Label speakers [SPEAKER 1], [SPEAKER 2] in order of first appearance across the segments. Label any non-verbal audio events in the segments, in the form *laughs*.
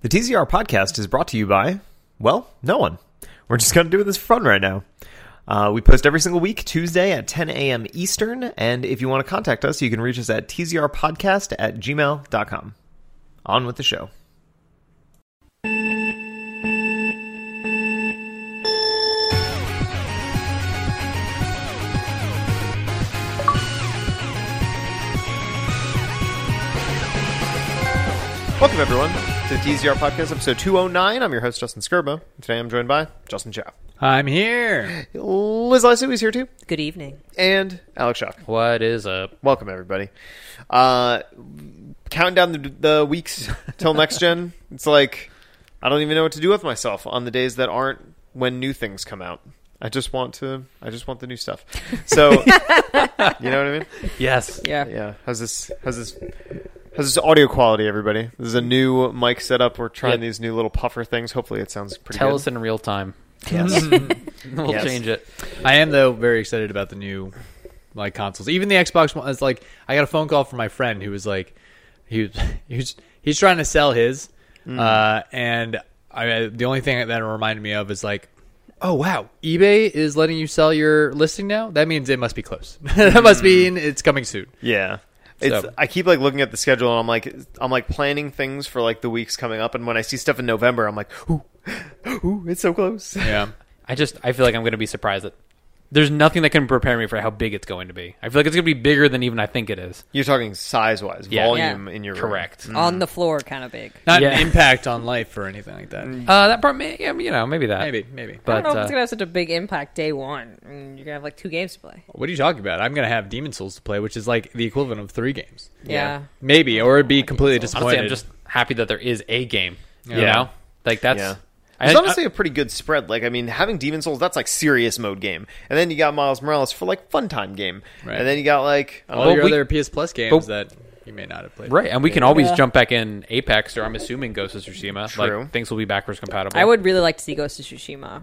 [SPEAKER 1] The TZR podcast is brought to you by, well, no one. We're just going to do this for fun right now. Uh, we post every single week, Tuesday at 10 a.m. Eastern. And if you want to contact us, you can reach us at tzrpodcast at gmail.com. On with the show. Welcome, everyone, to the TZR Podcast, episode 209. I'm your host, Justin Skirbo. Today I'm joined by Justin Chow.
[SPEAKER 2] I'm here.
[SPEAKER 1] Liz Lysu is here, too,
[SPEAKER 3] Good evening.
[SPEAKER 1] and Alex Shock.
[SPEAKER 2] What is up?
[SPEAKER 1] Welcome, everybody. Uh, counting down the, the weeks till next gen, it's like I don't even know what to do with myself on the days that aren't when new things come out. I just want to. I just want the new stuff. So, you know what I mean?
[SPEAKER 2] Yes.
[SPEAKER 3] Yeah.
[SPEAKER 1] Yeah. How's this? How's this? How's this audio quality, everybody? This is a new mic setup. We're trying
[SPEAKER 2] Yep.
[SPEAKER 1] these new little puffer things. Hopefully, it sounds pretty.
[SPEAKER 2] Tell
[SPEAKER 1] good.
[SPEAKER 2] us in real time. *laughs* we'll
[SPEAKER 1] Yes.
[SPEAKER 2] change it.
[SPEAKER 4] I am though very excited about the new like consoles. Even the Xbox One. It's like I got a phone call from my friend who was like, he was *laughs* he's he's trying to sell his,
[SPEAKER 2] Mm.
[SPEAKER 4] uh, and I the only thing that it reminded me of is like. Oh wow! eBay is letting you sell your listing now. That means it must be close. *laughs* that
[SPEAKER 2] Mm.
[SPEAKER 4] must mean it's coming soon.
[SPEAKER 1] Yeah. It's
[SPEAKER 4] So-
[SPEAKER 1] I keep like looking at the schedule and I'm like I'm like planning things for like the weeks coming up and when I see stuff in November I'm like ooh *gasps* ooh it's so close.
[SPEAKER 4] Yeah,
[SPEAKER 2] I just I feel like I'm going to be surprised that there's nothing that can prepare me for how big it's going to be. I feel like it's going to be bigger than even I think it is.
[SPEAKER 1] You're talking size wise,
[SPEAKER 2] Yeah.
[SPEAKER 1] volume
[SPEAKER 3] Yeah.
[SPEAKER 1] in your room.
[SPEAKER 2] Correct.
[SPEAKER 3] On the floor, kind of big.
[SPEAKER 4] not
[SPEAKER 2] Yeah.
[SPEAKER 4] an impact on life or anything like that.
[SPEAKER 2] Uh, that part, may, yeah, you know, maybe that.
[SPEAKER 4] Maybe, maybe.
[SPEAKER 3] I
[SPEAKER 2] But
[SPEAKER 3] don't know if
[SPEAKER 2] uh,
[SPEAKER 3] it's gonna have such a big impact day one. I mean, you're gonna have like two games to play.
[SPEAKER 4] What are you talking about? I'm gonna have Demon Souls to play, which is like the equivalent of three games,
[SPEAKER 3] Yeah.
[SPEAKER 4] maybe, or be completely disappointed.
[SPEAKER 2] honestly, I'm just happy that there is a game. You
[SPEAKER 4] Yeah.
[SPEAKER 2] know, like that's.
[SPEAKER 1] Yeah.
[SPEAKER 2] I,
[SPEAKER 1] It's honestly
[SPEAKER 2] I-
[SPEAKER 1] a pretty good spread. Like I mean, having Demon Souls that's like serious mode game, and then you got Miles Morales for like fun time game,
[SPEAKER 4] Right.
[SPEAKER 1] and then you got like I don't
[SPEAKER 4] all
[SPEAKER 1] know,
[SPEAKER 2] Well,
[SPEAKER 4] your
[SPEAKER 2] we-
[SPEAKER 4] other PS Plus games
[SPEAKER 2] but-
[SPEAKER 4] that you may not have played.
[SPEAKER 2] right, and we can always
[SPEAKER 3] Yeah.
[SPEAKER 2] jump back in Apex or I'm assuming Ghost of Tsushima.
[SPEAKER 1] True.
[SPEAKER 2] Like things will be backwards compatible.
[SPEAKER 3] I would really like to see Ghost of Tsushima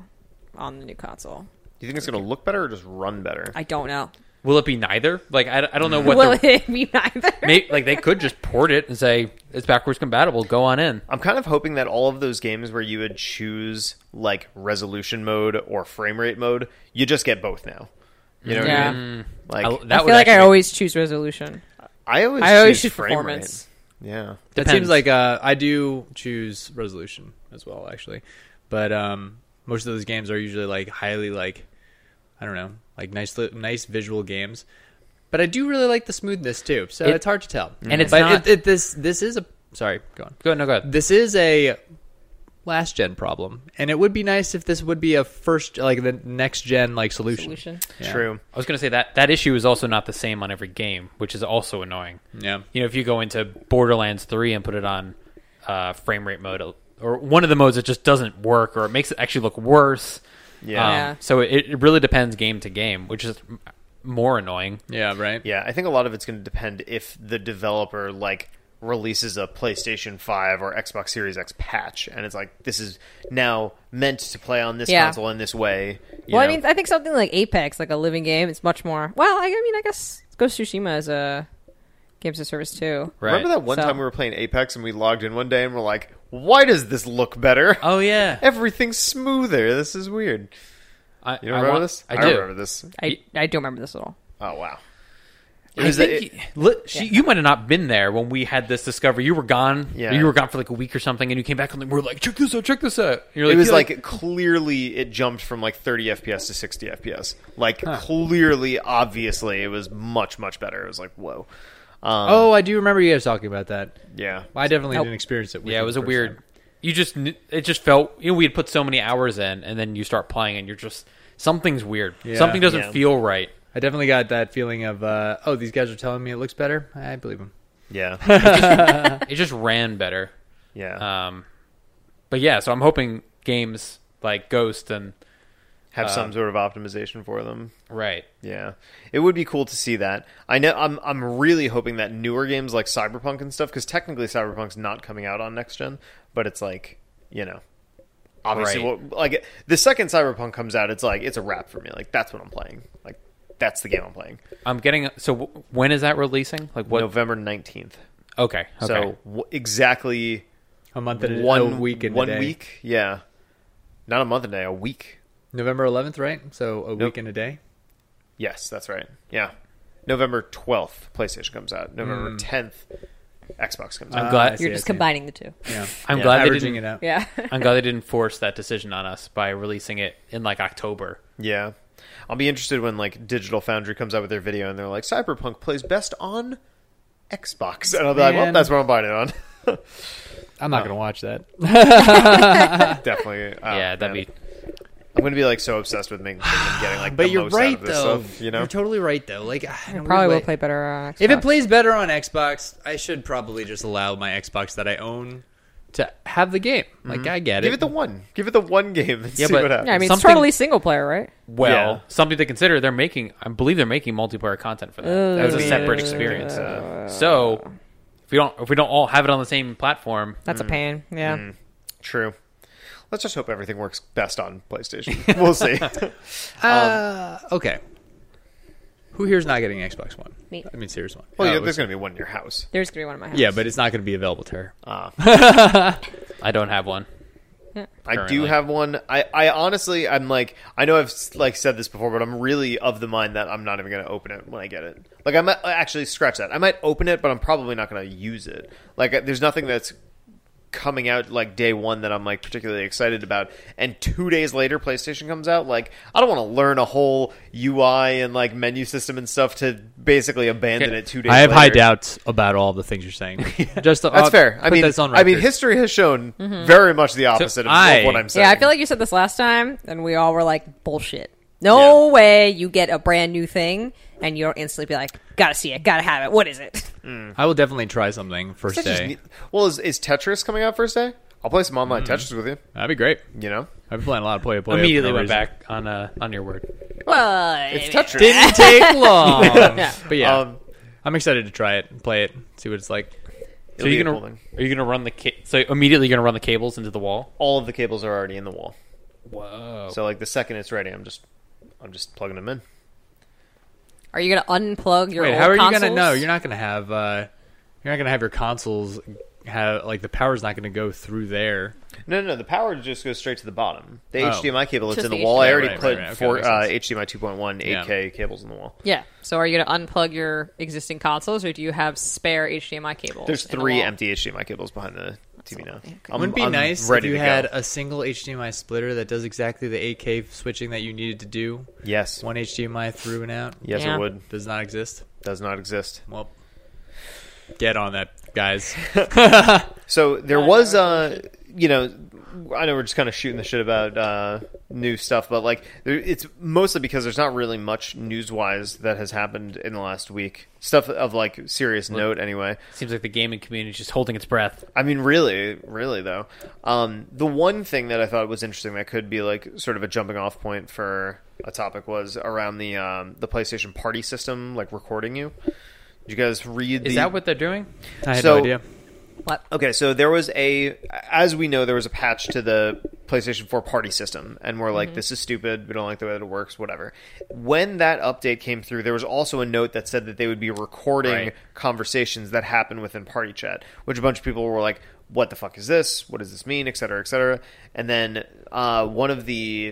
[SPEAKER 3] on the new console.
[SPEAKER 1] do you think it's going to look better or just run better?
[SPEAKER 3] I don't know.
[SPEAKER 2] Will it be neither? Like I, I don't know what.
[SPEAKER 3] Will *laughs*
[SPEAKER 2] the,
[SPEAKER 3] it be neither?
[SPEAKER 2] may, like they could just port it and say it's backwards compatible. Go on in.
[SPEAKER 1] I'm kind of hoping that all of those games where you would choose like resolution mode or frame rate mode, you just get both now. You know what
[SPEAKER 3] Yeah.
[SPEAKER 1] I mean? Like
[SPEAKER 2] I-
[SPEAKER 3] I feel
[SPEAKER 2] that would
[SPEAKER 3] like I
[SPEAKER 2] actually-
[SPEAKER 3] always choose resolution.
[SPEAKER 1] I always
[SPEAKER 3] I always
[SPEAKER 1] choose
[SPEAKER 3] choose
[SPEAKER 1] frame
[SPEAKER 3] performance.
[SPEAKER 1] Rate. Yeah.
[SPEAKER 4] That
[SPEAKER 2] Depends.
[SPEAKER 4] seems like uh, I do choose resolution as well, actually. But um, most of those games are usually like highly like I don't know, like nice li- nice visual games. But I do really like the smoothness too, so
[SPEAKER 2] It-
[SPEAKER 4] it's hard to tell.
[SPEAKER 2] and it's
[SPEAKER 4] but
[SPEAKER 2] not-
[SPEAKER 4] it, it, this this is a sorry, go on.
[SPEAKER 2] Go ahead, no, go ahead.
[SPEAKER 4] This is a last gen problem, and it would be nice if this would be a first like the next gen like solution.
[SPEAKER 3] Resolution.
[SPEAKER 4] Yeah.
[SPEAKER 1] True.
[SPEAKER 2] I was going to say that that issue is also not the same on every game, which is also annoying.
[SPEAKER 4] Yeah.
[SPEAKER 2] You know, if you go into Borderlands 3 and put it on uh, frame rate mode or one of the modes that just doesn't work or it makes it actually look worse. Um,
[SPEAKER 1] Yeah.
[SPEAKER 3] Yeah.
[SPEAKER 2] So it, it really depends game to game, which is m- more annoying.
[SPEAKER 4] Yeah. Right.
[SPEAKER 1] Yeah, I think a lot of it's going to depend if the developer like releases a PlayStation 5 or Xbox Series X patch and it's like this is now meant to play on this
[SPEAKER 3] Yeah.
[SPEAKER 1] console in this way. you
[SPEAKER 3] Well, I
[SPEAKER 1] know?
[SPEAKER 3] mean, I think something like Apex, like a living game, it's much more. Well, I, I mean, I guess Ghost of Tsushima is a games of service too.
[SPEAKER 2] Right.
[SPEAKER 1] remember that one
[SPEAKER 3] So-
[SPEAKER 1] time we were playing Apex and we logged in one day and we're like, "Why does this look better?
[SPEAKER 2] Oh, yeah.
[SPEAKER 1] Everything's smoother. This is weird."
[SPEAKER 2] I,
[SPEAKER 1] You don't
[SPEAKER 2] I
[SPEAKER 1] remember
[SPEAKER 2] want-
[SPEAKER 1] this?
[SPEAKER 2] I, do.
[SPEAKER 1] remember this.
[SPEAKER 3] I I don't remember this at all.
[SPEAKER 1] Oh wow. It
[SPEAKER 2] I
[SPEAKER 1] was
[SPEAKER 2] think
[SPEAKER 1] it-
[SPEAKER 2] you, li- she, you might have not been there when we had this discovery. You were gone.
[SPEAKER 1] Yeah.
[SPEAKER 2] You were gone for like a week or something, and you came back and we're like, check this out, check this out. You're
[SPEAKER 1] it was
[SPEAKER 2] "Yeah,
[SPEAKER 1] like, clearly it jumped from like 30 FPS to 60 FPS. Like clearly, obviously, it was much much better. It was like whoa. Um,
[SPEAKER 4] Oh, I do remember you guys talking about that.
[SPEAKER 1] yeah.
[SPEAKER 4] I definitely
[SPEAKER 3] Nope.
[SPEAKER 4] didn't experience it. with
[SPEAKER 2] Yeah,
[SPEAKER 4] you
[SPEAKER 2] it was
[SPEAKER 4] the
[SPEAKER 2] a
[SPEAKER 4] first
[SPEAKER 2] weird.
[SPEAKER 4] time.
[SPEAKER 2] You just kn- it just felt you know we had put so many hours in, and then you start playing, and you're just something's weird.
[SPEAKER 4] Yeah.
[SPEAKER 2] Something doesn't
[SPEAKER 1] Yeah.
[SPEAKER 2] feel right.
[SPEAKER 4] I definitely got that feeling of, uh, oh, these guys are telling me it looks better. I believe them.
[SPEAKER 1] Yeah.
[SPEAKER 2] It just ran better.
[SPEAKER 1] Yeah.
[SPEAKER 2] Um, but yeah, so I'm hoping games like Ghost and
[SPEAKER 1] Have some sort of optimization for them.
[SPEAKER 2] right.
[SPEAKER 1] Yeah. It would be cool to see that. I know I'm I'm really hoping that newer games like Cyberpunk and stuff cuz technically Cyberpunk's not coming out on next gen, but it's like, you know, obviously
[SPEAKER 2] Right.
[SPEAKER 1] what, like the second Cyberpunk comes out, it's like it's a wrap for me. Like that's what I'm playing. Like that's the game I'm playing.
[SPEAKER 2] I'm getting so w- when is that releasing? Like what?
[SPEAKER 1] November 19th.
[SPEAKER 2] Okay, okay.
[SPEAKER 1] So w- exactly
[SPEAKER 4] a month and a,
[SPEAKER 1] one
[SPEAKER 4] a week and a
[SPEAKER 1] one
[SPEAKER 4] day.
[SPEAKER 1] week. Yeah, not a month and a day, a week.
[SPEAKER 4] November 11th, right? So a week and a day.
[SPEAKER 1] Yes, that's right. Yeah, November twelfth, PlayStation comes out. November tenth, Xbox comes out.
[SPEAKER 2] I'm glad.
[SPEAKER 4] Ah, I see,
[SPEAKER 3] You're
[SPEAKER 4] I
[SPEAKER 3] just
[SPEAKER 4] see.
[SPEAKER 3] combining the two.
[SPEAKER 4] Yeah.
[SPEAKER 2] I'm
[SPEAKER 1] Yeah.
[SPEAKER 2] glad they
[SPEAKER 4] Averaging
[SPEAKER 2] didn't.
[SPEAKER 4] it out.
[SPEAKER 3] Yeah. *laughs*
[SPEAKER 2] I'm glad they didn't force that decision on us by releasing it in like October.
[SPEAKER 1] Yeah, I'll be interested when like Digital Foundry comes out with their video and they're like, "Cyberpunk plays best on Xbox," *laughs* and I'll be like, "Well,
[SPEAKER 4] Man.
[SPEAKER 1] that's what I'm buying it on." *laughs*
[SPEAKER 4] *laughs* I'm not going to watch that.
[SPEAKER 1] Definitely. Oh,
[SPEAKER 2] yeah, that'd
[SPEAKER 1] man.
[SPEAKER 2] be.
[SPEAKER 1] I'm gonna be like so obsessed with making and getting like.
[SPEAKER 4] But
[SPEAKER 1] the
[SPEAKER 4] you're
[SPEAKER 1] most out
[SPEAKER 4] right,
[SPEAKER 1] of this
[SPEAKER 4] though.
[SPEAKER 1] stuff, you know,
[SPEAKER 4] You're totally right, though. Like, ah, in a
[SPEAKER 3] It
[SPEAKER 4] weird
[SPEAKER 3] probably will
[SPEAKER 4] way.
[SPEAKER 3] play better on Xbox.
[SPEAKER 4] If it plays better on Xbox, I should probably just allow my Xbox that I own to have the game. Like, I get
[SPEAKER 1] give
[SPEAKER 4] it.
[SPEAKER 1] it the one. Give it the one game and
[SPEAKER 2] Yeah,
[SPEAKER 1] see
[SPEAKER 2] but-
[SPEAKER 1] what happens.
[SPEAKER 3] Yeah, I mean, it's
[SPEAKER 2] something-
[SPEAKER 3] totally single player, right?
[SPEAKER 2] Well,
[SPEAKER 1] Yeah.
[SPEAKER 2] something to consider. They're making, I believe, they're making multiplayer content for that.
[SPEAKER 3] Ugh.
[SPEAKER 2] That was
[SPEAKER 1] would
[SPEAKER 2] a
[SPEAKER 1] be
[SPEAKER 2] separate
[SPEAKER 1] interesting to,
[SPEAKER 2] experience.
[SPEAKER 1] uh,
[SPEAKER 2] so, if we don't, if we don't all have it on the same platform,
[SPEAKER 3] That's
[SPEAKER 1] Mm.
[SPEAKER 3] a pain. Yeah.
[SPEAKER 1] True. Let's just hope everything works best on
[SPEAKER 2] *laughs*
[SPEAKER 1] PlayStation. We'll see.
[SPEAKER 4] Uh, okay. Who here's not getting Xbox One?
[SPEAKER 3] Me.
[SPEAKER 4] I mean, serious one.
[SPEAKER 1] well,
[SPEAKER 4] Oh,
[SPEAKER 1] yeah,
[SPEAKER 4] it was-
[SPEAKER 1] there's going to be one in your house.
[SPEAKER 3] There's gonna be one in my house.
[SPEAKER 4] yeah, but it's not going to be available to her.
[SPEAKER 1] Uh,
[SPEAKER 2] I don't have one.
[SPEAKER 1] I do
[SPEAKER 2] Currently.
[SPEAKER 1] have one. I, I honestly, I'm like, I know I've like said this before, but I'm really of the mind that I'm not even going to open it when I get it. Like, I might actually scratch that. I might open it, but I'm probably not going to use it. Like, there's nothing that's coming out like day one that I'm like particularly excited about. And two days later, PlayStation comes out. Like, I don't want to learn a whole UI and like menu system and stuff to basically abandon
[SPEAKER 2] Okay.
[SPEAKER 1] it two days.
[SPEAKER 4] I have high
[SPEAKER 1] later.
[SPEAKER 4] doubts about all the things
[SPEAKER 1] *laughs*
[SPEAKER 4] you're saying. Just to-
[SPEAKER 1] That's
[SPEAKER 4] I'll
[SPEAKER 1] fair. I
[SPEAKER 4] put
[SPEAKER 1] mean,
[SPEAKER 4] this on
[SPEAKER 1] I mean,
[SPEAKER 4] record.
[SPEAKER 1] history has shown very much the opposite of
[SPEAKER 4] I-
[SPEAKER 1] what I'm saying.
[SPEAKER 3] Mm-hmm. Yeah, I feel like you said this last time, and we all were like, "Bullshit! No way! You get a brand new thing, and you'll instantly be like, gotta see it, gotta have it. What is it? *laughs*
[SPEAKER 4] I will definitely try something first
[SPEAKER 1] Tetris
[SPEAKER 4] day.
[SPEAKER 1] need- well, is, is Tetris coming out first day? I'll play some
[SPEAKER 4] Mm-hmm.
[SPEAKER 1] online Tetris with you.
[SPEAKER 4] That'd be great.
[SPEAKER 1] You know,
[SPEAKER 4] I've been playing a lot of Play Play.
[SPEAKER 2] Immediately went back on uh, on your word.
[SPEAKER 3] well,
[SPEAKER 1] it's
[SPEAKER 3] yeah.
[SPEAKER 1] Tetris.
[SPEAKER 4] Didn't *laughs* take long. But yeah,
[SPEAKER 1] Um,
[SPEAKER 4] I'm excited to try it, and play it, see what it's like.
[SPEAKER 2] So you
[SPEAKER 1] be
[SPEAKER 2] gonna
[SPEAKER 1] holding.
[SPEAKER 2] are you gonna run the ca- so immediately you're gonna run the cables into the wall?
[SPEAKER 1] all of the cables are already in the wall,
[SPEAKER 2] Whoa!
[SPEAKER 1] so like the second it's ready, I'm just, I'm just plugging them in.
[SPEAKER 3] Are you gonna unplug your?
[SPEAKER 4] Wait,
[SPEAKER 3] old
[SPEAKER 4] how are you
[SPEAKER 3] consoles?
[SPEAKER 4] gonna know? You're not gonna have uh, you're not gonna have your consoles have like the power's not gonna go through there.
[SPEAKER 1] No, no, no. The power just goes straight to the bottom. The
[SPEAKER 4] Oh.
[SPEAKER 1] HDMI cable that's
[SPEAKER 3] Just
[SPEAKER 1] in the
[SPEAKER 3] the
[SPEAKER 1] wall. I
[SPEAKER 3] HDMI.
[SPEAKER 1] already
[SPEAKER 4] Right, right,
[SPEAKER 1] put
[SPEAKER 4] right. Okay,
[SPEAKER 1] four
[SPEAKER 4] that
[SPEAKER 1] uh,
[SPEAKER 4] makes
[SPEAKER 1] HDMI 2.1
[SPEAKER 4] Yeah.
[SPEAKER 1] 8K cables in the wall.
[SPEAKER 3] Yeah. So are you gonna unplug your existing consoles, or do you have spare HDMI cables?
[SPEAKER 1] There's
[SPEAKER 3] in the
[SPEAKER 1] three
[SPEAKER 3] wall?
[SPEAKER 1] empty HDMI cables behind the TV now.
[SPEAKER 3] okay.
[SPEAKER 1] I'm-
[SPEAKER 4] Wouldn't it be
[SPEAKER 1] I'm
[SPEAKER 4] nice if
[SPEAKER 1] ready
[SPEAKER 4] you
[SPEAKER 1] to go.
[SPEAKER 4] had a single HDMI splitter that does exactly the 8K switching that you needed to do?
[SPEAKER 1] yes,
[SPEAKER 4] One HDMI through and out.
[SPEAKER 1] yes,
[SPEAKER 3] Yeah.
[SPEAKER 1] it would.
[SPEAKER 4] Does not exist.
[SPEAKER 1] Does not exist.
[SPEAKER 4] Well, get on that, guys.
[SPEAKER 1] So there was, uh, you know, I know we're just kind of shooting the shit about uh, new stuff, but like there, it's mostly because there's not really much news-wise that has happened in the last week. Stuff of like serious note, anyway.
[SPEAKER 2] Seems like the gaming community is just holding its breath.
[SPEAKER 1] I mean, really, really though. Um, the one thing that I thought was interesting that could be like sort of a jumping off point for a topic was around the um, the PlayStation Party system, like recording you. Did you guys read? the...
[SPEAKER 2] Is that what they're doing?
[SPEAKER 4] I had
[SPEAKER 1] So-
[SPEAKER 4] no idea.
[SPEAKER 3] What?
[SPEAKER 1] Okay, so there was a, as we know, there was a patch to the PlayStation 4 party system, and we're like, this is stupid. We don't like the way that it works, whatever. When that update came through, there was also a note that said that they would be recording
[SPEAKER 4] Right.
[SPEAKER 1] conversations that happen within party chat, which a bunch of people were like, what the fuck is this? What does this mean? Et cetera, et cetera. And then uh, one of the,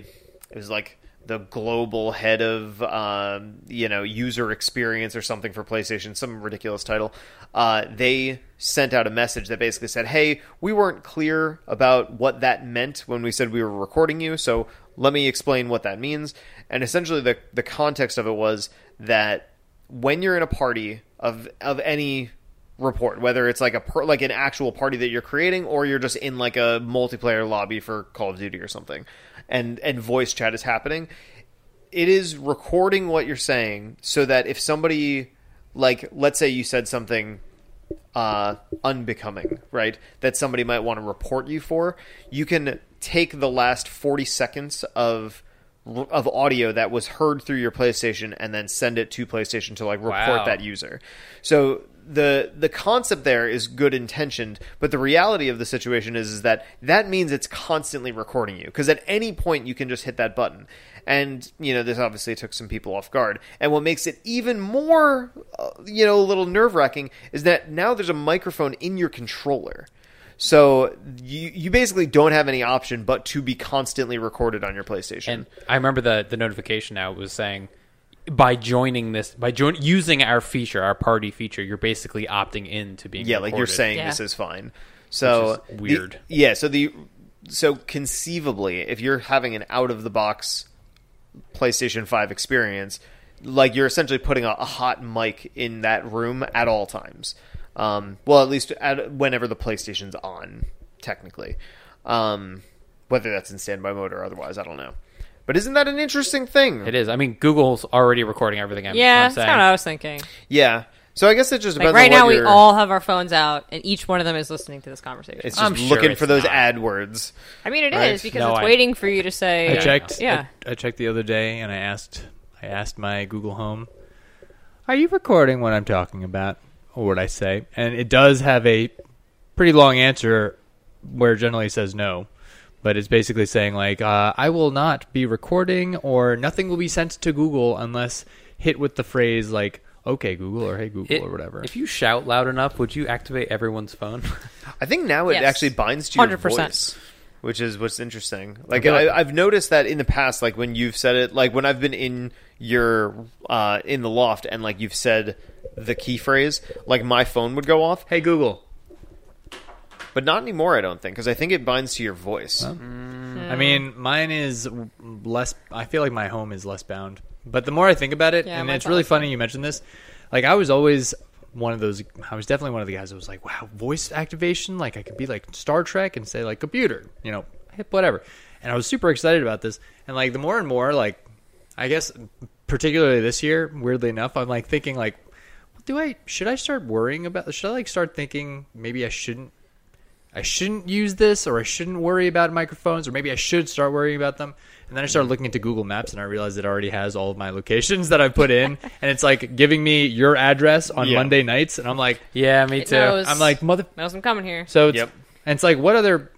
[SPEAKER 1] it was like, the global head of um, you know user experience or something for PlayStation, some ridiculous title. Uh, they sent out a message that basically said, "Hey, we weren't clear about what that meant when we said we were recording you, so let me explain what that means." And essentially, the the context of it was that when you're in a party of of any report whether it's like a per, like an actual party that you're creating or you're just in like a multiplayer lobby for Call of Duty or something and and voice chat is happening it is recording what you're saying so that if somebody like let's say you said something uh, unbecoming, right? That somebody might want to report you for. You can take the last 40 seconds of of audio that was heard through your PlayStation and then send it to PlayStation to like report
[SPEAKER 2] Wow.
[SPEAKER 1] that user. So the the concept there is good intentioned, but the reality of the situation is, is that that means it's constantly recording you because at any point you can just hit that button. And you know this obviously took some people off guard. And what makes it even more uh, you know a little nerve wracking is that now there's a microphone in your controller. So you you basically don't have any option but to be constantly recorded on your PlayStation.
[SPEAKER 2] And I remember the the notification now was saying by joining this by join using our feature, our party feature, you're basically opting in to being
[SPEAKER 1] yeah, like you're
[SPEAKER 2] recorded.
[SPEAKER 1] saying,
[SPEAKER 3] Yeah.
[SPEAKER 1] this is fine. So
[SPEAKER 2] Which is
[SPEAKER 1] the-
[SPEAKER 2] weird.
[SPEAKER 1] yeah. So the so conceivably, if you're having an out of the box PlayStation Five experience, like you're essentially putting a, a hot mic in that room at all times. Um, well, at least at, whenever the PlayStation's on, technically. Um, whether that's in standby mode or otherwise, I don't know. But isn't that an interesting thing?
[SPEAKER 2] It is. I mean, Google's already recording everything. I'm,
[SPEAKER 3] Yeah,
[SPEAKER 2] I'm
[SPEAKER 3] that's
[SPEAKER 2] saying.
[SPEAKER 3] kind of what I was thinking.
[SPEAKER 1] Yeah. So I guess it just
[SPEAKER 3] Like
[SPEAKER 1] depends.
[SPEAKER 3] right
[SPEAKER 1] on what
[SPEAKER 3] now, we
[SPEAKER 1] you're-
[SPEAKER 3] all have our phones out, and each one of them is listening to this conversation.
[SPEAKER 1] It's just
[SPEAKER 2] I'm sure
[SPEAKER 1] looking
[SPEAKER 2] it's
[SPEAKER 1] for those
[SPEAKER 2] not.
[SPEAKER 1] ad words.
[SPEAKER 3] I mean, it is
[SPEAKER 1] Right.
[SPEAKER 3] because
[SPEAKER 2] No,
[SPEAKER 3] it's
[SPEAKER 2] I-
[SPEAKER 3] waiting for you to say.
[SPEAKER 4] I
[SPEAKER 2] Yeah.
[SPEAKER 4] checked.
[SPEAKER 3] Yeah.
[SPEAKER 4] I, I checked the other day, and I asked. I asked my Google Home, "Are you recording what I'm talking about, or what I say?" And it does have a pretty long answer, where it generally says no, but it's basically saying like, uh, "I will not be recording, or nothing will be sent to Google unless hit with the phrase like." Okay, Google, or hey Google,
[SPEAKER 2] It-
[SPEAKER 4] or whatever.
[SPEAKER 2] If you shout loud enough, would you activate everyone's phone? *laughs*
[SPEAKER 1] I think now it
[SPEAKER 3] Yes.
[SPEAKER 1] actually binds to your
[SPEAKER 3] 100%.
[SPEAKER 1] voice, which is what's interesting. Like I, I've noticed that in the past, like when you've said it, like when I've been in your uh, in the loft and like you've said the key phrase, like my phone would go off,
[SPEAKER 4] hey Google,
[SPEAKER 1] but not anymore. I don't think because I think it binds to your voice.
[SPEAKER 3] "Hmm,
[SPEAKER 4] I mean, mine is w- less. I feel like my home is less bound. But the more I think about it,
[SPEAKER 3] Yeah,
[SPEAKER 4] and
[SPEAKER 3] mine's
[SPEAKER 4] it's
[SPEAKER 3] not
[SPEAKER 4] really
[SPEAKER 3] less bound.
[SPEAKER 4] funny you mentioned this. Like I was always one of those. I was definitely one of the guys that was like, "Wow, voice activation! Like I could be like Star Trek and say like computer, you know, hip whatever." And I was super excited about this. And like the more and more, like I guess particularly this year, weirdly enough, I'm like thinking like, do I should I start worrying about? Should I like start thinking maybe I shouldn't I shouldn't use this or I shouldn't worry about microphones or maybe I should start worrying about them. And then I started looking into Google Maps and I realized it already has all of my locations that I've put
[SPEAKER 1] *laughs*
[SPEAKER 4] in and it's like giving me your address on
[SPEAKER 1] Yeah.
[SPEAKER 4] Monday nights and I'm like
[SPEAKER 2] yeah, me
[SPEAKER 3] It
[SPEAKER 2] too.
[SPEAKER 3] knows.
[SPEAKER 4] I'm like mother
[SPEAKER 3] Knows I'm coming here.
[SPEAKER 4] so it's,
[SPEAKER 1] Yep.
[SPEAKER 4] and it's like what other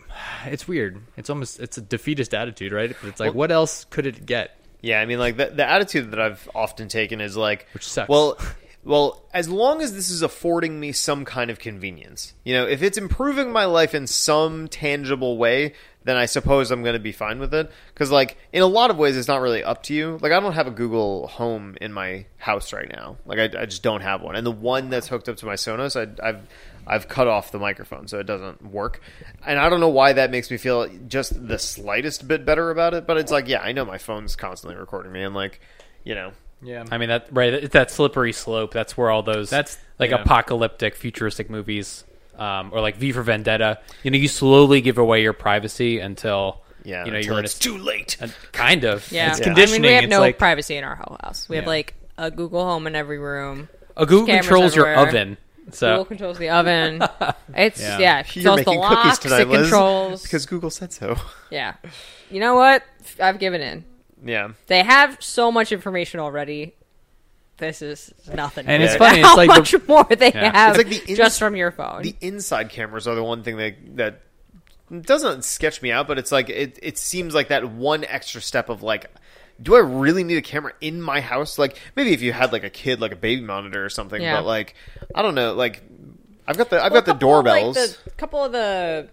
[SPEAKER 4] it's weird. It's almost it's a defeatist attitude, right? But it's like what else could it get?
[SPEAKER 1] Yeah, I mean, like the, the attitude that I've often taken is like,
[SPEAKER 4] Which sucks.
[SPEAKER 1] Well, well, as long as this is affording me some kind of convenience, you know, if it's improving my life in some tangible way, then I suppose I'm going to be fine with it. Because, like, in a lot of ways, it's not really up to you. Like, I don't have a Google Home in my house right now. Like, I, I just don't have one. And the one that's hooked up to my Sonos, I, I've I've cut off the microphone, so it doesn't work. And I don't know why that makes me feel just the slightest bit better about it, but it's like, yeah, I know my phone's constantly recording me, and like, you know,
[SPEAKER 4] Yeah.
[SPEAKER 2] I mean that right? It's that slippery slope. That's where all those
[SPEAKER 4] That's-
[SPEAKER 2] like
[SPEAKER 4] yeah.
[SPEAKER 2] apocalyptic, futuristic movies, um, or like V for Vendetta. You know, you slowly give away your privacy until
[SPEAKER 1] yeah,
[SPEAKER 2] you know
[SPEAKER 1] until
[SPEAKER 2] you're in a,
[SPEAKER 1] it's too late.
[SPEAKER 2] a- kind of
[SPEAKER 3] Yeah,
[SPEAKER 4] It's
[SPEAKER 3] I
[SPEAKER 4] conditioning.
[SPEAKER 3] mean, we have
[SPEAKER 4] It's
[SPEAKER 3] no
[SPEAKER 4] like-
[SPEAKER 3] privacy in our whole house. We have
[SPEAKER 4] Yeah.
[SPEAKER 3] like a Google Home in every room.
[SPEAKER 2] A Google
[SPEAKER 3] Cameras
[SPEAKER 2] controls your
[SPEAKER 3] everywhere.
[SPEAKER 2] oven,
[SPEAKER 3] Google
[SPEAKER 2] so
[SPEAKER 3] controls the *laughs* oven. It's
[SPEAKER 4] Yeah.
[SPEAKER 3] yeah, it controls the locks. it controls
[SPEAKER 1] because Google said so.
[SPEAKER 3] yeah. You know what? I've given in.
[SPEAKER 1] Yeah,
[SPEAKER 3] They have so much information already. This is nothing.
[SPEAKER 4] And
[SPEAKER 3] new. *laughs*
[SPEAKER 4] it's funny, it's
[SPEAKER 3] How
[SPEAKER 4] like the-
[SPEAKER 3] much more they
[SPEAKER 4] Yeah.
[SPEAKER 3] have
[SPEAKER 1] It's like the ins-
[SPEAKER 3] just from your
[SPEAKER 1] *laughs*
[SPEAKER 3] phone.
[SPEAKER 1] the inside cameras are the one thing that that doesn't sketch me out, but it's like it it seems like that one extra step of like do I really need a camera in my house? Like maybe if you had like a kid like a baby monitor or something,
[SPEAKER 3] Yeah.
[SPEAKER 1] but like I don't know, like I've got the I've got the
[SPEAKER 3] Well, a couple
[SPEAKER 1] doorbells.
[SPEAKER 3] Of, like, the, couple of the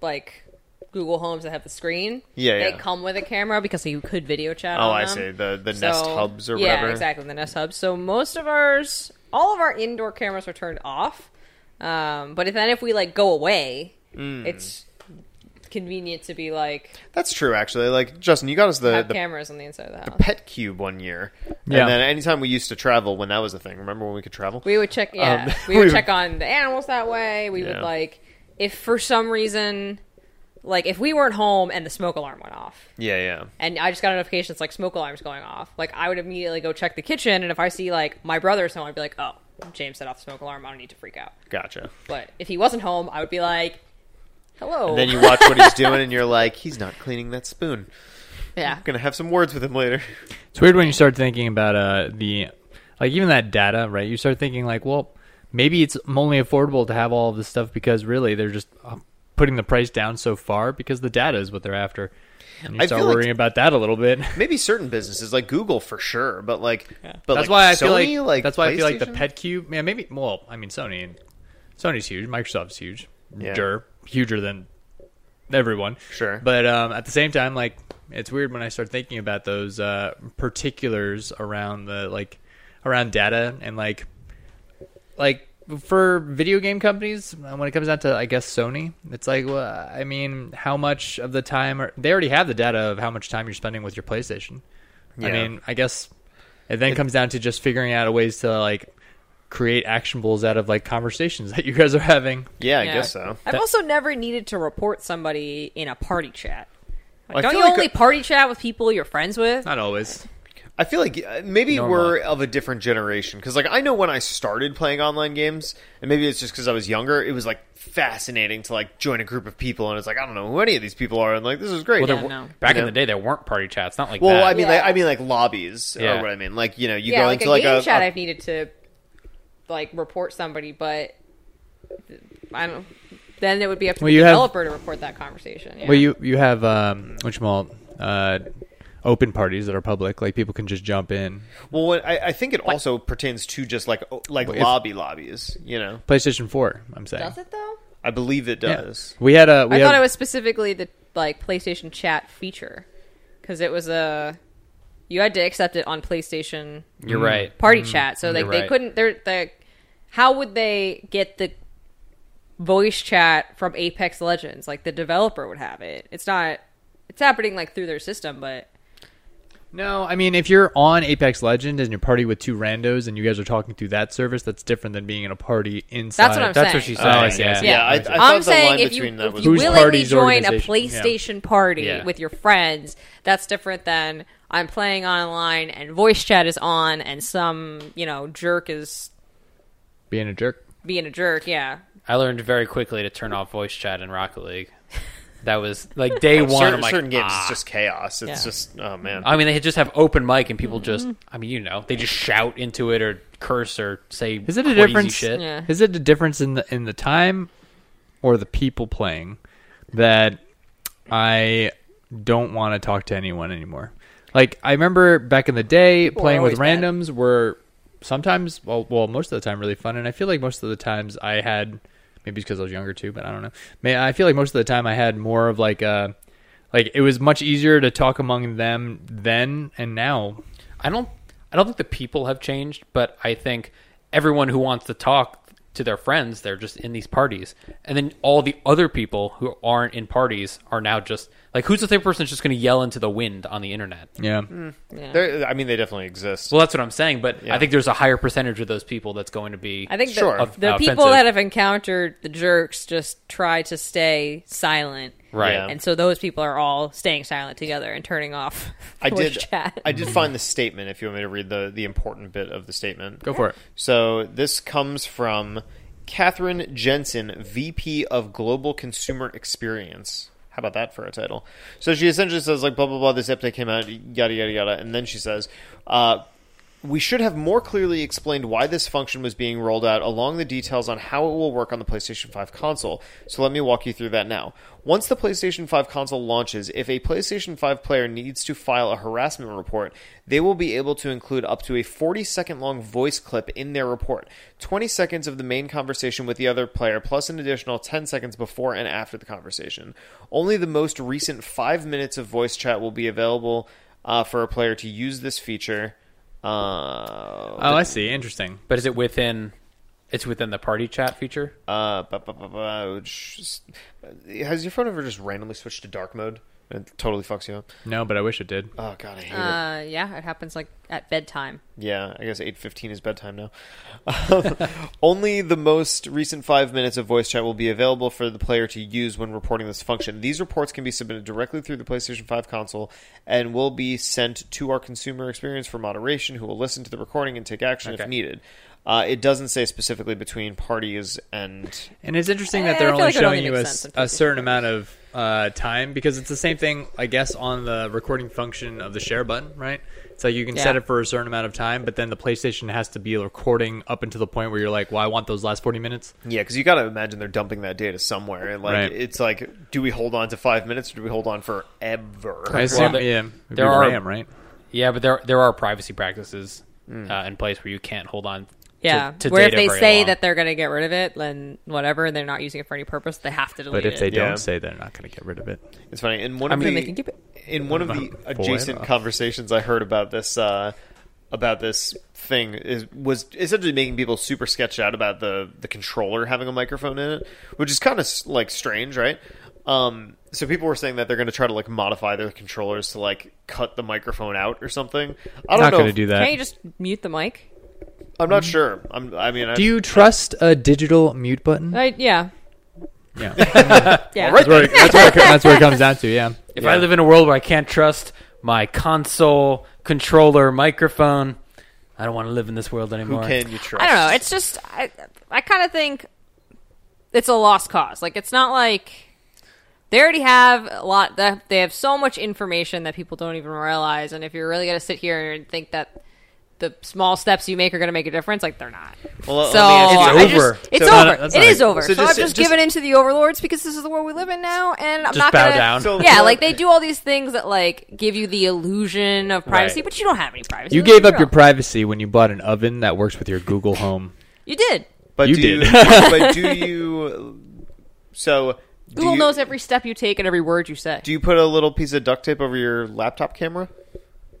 [SPEAKER 3] like Google Homes that have the screen.
[SPEAKER 1] Yeah,
[SPEAKER 3] they
[SPEAKER 1] yeah.
[SPEAKER 3] come with a camera because you could video chat.
[SPEAKER 1] oh,
[SPEAKER 3] on
[SPEAKER 1] I
[SPEAKER 3] them.
[SPEAKER 1] see. The the Nest
[SPEAKER 3] um, So-
[SPEAKER 1] Hubs or
[SPEAKER 3] yeah,
[SPEAKER 1] whatever.
[SPEAKER 3] exactly the Nest Hubs. So most of ours, all of our indoor cameras are turned off. Um, but if, then if we like go away,
[SPEAKER 1] Hmm.
[SPEAKER 3] it's convenient to be like
[SPEAKER 1] That's true actually. Like Justin, you got us the,
[SPEAKER 3] have
[SPEAKER 1] the
[SPEAKER 3] cameras on the inside of the house.
[SPEAKER 1] pet cube one year.
[SPEAKER 4] Yeah.
[SPEAKER 1] And then anytime we used to travel when that was a thing, remember when we could travel?
[SPEAKER 3] We would
[SPEAKER 1] *laughs*
[SPEAKER 3] check. Yeah,
[SPEAKER 1] Um,
[SPEAKER 3] we would
[SPEAKER 1] we
[SPEAKER 3] check on the animals that way. We
[SPEAKER 1] Yeah.
[SPEAKER 3] would like if for some reason, like if we weren't home and the smoke alarm went off,
[SPEAKER 1] yeah, yeah.
[SPEAKER 3] and I just got a notification it's like smoke alarms going off. Like I would immediately go check the kitchen, and if I see like my brother's home, I'd be like, oh, James set off the smoke alarm. I don't need to freak out.
[SPEAKER 1] Gotcha.
[SPEAKER 3] But if he wasn't home, I would be like, hello.
[SPEAKER 1] And then you watch what he's doing and you're like, he's not cleaning that spoon.
[SPEAKER 3] yeah.
[SPEAKER 1] gonna have some words with him later.
[SPEAKER 4] It's weird when you start thinking about uh, the, like even that data, right? You start thinking like, well, maybe it's only affordable to have all of this stuff because really they're just uh, putting the price down so far because the data is what they're after. And you
[SPEAKER 1] I
[SPEAKER 4] start
[SPEAKER 1] feel like-
[SPEAKER 4] worrying about that a little bit. *laughs*
[SPEAKER 1] Maybe certain businesses like Google for sure, but like, but
[SPEAKER 4] that's
[SPEAKER 1] like
[SPEAKER 4] why I
[SPEAKER 1] Sony,
[SPEAKER 4] feel like,
[SPEAKER 1] like
[SPEAKER 4] that's why I feel like the
[SPEAKER 1] PlayStation?
[SPEAKER 4] pet cube. Yeah, maybe. Well, I mean Sony and Sony's huge. Microsoft's huge.
[SPEAKER 1] Yeah.
[SPEAKER 4] Dur. huger than everyone.
[SPEAKER 1] Sure.
[SPEAKER 4] But um, at the same time, like it's weird when I start thinking about those uh, particulars around the like around data and like like for video game companies uh, when it comes down to I guess Sony, it's like well, I mean, how much of the time are, they already have the data of how much time you're spending with your PlayStation. I
[SPEAKER 1] Yeah.
[SPEAKER 4] mean, I guess it then comes down to just figuring out ways to like create actionables out of like conversations *laughs* that you guys are having.
[SPEAKER 1] Yeah, I guess so.
[SPEAKER 3] I've also never needed to report somebody in a party chat. Like,
[SPEAKER 1] I
[SPEAKER 3] don't
[SPEAKER 1] feel
[SPEAKER 3] you
[SPEAKER 1] like
[SPEAKER 3] only
[SPEAKER 1] a-
[SPEAKER 3] party chat with people you're friends with?
[SPEAKER 4] Not always.
[SPEAKER 1] I feel like uh, maybe
[SPEAKER 2] Normal.
[SPEAKER 1] we're of a different generation because, like, I know when I started playing online games, and maybe it's just because I was younger. It was like fascinating to like join a group of people, and it's like I don't know who any of these people are, and like this is great.
[SPEAKER 2] Well, there
[SPEAKER 3] Yeah,
[SPEAKER 2] were-
[SPEAKER 3] no.
[SPEAKER 2] back
[SPEAKER 1] You
[SPEAKER 2] in
[SPEAKER 1] know?
[SPEAKER 2] the day, there weren't party chats. Not like
[SPEAKER 1] well,
[SPEAKER 2] that.
[SPEAKER 1] I mean, like,
[SPEAKER 3] Yeah.
[SPEAKER 1] I mean, like lobbies
[SPEAKER 2] Yeah.
[SPEAKER 1] or what I mean. Like you know, you
[SPEAKER 3] yeah,
[SPEAKER 1] go
[SPEAKER 3] like
[SPEAKER 1] into
[SPEAKER 3] a
[SPEAKER 1] like
[SPEAKER 3] game
[SPEAKER 1] a,
[SPEAKER 3] chat.
[SPEAKER 1] a-
[SPEAKER 3] I've needed to like report somebody, but I don't. Then it would be up to
[SPEAKER 4] Well,
[SPEAKER 3] the
[SPEAKER 4] you have-
[SPEAKER 3] developer to report that conversation. Yeah.
[SPEAKER 4] Well, you you have um, which uh, open parties that are public, like people can just jump in.
[SPEAKER 1] well, what, I, I think it also pertains to just like o- like
[SPEAKER 4] Well, if-
[SPEAKER 1] lobby lobbies. You know,
[SPEAKER 4] PlayStation Four, I'm saying.
[SPEAKER 3] does it though?
[SPEAKER 1] I believe it
[SPEAKER 4] Yeah.
[SPEAKER 1] does.
[SPEAKER 4] We had a. We
[SPEAKER 3] I
[SPEAKER 4] had,
[SPEAKER 3] thought it was specifically the like PlayStation chat feature because it was a you had to accept it on PlayStation
[SPEAKER 2] you're right.
[SPEAKER 3] party
[SPEAKER 1] Mm,
[SPEAKER 3] chat, so like
[SPEAKER 2] you're
[SPEAKER 3] they
[SPEAKER 2] right.
[SPEAKER 3] couldn't. They're the how would they get the voice chat from Apex Legends? Like the developer would have it. It's not. It's happening like through their system, but
[SPEAKER 4] No, I mean if you're on Apex Legend and you're party with two randos and you guys are talking through that service, that's different than being in a party inside.
[SPEAKER 3] what I'm
[SPEAKER 2] That's
[SPEAKER 3] saying.
[SPEAKER 2] what she's
[SPEAKER 4] Oh, I
[SPEAKER 2] saying.
[SPEAKER 4] see, I
[SPEAKER 2] yeah.
[SPEAKER 4] see.
[SPEAKER 1] Yeah, I, I
[SPEAKER 3] Yeah.
[SPEAKER 1] thought
[SPEAKER 3] I'm
[SPEAKER 1] the
[SPEAKER 3] saying
[SPEAKER 1] line
[SPEAKER 3] if you,
[SPEAKER 1] between that
[SPEAKER 3] if
[SPEAKER 1] was
[SPEAKER 3] you
[SPEAKER 4] Whose
[SPEAKER 3] willingly
[SPEAKER 4] party's
[SPEAKER 3] join a
[SPEAKER 4] organization? Yeah.
[SPEAKER 3] PlayStation party
[SPEAKER 2] Yeah.
[SPEAKER 3] with your friends, that's different than I'm playing online and voice chat is on and some, you know, jerk is
[SPEAKER 4] being a jerk.
[SPEAKER 3] being a jerk. Yeah.
[SPEAKER 2] I learned very quickly to turn off voice chat in Rocket League. That was like day
[SPEAKER 1] *laughs*
[SPEAKER 2] one.
[SPEAKER 1] certain,
[SPEAKER 2] I'm like,
[SPEAKER 1] certain games.
[SPEAKER 2] "Ah."
[SPEAKER 1] It's just chaos. It's
[SPEAKER 3] Yeah.
[SPEAKER 1] just oh man.
[SPEAKER 2] I mean, they just have open mic and people just.
[SPEAKER 4] Mm-hmm.
[SPEAKER 2] I mean, you know, they just shout into it or curse or say.
[SPEAKER 4] Is it a
[SPEAKER 2] crazy
[SPEAKER 4] difference?
[SPEAKER 2] Shit.
[SPEAKER 3] Yeah.
[SPEAKER 4] Is it a difference in the in the time or the people playing that I don't want to talk to anyone anymore? Like I remember back in the day
[SPEAKER 3] are
[SPEAKER 4] playing with
[SPEAKER 3] always bad.
[SPEAKER 4] randoms were sometimes well, well most of the time really fun and I feel like most of the times I had maybe it's because I was younger too but I don't know. May I feel like most of the time I had more of like a like it was much easier to talk among them then and now.
[SPEAKER 2] I don't. I don't think the people have changed, but I think everyone who wants to talk to their friends, they're just in these parties, and then all the other people who aren't in parties are now just like, who's the same person that's just going to yell into the wind on the internet?
[SPEAKER 4] Yeah.
[SPEAKER 3] Yeah.
[SPEAKER 1] There- I mean, they definitely exist.
[SPEAKER 2] Well, that's what I'm saying, but
[SPEAKER 1] Yeah.
[SPEAKER 2] I think there's a higher percentage of those people that's going to be.
[SPEAKER 3] I think the,
[SPEAKER 1] Sure.
[SPEAKER 3] the
[SPEAKER 2] Of-
[SPEAKER 3] people
[SPEAKER 2] offensive.
[SPEAKER 3] that have encountered the jerks just try to stay silent.
[SPEAKER 2] right.
[SPEAKER 1] Yeah.
[SPEAKER 3] And so those people are all staying silent together and turning off *laughs*
[SPEAKER 2] *laughs*
[SPEAKER 1] I
[SPEAKER 3] voice
[SPEAKER 1] did.
[SPEAKER 3] chat.
[SPEAKER 1] I did find the statement. If you want me to read the the important bit of the statement,
[SPEAKER 4] Go for it.
[SPEAKER 1] So this comes from Catherine Jensen, VP of Global Consumer Experience. How about that for a title? So she essentially says, like, blah, blah, blah, this update came out, yada, yada, yada. And then she says, uh, we should have more clearly explained why this function was being rolled out, along the details on how it will work on the PlayStation 5 console. So let me walk you through that now. Once the PlayStation 5 console launches, if a PlayStation 5 player needs to file a harassment report, they will be able to include up to a 40 second long voice clip in their report, 20 seconds of the main conversation with the other player, plus an additional 10 seconds before and after the conversation. Only the most recent 5 minutes of voice chat will be available uh, for a player to use this feature. Uh,
[SPEAKER 4] Oh, I see. Interesting.
[SPEAKER 2] But is it within? It's within the party chat feature.
[SPEAKER 1] uh, bu- bu- bu- bu- just- has your phone ever just randomly switched to dark mode? It totally fucks you up.
[SPEAKER 4] No, but I wish it did.
[SPEAKER 1] Oh god, I hate it.
[SPEAKER 3] Uh, yeah, it happens like at bedtime.
[SPEAKER 1] Yeah, I guess eight fifteen is bedtime now.
[SPEAKER 4] *laughs*
[SPEAKER 1] Um, only the most recent five minutes of voice chat will be available for the player to use when reporting this function. These reports can be submitted directly through the PlayStation Five console and will be sent to our consumer experience for moderation, who will listen to the recording and take action if
[SPEAKER 2] Okay.
[SPEAKER 1] needed. Uh, it doesn't say specifically between parties and
[SPEAKER 4] And it's interesting
[SPEAKER 3] Eh,
[SPEAKER 4] that
[SPEAKER 3] I
[SPEAKER 4] they're
[SPEAKER 3] feel
[SPEAKER 4] only
[SPEAKER 3] like it only
[SPEAKER 4] showing you a,
[SPEAKER 3] makes
[SPEAKER 4] s-
[SPEAKER 3] sense in
[SPEAKER 4] a certain amount of uh, time because it's the same thing, I guess, on the recording function of the share button, right? It's like you can set
[SPEAKER 3] Yeah.
[SPEAKER 4] it for a certain amount of time, but then the PlayStation has to be recording up until the point where you're like, well, I want those last 40 minutes.
[SPEAKER 1] Yeah, because you got to imagine they're dumping that data somewhere. Like
[SPEAKER 4] Right.
[SPEAKER 1] it's like, do we hold on to five minutes or do we hold on forever?
[SPEAKER 4] I assume,
[SPEAKER 2] there-
[SPEAKER 4] yeah, it'd be
[SPEAKER 2] there are-
[SPEAKER 4] RAM, right?
[SPEAKER 1] Hmm.
[SPEAKER 2] Yeah, but there there are privacy practices uh, in place where you can't hold on
[SPEAKER 3] Yeah,
[SPEAKER 2] to
[SPEAKER 3] where if
[SPEAKER 2] data
[SPEAKER 3] they
[SPEAKER 2] very
[SPEAKER 3] say
[SPEAKER 2] long.
[SPEAKER 3] that they're going to get rid of it, then whatever, they're not using it for any purpose, they have to delete
[SPEAKER 4] But if they
[SPEAKER 3] it.
[SPEAKER 1] Yeah.
[SPEAKER 4] don't say they're not going to get rid of it,
[SPEAKER 1] It's funny. In one
[SPEAKER 2] I
[SPEAKER 1] of
[SPEAKER 2] mean-
[SPEAKER 3] They can
[SPEAKER 1] the
[SPEAKER 3] keep it.
[SPEAKER 1] in one of the adjacent
[SPEAKER 4] Forever.
[SPEAKER 1] conversations I heard about this uh, about this thing is was essentially making people super sketched out about the the controller having a microphone in it, which is kind of like strange, right? Um, so people were saying that they're going to try to like modify their controllers to like cut the microphone out or something. I don't
[SPEAKER 4] not
[SPEAKER 1] know.
[SPEAKER 4] going to
[SPEAKER 1] if-
[SPEAKER 4] do that.
[SPEAKER 3] Can't you just mute the mic?
[SPEAKER 1] I'm not sure. I'm. I mean, I,
[SPEAKER 4] Do you trust a digital mute
[SPEAKER 3] *laughs*
[SPEAKER 4] button?
[SPEAKER 3] I, yeah,
[SPEAKER 4] Yeah,
[SPEAKER 3] yeah.
[SPEAKER 1] All right,
[SPEAKER 4] That's where it- that's where it co- that's where it comes down to.
[SPEAKER 3] *laughs*
[SPEAKER 4] Yeah,
[SPEAKER 2] If
[SPEAKER 1] Yeah.
[SPEAKER 2] I live in a world where I can't trust my console, controller, microphone, I don't want to live in this world
[SPEAKER 1] who
[SPEAKER 2] anymore.
[SPEAKER 1] can you trust?
[SPEAKER 3] I don't know. It's just I, I kind of think it's a lost cause. Like it's not like they already have a lot. That they have so much information that people don't even realize. And if you're really gonna sit here and think that the small steps you make are gonna make a difference, like they're not.
[SPEAKER 1] Well, let-
[SPEAKER 3] so
[SPEAKER 1] let me ask you-
[SPEAKER 3] I
[SPEAKER 2] It's over.
[SPEAKER 3] Just, it's
[SPEAKER 1] So-
[SPEAKER 3] over.
[SPEAKER 4] That's
[SPEAKER 3] It
[SPEAKER 4] not-
[SPEAKER 3] is over.
[SPEAKER 1] so
[SPEAKER 3] So,
[SPEAKER 1] just-
[SPEAKER 3] I've
[SPEAKER 1] just-
[SPEAKER 3] just, given in to the overlords because this is the world we live in now, and I'm
[SPEAKER 2] Just
[SPEAKER 3] not
[SPEAKER 2] bow
[SPEAKER 3] gonna.
[SPEAKER 2] down.
[SPEAKER 1] So-
[SPEAKER 3] yeah, like they do all these things that like give you the illusion of privacy,
[SPEAKER 2] Right.
[SPEAKER 3] but you don't have any privacy.
[SPEAKER 4] you
[SPEAKER 3] Let's
[SPEAKER 4] gave
[SPEAKER 3] be
[SPEAKER 4] up your
[SPEAKER 3] real.
[SPEAKER 4] privacy when you bought an oven that works with your Google *laughs* Home.
[SPEAKER 3] You did.
[SPEAKER 1] But
[SPEAKER 4] You
[SPEAKER 1] do
[SPEAKER 4] did.
[SPEAKER 1] You, but do you? So do
[SPEAKER 3] Google
[SPEAKER 1] you-
[SPEAKER 3] knows every step you take and every word you say.
[SPEAKER 1] Do you put a little piece of duct tape over your laptop camera?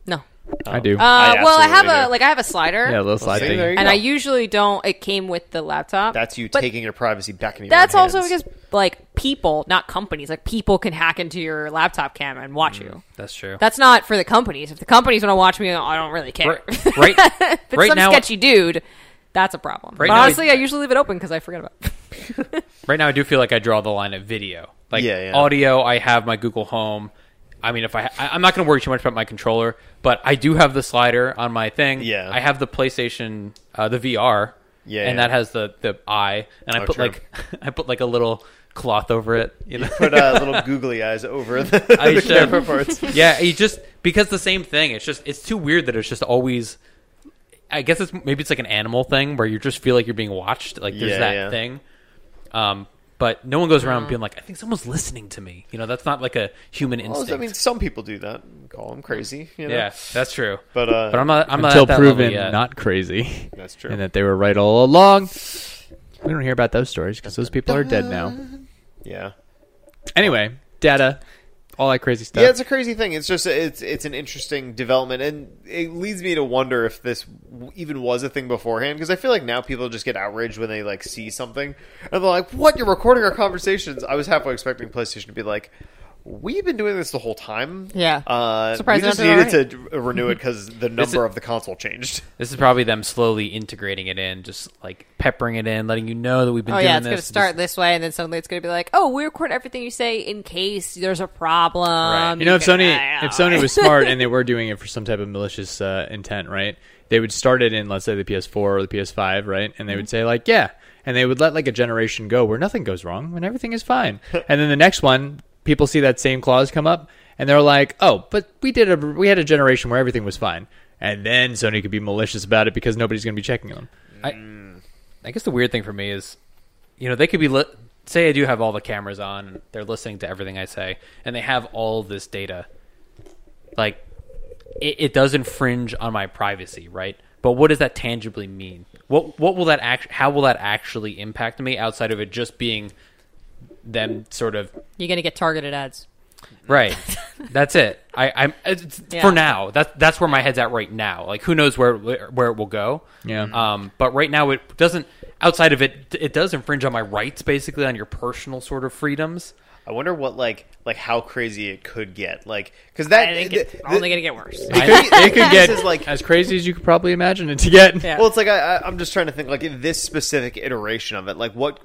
[SPEAKER 3] no.
[SPEAKER 4] I do.
[SPEAKER 3] Uh, well, I have
[SPEAKER 1] absolutely
[SPEAKER 3] a
[SPEAKER 1] do.
[SPEAKER 3] like I have a slider,
[SPEAKER 4] yeah, a little slide
[SPEAKER 1] see,
[SPEAKER 4] thing.
[SPEAKER 1] there you
[SPEAKER 3] and
[SPEAKER 1] go.
[SPEAKER 3] I usually don't. It came with the laptop.
[SPEAKER 1] That's you
[SPEAKER 3] But
[SPEAKER 1] taking your privacy back in your.
[SPEAKER 3] That's
[SPEAKER 1] own
[SPEAKER 3] also
[SPEAKER 1] hands.
[SPEAKER 3] because like people, not companies, like people can hack into your laptop cam and watch you.
[SPEAKER 2] That's true.
[SPEAKER 3] That's not for the companies. If the companies want to watch me, I don't really care.
[SPEAKER 2] right, right,
[SPEAKER 3] *laughs* if it's
[SPEAKER 2] right
[SPEAKER 3] some
[SPEAKER 2] now.
[SPEAKER 3] sketchy dude, that's a problem.
[SPEAKER 2] Right
[SPEAKER 3] but
[SPEAKER 2] now-
[SPEAKER 3] honestly, I usually leave it open because I forget about. it.
[SPEAKER 2] Right now, I do feel like I draw the line at video. Like
[SPEAKER 1] Yeah, yeah.
[SPEAKER 2] audio, I have my Google Home. I mean, if I, I I'm not going to worry too much about my controller, but I do have the slider on my thing.
[SPEAKER 1] Yeah.
[SPEAKER 2] I have the PlayStation, uh, the VR.
[SPEAKER 1] Yeah,
[SPEAKER 2] and
[SPEAKER 1] yeah.
[SPEAKER 2] that has the the eye, and I
[SPEAKER 1] Oh,
[SPEAKER 2] put
[SPEAKER 1] true.
[SPEAKER 2] like *laughs* I put like a little cloth over it. You know,
[SPEAKER 1] put uh, little googly eyes over the,
[SPEAKER 2] *laughs* I
[SPEAKER 1] the
[SPEAKER 2] should.
[SPEAKER 1] camera parts.
[SPEAKER 2] *laughs* yeah, you just because the same thing. It's just it's too weird that it's just always. I guess it's maybe it's like an animal thing where you just feel like you're being watched. Like there's
[SPEAKER 1] Yeah,
[SPEAKER 2] that
[SPEAKER 1] yeah.
[SPEAKER 2] thing, um, but no one goes around being like, I think someone's listening to me. You know, that's not like a human
[SPEAKER 1] Well,
[SPEAKER 2] instinct.
[SPEAKER 1] I mean, some people do that. Call them crazy. You know?
[SPEAKER 2] yeah, that's true.
[SPEAKER 1] But, uh,
[SPEAKER 2] but I'm not. I'm
[SPEAKER 4] until
[SPEAKER 2] not at that
[SPEAKER 4] proven
[SPEAKER 2] level yet.
[SPEAKER 4] not crazy,
[SPEAKER 1] that's true.
[SPEAKER 4] *laughs* and that they were right all along. We don't hear about those stories because those people are
[SPEAKER 1] *laughs*
[SPEAKER 4] dead now.
[SPEAKER 1] yeah.
[SPEAKER 4] Anyway, data, all that crazy stuff.
[SPEAKER 1] Yeah, it's a crazy thing. It's just it's it's an interesting development, and it leads me to wonder if this w- even was a thing beforehand. Because I feel like now people just get outraged when they like see something, and they're like, "What? You're recording our conversations?" I was halfway expecting PlayStation to be like, "We've been doing this the whole time."
[SPEAKER 3] Yeah.
[SPEAKER 1] uh, we
[SPEAKER 3] Surprised they're
[SPEAKER 1] just
[SPEAKER 3] not doing
[SPEAKER 1] needed to d- renew it because
[SPEAKER 3] *laughs*
[SPEAKER 1] the number of the console changed. *laughs*
[SPEAKER 2] This is probably them slowly integrating it in, just like peppering it in, letting you know that we've been
[SPEAKER 3] Oh
[SPEAKER 2] doing
[SPEAKER 3] yeah, it's
[SPEAKER 2] this.
[SPEAKER 3] gonna start this way, and then suddenly it's gonna be like, oh, we record everything you say in case there's a problem.
[SPEAKER 4] you know, if
[SPEAKER 3] can-
[SPEAKER 4] Sony
[SPEAKER 3] I-
[SPEAKER 4] if Sony
[SPEAKER 1] *laughs*
[SPEAKER 4] was smart and they were doing it for some type of malicious uh, intent, right? They would start it in, let's say, the PS4 or the PS5, right?
[SPEAKER 1] Mm-hmm.
[SPEAKER 4] And they would say like, yeah, and they would let like a generation go where nothing goes wrong and everything
[SPEAKER 1] *laughs*
[SPEAKER 4] is fine. and then the next one, people see that same clause come up and they're like, oh, but we did a we had a generation where everything was fine. And then Sony could be malicious about it because nobody's going to be checking them.
[SPEAKER 2] I guess the weird thing for me is, you know, they could be li- say I do have all the cameras on, they're listening to everything I say, and they have all this data. Like, it, it does infringe on my privacy, right? But what does that tangibly mean? What what will that act? How will that actually impact me outside of it just being them sort of
[SPEAKER 3] you're gonna get targeted ads. *laughs*
[SPEAKER 2] Right. that's it. I, I'm it's, it's-
[SPEAKER 3] Yeah.
[SPEAKER 2] for now. That's that's where my head's at right now. Like who knows where where it will go.
[SPEAKER 4] Yeah.
[SPEAKER 2] Um. But right now it doesn't. Outside of it, it does infringe on my rights, basically on your personal sort of freedoms.
[SPEAKER 1] I wonder what like like how crazy it could get, like because that
[SPEAKER 3] I think
[SPEAKER 1] Uh, the-
[SPEAKER 3] it's
[SPEAKER 1] the-
[SPEAKER 3] only gonna get worse.
[SPEAKER 4] It could, it could get
[SPEAKER 1] is like-
[SPEAKER 4] as crazy as you could probably imagine it to get.
[SPEAKER 3] Yeah.
[SPEAKER 1] Well, it's like I, I, I'm just trying to think, like in this specific iteration of it, like what,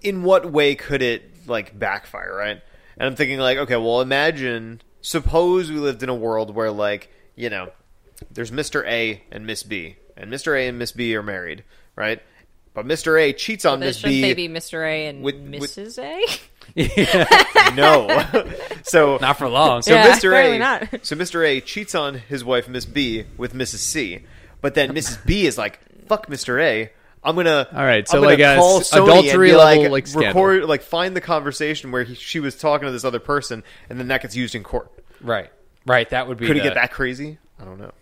[SPEAKER 1] in what way could it like backfire, right? And I'm thinking, like, okay, well, imagine, suppose we lived in a world where, like, you know, there's Mr. A and Miss B, and Mr. A and Miss B are married, right? But Mr. A cheats on
[SPEAKER 3] But
[SPEAKER 1] Miss
[SPEAKER 3] shouldn't
[SPEAKER 1] B.
[SPEAKER 3] they be Mr. A and
[SPEAKER 1] with- with-
[SPEAKER 3] Mrs. A?
[SPEAKER 1] No, *laughs* so
[SPEAKER 2] Not for long.
[SPEAKER 1] So
[SPEAKER 3] Yeah,
[SPEAKER 1] Mr. A,
[SPEAKER 3] apparently not.
[SPEAKER 1] so Mr. A cheats on his wife Miss B with Mrs. C, but then Mrs. B is like, "Fuck Mr. A, I'm gonna
[SPEAKER 4] All right, so
[SPEAKER 1] I'm gonna
[SPEAKER 4] like a
[SPEAKER 1] call
[SPEAKER 4] s-
[SPEAKER 1] Sony
[SPEAKER 4] adultery
[SPEAKER 1] and be
[SPEAKER 4] level, like,
[SPEAKER 1] like
[SPEAKER 4] scandal.
[SPEAKER 1] record like find the conversation where he, she was talking to this other person, and then that gets used in court.
[SPEAKER 2] Right. Right. That would be.
[SPEAKER 1] Could
[SPEAKER 2] the-
[SPEAKER 1] it get that crazy? I don't know.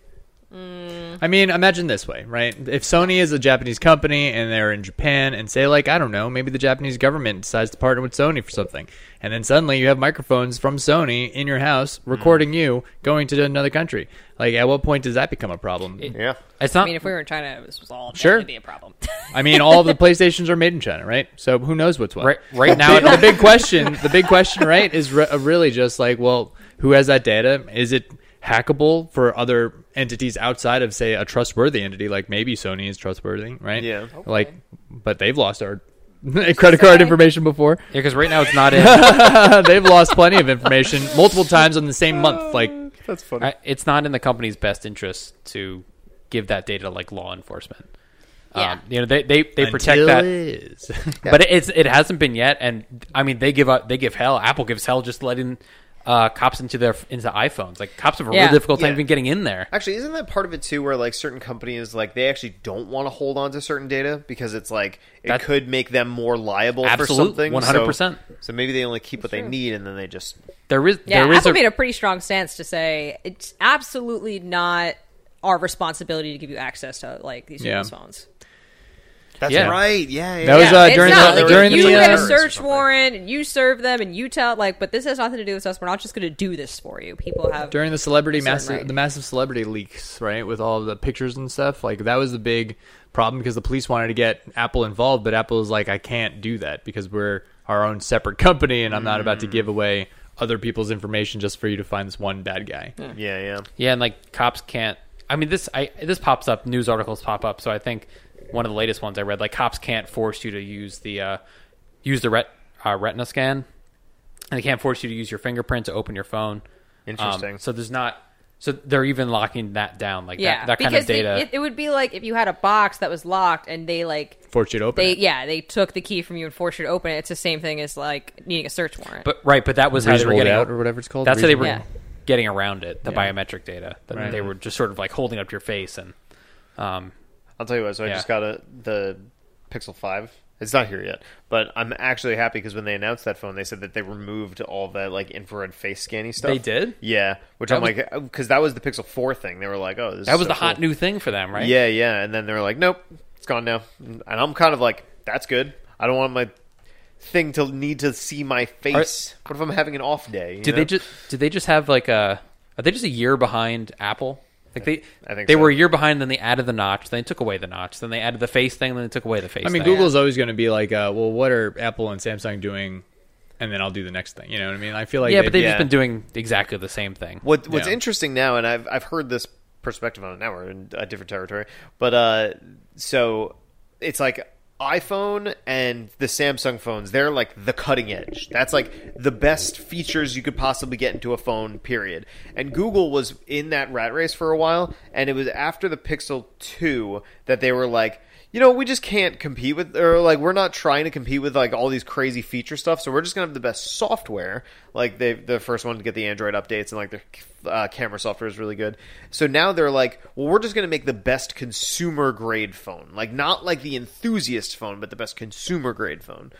[SPEAKER 4] I mean, imagine this way, right? If Sony is a Japanese company and they're in Japan and say, like, I don't know, maybe the Japanese government decides to partner with Sony for something. And then suddenly you have microphones from Sony in your house recording you going to another country. Like, at what point does that become a problem?
[SPEAKER 1] Yeah.
[SPEAKER 2] It's not.
[SPEAKER 3] I mean, if we were in China, this was all
[SPEAKER 4] Sure.
[SPEAKER 3] sure. be a problem.
[SPEAKER 4] I mean, all of the PlayStations are made in China, right? So who knows what's what?
[SPEAKER 2] Right- right now-
[SPEAKER 4] the, the *laughs* big question, the big question, right, is re- really just like, well, who has that data? Is it hackable for other entities outside of, say, a trustworthy entity? Like maybe Sony is trustworthy, right?
[SPEAKER 1] Yeah.
[SPEAKER 4] Like, but they've lost our *laughs* credit card information before. *laughs*
[SPEAKER 2] Yeah, because right now it's
[SPEAKER 3] *laughs*
[SPEAKER 2] not in.
[SPEAKER 4] they've lost plenty of information multiple times on the same month. Like,
[SPEAKER 1] That's funny.
[SPEAKER 2] I- it's not in the company's best interest to give that data to like law enforcement.
[SPEAKER 3] Yeah.
[SPEAKER 2] Um, you know they they, they protect
[SPEAKER 4] until
[SPEAKER 2] that,
[SPEAKER 4] it is. *laughs*
[SPEAKER 2] but it's it hasn't been yet. And I mean they give up they give hell. Apple gives hell just letting uh, cops into their into iPhones. Like cops have a
[SPEAKER 3] Yeah.
[SPEAKER 2] really difficult time
[SPEAKER 1] Yeah.
[SPEAKER 2] even getting in there.
[SPEAKER 1] Actually, isn't that part of it too, where like certain companies like they actually don't want to hold on to certain data because it's like it
[SPEAKER 2] That-
[SPEAKER 1] could make them more liable
[SPEAKER 2] Absolute,
[SPEAKER 1] for something.
[SPEAKER 2] 100%.
[SPEAKER 1] So, so maybe they only keep what they need and then they just
[SPEAKER 2] There is
[SPEAKER 3] Yeah,
[SPEAKER 2] there is
[SPEAKER 3] Apple
[SPEAKER 2] a,
[SPEAKER 3] made a pretty strong stance to say it's absolutely not our responsibility to give you access to like these
[SPEAKER 4] Yeah.
[SPEAKER 3] people's phones.
[SPEAKER 1] that's
[SPEAKER 2] Yeah.
[SPEAKER 1] right. Yeah, yeah.
[SPEAKER 4] That was,
[SPEAKER 1] yeah.
[SPEAKER 4] uh,
[SPEAKER 3] it's
[SPEAKER 4] during
[SPEAKER 3] not,
[SPEAKER 1] the-
[SPEAKER 3] like,
[SPEAKER 1] during
[SPEAKER 3] you
[SPEAKER 1] the,
[SPEAKER 3] get
[SPEAKER 1] uh,
[SPEAKER 3] a search
[SPEAKER 1] something.
[SPEAKER 3] warrant and you serve them and you tell like, but this has nothing to do with us. We're not just going to do this for you. People have
[SPEAKER 4] during the celebrity
[SPEAKER 3] Certain
[SPEAKER 4] massive
[SPEAKER 3] right.
[SPEAKER 4] the massive celebrity leaks right with all the pictures and stuff like that was the big problem because the police wanted to get apple involved but apple was like i can't do that because we're our own separate company and i'm not about to
[SPEAKER 2] Mm.
[SPEAKER 4] give away other people's information just for you to find this one bad guy
[SPEAKER 1] yeah, yeah.
[SPEAKER 2] Yeah, and like cops can't. I mean, this I this pops up. News articles pop up. So I think one of the latest ones I read, like cops can't force you to use the uh, use the ret, uh, retina scan, and they can't force you to use your fingerprint to open your phone. Um,
[SPEAKER 1] Interesting.
[SPEAKER 2] so there's not. So they're even locking that down, like
[SPEAKER 3] yeah,
[SPEAKER 2] that, that kind
[SPEAKER 3] because
[SPEAKER 2] of
[SPEAKER 3] they-
[SPEAKER 2] data.
[SPEAKER 3] it, it would be like if you had a box that was locked and they like
[SPEAKER 4] force you to open
[SPEAKER 3] they
[SPEAKER 4] it.
[SPEAKER 3] yeah they took the key from you and forced you to open it. It's the same thing as like needing a search warrant.
[SPEAKER 2] but right, but that was how they were
[SPEAKER 4] Reasonable
[SPEAKER 2] getting
[SPEAKER 4] doubt or whatever it's called,
[SPEAKER 2] That's how they were
[SPEAKER 3] reasonable-
[SPEAKER 2] getting around it, the
[SPEAKER 4] Yeah.
[SPEAKER 2] biometric data. That
[SPEAKER 4] Right.
[SPEAKER 2] They were just sort of like holding up your face and. Um,
[SPEAKER 1] I'll tell you what. So I
[SPEAKER 2] Yeah.
[SPEAKER 1] just got a the Pixel Five. It's not here yet, but I'm actually happy because when they announced that phone, they said that they removed all that like infrared face scanning stuff.
[SPEAKER 2] They did?
[SPEAKER 1] yeah. Which I'm
[SPEAKER 2] was-
[SPEAKER 1] like, because that was the Pixel Four thing. They were like, oh, this
[SPEAKER 2] that
[SPEAKER 1] is
[SPEAKER 2] was
[SPEAKER 1] so
[SPEAKER 2] the hot
[SPEAKER 1] cool.
[SPEAKER 2] new thing for them, right?
[SPEAKER 1] Yeah, yeah. And then they were like, nope, it's gone now. And I'm kind of like, that's good. I don't want my thing to need to see my face. what if I'm having an off day? you
[SPEAKER 2] Did
[SPEAKER 1] know?
[SPEAKER 2] they just did they just have like a are they just a year behind Apple? Like they
[SPEAKER 1] I think
[SPEAKER 2] they
[SPEAKER 1] so.
[SPEAKER 2] were a year behind then they added the notch, then they took away the notch, then they added the face thing, then they took away the face
[SPEAKER 4] i mean
[SPEAKER 2] thing.
[SPEAKER 4] google's always going to be like uh, well what are apple and samsung doing and then i'll do the next thing you know what i mean i feel like
[SPEAKER 2] yeah, but they've
[SPEAKER 1] yeah.
[SPEAKER 2] just been doing exactly the same thing.
[SPEAKER 1] What What's
[SPEAKER 4] Yeah.
[SPEAKER 1] interesting now, and I've I've heard this perspective on it. Now we're in a different territory, but uh, so it's like iPhone and the Samsung phones. They're like the cutting edge. That's like the best features you could possibly get into a phone. Period. And Google was in that rat race for a while, and it was after the Pixel Two that they were like. You know, we just can't compete with, or like, we're not trying to compete with like all these crazy feature stuff. So we're just gonna have the best software. Like they, the first one to get the Android updates, and like their uh, camera software is really good. So now they're like, well, we're just going to make the best consumer grade phone, like not like the enthusiast phone, but the best consumer grade phone.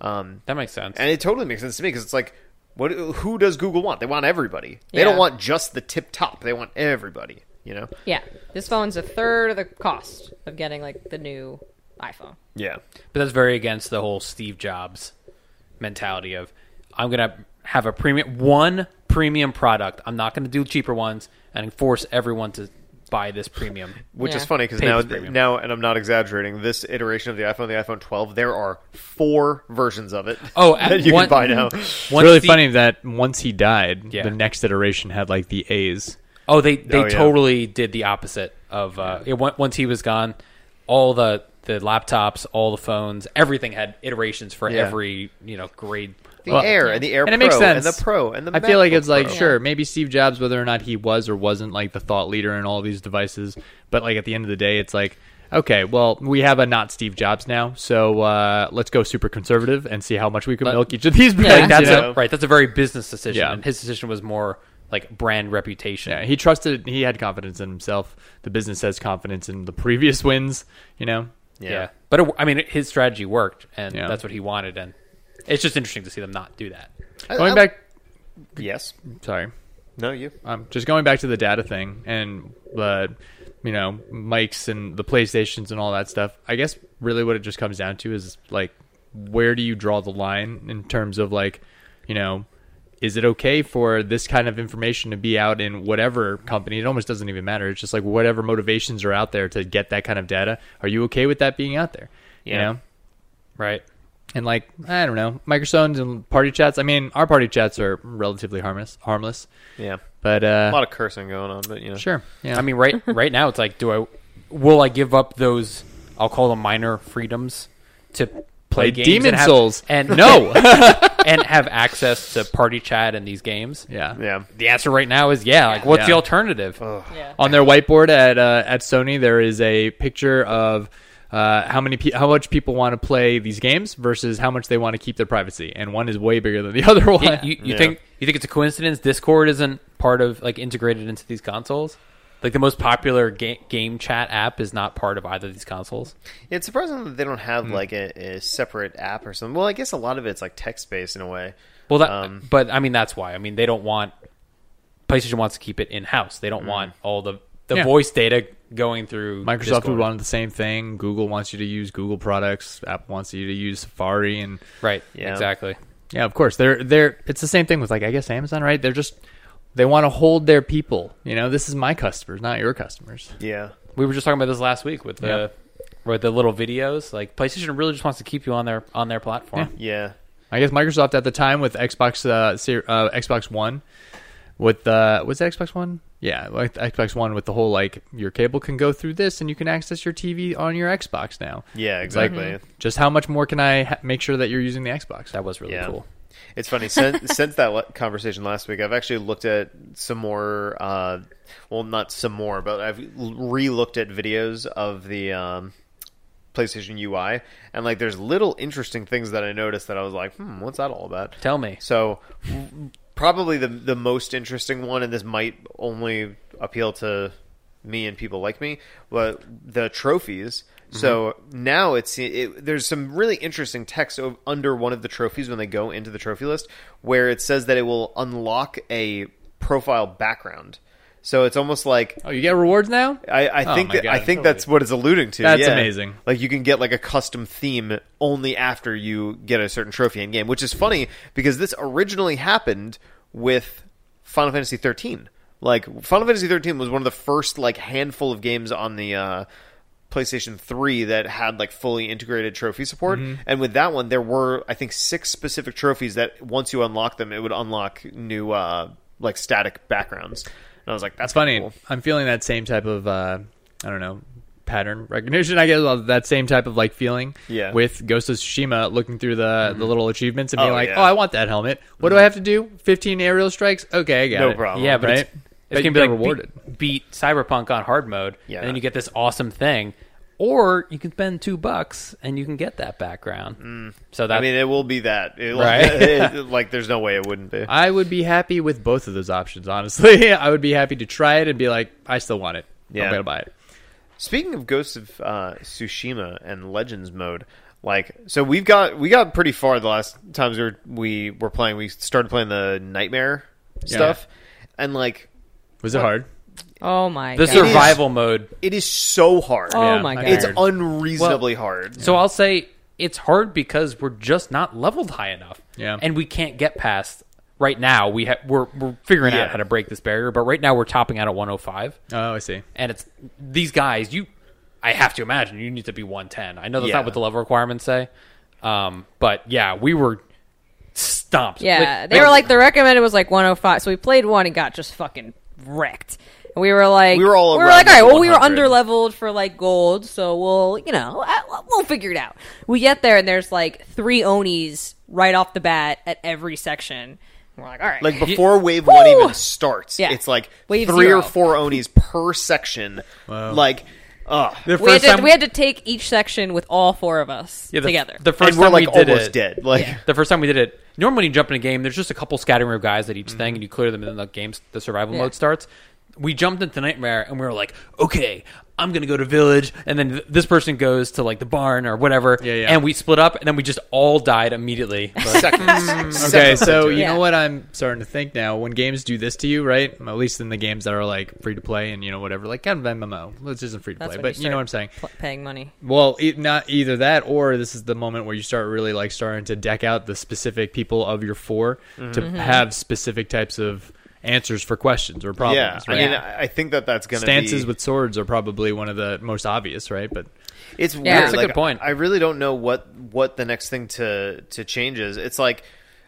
[SPEAKER 1] Um,
[SPEAKER 2] That makes sense.
[SPEAKER 1] and it totally makes sense to me because it's like, what? Who does Google want? They want everybody. They
[SPEAKER 3] Yeah.
[SPEAKER 1] don't want just the tip top. They want everybody. You know?
[SPEAKER 3] yeah, this phone's a third of the cost of getting like the new iPhone.
[SPEAKER 1] Yeah.
[SPEAKER 2] But that's very against the whole Steve Jobs mentality of I'm gonna have a premium one premium product. I'm not gonna do cheaper ones and force everyone to buy this premium.
[SPEAKER 1] Which is
[SPEAKER 3] Yeah.
[SPEAKER 1] funny because
[SPEAKER 2] Pay
[SPEAKER 1] now,
[SPEAKER 2] this premium.
[SPEAKER 1] now, and I'm not exaggerating. This iteration of the iPhone, the iPhone 12, there are four versions of it. *laughs*
[SPEAKER 2] Oh,
[SPEAKER 1] that you
[SPEAKER 2] one-
[SPEAKER 1] can buy now.
[SPEAKER 2] Once
[SPEAKER 4] it's really
[SPEAKER 2] the-
[SPEAKER 4] funny that once he died
[SPEAKER 2] Yeah.
[SPEAKER 4] the next iteration had like the a's
[SPEAKER 2] Oh, they they
[SPEAKER 1] Oh, yeah.
[SPEAKER 2] totally did the opposite of uh, it, on- once he was gone. All the the laptops, all the phones, everything had iterations for
[SPEAKER 1] Yeah.
[SPEAKER 2] every you know grade.
[SPEAKER 1] The
[SPEAKER 4] Well,
[SPEAKER 1] Air and the Air
[SPEAKER 4] and
[SPEAKER 1] Pro
[SPEAKER 4] it makes sense.
[SPEAKER 1] and the Pro and the.
[SPEAKER 4] I feel like
[SPEAKER 1] MacBook
[SPEAKER 4] it's like
[SPEAKER 1] Pro.
[SPEAKER 4] sure, maybe Steve Jobs, whether or not he was or wasn't like the thought leader in all these devices, but like at the end of the day, it's like okay, well we have a not Steve Jobs now, so uh, let's go super conservative and see how much we can
[SPEAKER 2] Let-
[SPEAKER 4] milk each of these *laughs* brands.
[SPEAKER 2] Like that's
[SPEAKER 4] you
[SPEAKER 2] a,
[SPEAKER 4] know?
[SPEAKER 2] right. That's a very business decision,
[SPEAKER 4] Yeah.
[SPEAKER 2] and his decision was more like brand reputation.
[SPEAKER 4] yeah, he trusted, he had confidence in himself. The business has confidence in the previous wins, you know.
[SPEAKER 2] Yeah. but it, I mean, his strategy worked, and
[SPEAKER 4] Yeah.
[SPEAKER 2] that's what he wanted. And it's just interesting to see them not do that.
[SPEAKER 1] I-
[SPEAKER 4] Going
[SPEAKER 1] I-
[SPEAKER 4] back,
[SPEAKER 1] Uh, Yes.
[SPEAKER 4] sorry.
[SPEAKER 1] No, you.
[SPEAKER 4] um, just going back to the data thing and the you know mics and the playstations and all that stuff i guess really what it just comes down to is like where do you draw the line in terms of like you know is it okay for this kind of information to be out in whatever company it almost doesn't even matter it's just like whatever motivations are out there to get that kind of data are you okay with that being out there you
[SPEAKER 1] Yeah.
[SPEAKER 4] know
[SPEAKER 2] right?
[SPEAKER 4] and like i don't know microphones and party chats i mean our party chats are relatively harmless harmless
[SPEAKER 1] Yeah.
[SPEAKER 4] but uh
[SPEAKER 1] A lot of cursing going on, but you know.
[SPEAKER 4] sure yeah
[SPEAKER 2] I mean, right right now it's like, do I will I give up those? I'll call them minor freedoms to play
[SPEAKER 4] Play
[SPEAKER 2] games
[SPEAKER 4] Demon
[SPEAKER 2] and have,
[SPEAKER 4] Souls. *laughs*
[SPEAKER 2] and no, *laughs* and have access to party chat and these games.
[SPEAKER 4] Yeah.
[SPEAKER 1] Yeah.
[SPEAKER 2] The answer right now is yeah. Like, what's the
[SPEAKER 4] Yeah.
[SPEAKER 2] alternative?
[SPEAKER 3] Yeah.
[SPEAKER 4] On their whiteboard at uh, at Sony, there is a picture of uh, how many pe- how much people want to play these games versus how much they want to keep their privacy, and one is way bigger than the *laughs* other one.
[SPEAKER 2] Yeah, you you
[SPEAKER 1] Yeah.
[SPEAKER 2] think you think it's a coincidence? Discord isn't part of like integrated into these consoles. Like the most popular ga- game chat app is not part of either of these consoles.
[SPEAKER 1] It's surprising that they don't
[SPEAKER 4] Mm.
[SPEAKER 1] have like a, a separate app or something. Well, I guess a lot of it's like text based in a way.
[SPEAKER 2] Well, that,
[SPEAKER 1] Um,
[SPEAKER 2] but I mean that's why. I mean they don't want PlayStation wants to keep it in house. They don't
[SPEAKER 1] Mm-hmm.
[SPEAKER 2] want all the the
[SPEAKER 4] Yeah.
[SPEAKER 2] voice data going through
[SPEAKER 4] Microsoft
[SPEAKER 2] Discord.
[SPEAKER 4] would want the same thing. Google wants you to use Google products. Apple wants you to use Safari, and
[SPEAKER 2] right?
[SPEAKER 1] Yeah.
[SPEAKER 2] Exactly.
[SPEAKER 4] yeah, of course, they're they're it's the same thing with like I guess Amazon, right? They're just they want to hold their people. You know, this is my customers, not your customers.
[SPEAKER 1] Yeah.
[SPEAKER 2] We were just talking about this last week with the with the little videos. Like PlayStation really just wants to keep you on their on their platform.
[SPEAKER 1] Yeah.
[SPEAKER 4] I guess Microsoft at the time with Xbox uh, ser- uh Xbox One with uh was that Xbox One? Yeah, like the Xbox One with the whole like your cable can go through this and you can access your TV on your Xbox now.
[SPEAKER 1] Yeah,
[SPEAKER 4] It's like,
[SPEAKER 1] exactly.
[SPEAKER 4] just how much more can I ha- make sure that you're using the Xbox?
[SPEAKER 2] That was really
[SPEAKER 1] yeah.
[SPEAKER 2] cool.
[SPEAKER 1] It's funny since, *laughs* since that le- conversation last week, I've actually looked at some more. Uh, well, not some more, but I've l- re-looked at videos of the um, PlayStation UI, and like, there's little interesting things that I noticed that I was like, "Hmm, what's that all about?"
[SPEAKER 2] Tell me.
[SPEAKER 1] So, w- probably the the most interesting one, and this might only appeal to me and people like me, but the trophies.
[SPEAKER 2] Mm-hmm.
[SPEAKER 1] So now it's it, there's some really interesting text o- under one of the trophies when they go into the trophy list, where it says that it will unlock a profile background. So it's almost like
[SPEAKER 4] oh, you get rewards now?
[SPEAKER 1] I, I
[SPEAKER 4] Oh
[SPEAKER 1] think
[SPEAKER 4] my
[SPEAKER 1] that,
[SPEAKER 4] God,
[SPEAKER 1] I think
[SPEAKER 4] totally.
[SPEAKER 1] that's what it's alluding to.
[SPEAKER 4] That's
[SPEAKER 1] yeah.
[SPEAKER 4] amazing.
[SPEAKER 1] Like you can get like a custom theme only after you get a certain trophy in game, which is funny because this originally happened with Final Fantasy 13. Like Final Fantasy 13 was one of the first like handful of games on the uh, PlayStation 3 that had like fully integrated trophy support.
[SPEAKER 4] Mm-hmm.
[SPEAKER 1] And with that one, there were I think six specific trophies that once you unlock them, it would unlock new uh, like static backgrounds. And I was like, that's
[SPEAKER 4] That's funny.
[SPEAKER 1] cool.
[SPEAKER 4] I'm feeling that same type of uh I don't know pattern recognition. I guess well, that same type of like feeling.
[SPEAKER 1] Yeah.
[SPEAKER 4] With Ghost of Tsushima, looking through the the little achievements and being
[SPEAKER 1] Oh,
[SPEAKER 4] like,
[SPEAKER 1] yeah. Mm-hmm.
[SPEAKER 4] oh, I want that helmet. What do I have to do? 15 aerial strikes. Okay, I got
[SPEAKER 1] No
[SPEAKER 4] it.
[SPEAKER 1] problem.
[SPEAKER 2] Yeah, but
[SPEAKER 4] right?
[SPEAKER 2] it's,
[SPEAKER 4] But
[SPEAKER 2] it's gonna
[SPEAKER 4] you
[SPEAKER 2] be
[SPEAKER 4] get
[SPEAKER 2] like
[SPEAKER 4] rewarded.
[SPEAKER 2] Beat, beat Cyberpunk on hard mode,
[SPEAKER 1] Yeah.
[SPEAKER 2] and then you get this awesome thing, or you can spend two bucks and you can get that background. So that
[SPEAKER 1] Mm. I mean, it will be that. It-
[SPEAKER 2] Right.
[SPEAKER 3] *laughs*
[SPEAKER 1] it- like, there's no way it wouldn't be.
[SPEAKER 4] I would be happy with both of those options, honestly. *laughs* I would be happy to try it and be like, I still want it.
[SPEAKER 1] Yeah.
[SPEAKER 4] I'm gonna buy it.
[SPEAKER 1] Speaking of Ghosts of uh, Tsushima and Legends mode, like, so we've got we got pretty far the last times we were, we were playing. We started playing the Nightmare stuff, and like,
[SPEAKER 4] Was it hard?
[SPEAKER 3] Oh my
[SPEAKER 2] the
[SPEAKER 3] god.
[SPEAKER 1] survi-
[SPEAKER 2] survival mode.
[SPEAKER 1] it is so hard.
[SPEAKER 3] Oh
[SPEAKER 4] Yeah,
[SPEAKER 3] my
[SPEAKER 4] I
[SPEAKER 3] god.
[SPEAKER 1] It's
[SPEAKER 4] Hard.
[SPEAKER 1] unreasonably hard.
[SPEAKER 2] So I'll say it's hard because we're just not leveled high enough.
[SPEAKER 4] Yeah.
[SPEAKER 2] and we can't get past right now. We ha- we're we're figuring
[SPEAKER 1] Yeah.
[SPEAKER 2] out how to break this barrier, but right now we're topping out at 105.
[SPEAKER 4] Oh, I see.
[SPEAKER 2] and it's these guys you i have to imagine you need to be 110 i know that's
[SPEAKER 1] Yeah.
[SPEAKER 2] not what the level requirements say um, but yeah we were stomped
[SPEAKER 3] yeah, they were like the recommended was like 105, so we played one and got just fucking wrecked. And we were like,
[SPEAKER 1] We were all
[SPEAKER 3] we were
[SPEAKER 1] around
[SPEAKER 3] like, all right,
[SPEAKER 1] level
[SPEAKER 3] well, we were
[SPEAKER 1] 100.
[SPEAKER 3] under leveled for like gold, so we'll, you know, I- we'll figure it out. We get there and there's like three Onis right off the bat at every section. And we're like, all right,
[SPEAKER 1] Like before wave one even starts,
[SPEAKER 3] Yeah.
[SPEAKER 1] it's like
[SPEAKER 3] Wave
[SPEAKER 1] three
[SPEAKER 3] zero.
[SPEAKER 1] or four onis per section. Like, uh,
[SPEAKER 4] The
[SPEAKER 3] we had, to, we had to take each section with all four of us
[SPEAKER 2] the,
[SPEAKER 3] together.
[SPEAKER 2] the first
[SPEAKER 1] and we're
[SPEAKER 2] time
[SPEAKER 1] like
[SPEAKER 2] we did
[SPEAKER 1] almost
[SPEAKER 2] it,
[SPEAKER 1] dead. Like,
[SPEAKER 2] the first time we did it
[SPEAKER 4] Mm-hmm.
[SPEAKER 2] normally when you jump in a game there's just a couple scattering room guys at each thing and you clear them and then the game the survival
[SPEAKER 3] Yeah.
[SPEAKER 2] mode starts we jumped into Nightmare and we were like, okay, I'm gonna go to Village, and then th- this person goes to like the barn or whatever,
[SPEAKER 4] Yeah, yeah.
[SPEAKER 2] and we split up, and then we just all
[SPEAKER 4] *laughs*
[SPEAKER 2] died immediately.
[SPEAKER 1] *laughs*
[SPEAKER 2] But-
[SPEAKER 3] *laughs*
[SPEAKER 1] Seconds.
[SPEAKER 4] Okay,
[SPEAKER 1] Seconds
[SPEAKER 4] so
[SPEAKER 1] into
[SPEAKER 4] you
[SPEAKER 1] it.
[SPEAKER 4] know
[SPEAKER 3] Yeah.
[SPEAKER 4] what I'm starting to think now. When games do this to you, right? At least in the games that are like free to play and you know whatever, like kind of MMO, which isn't free to
[SPEAKER 3] That's
[SPEAKER 4] play,
[SPEAKER 3] when
[SPEAKER 4] but you know
[SPEAKER 3] start
[SPEAKER 4] what I'm saying.
[SPEAKER 3] pl- paying money.
[SPEAKER 4] Well, e not either that, or this is the moment where you start really like starting to deck out the specific people of your 4
[SPEAKER 1] Mm-hmm.
[SPEAKER 4] to
[SPEAKER 3] Mm-hmm.
[SPEAKER 4] have specific types of answers for questions or
[SPEAKER 1] yeah,
[SPEAKER 4] problems.
[SPEAKER 1] I
[SPEAKER 4] right?
[SPEAKER 1] mean, I I think that that's going to
[SPEAKER 4] Stances
[SPEAKER 1] be...
[SPEAKER 4] with swords are probably one of the most obvious, right? But
[SPEAKER 1] It's weird.
[SPEAKER 3] That's a
[SPEAKER 1] like,
[SPEAKER 2] good point.
[SPEAKER 1] I really don't know what what the next thing to to change is. It's like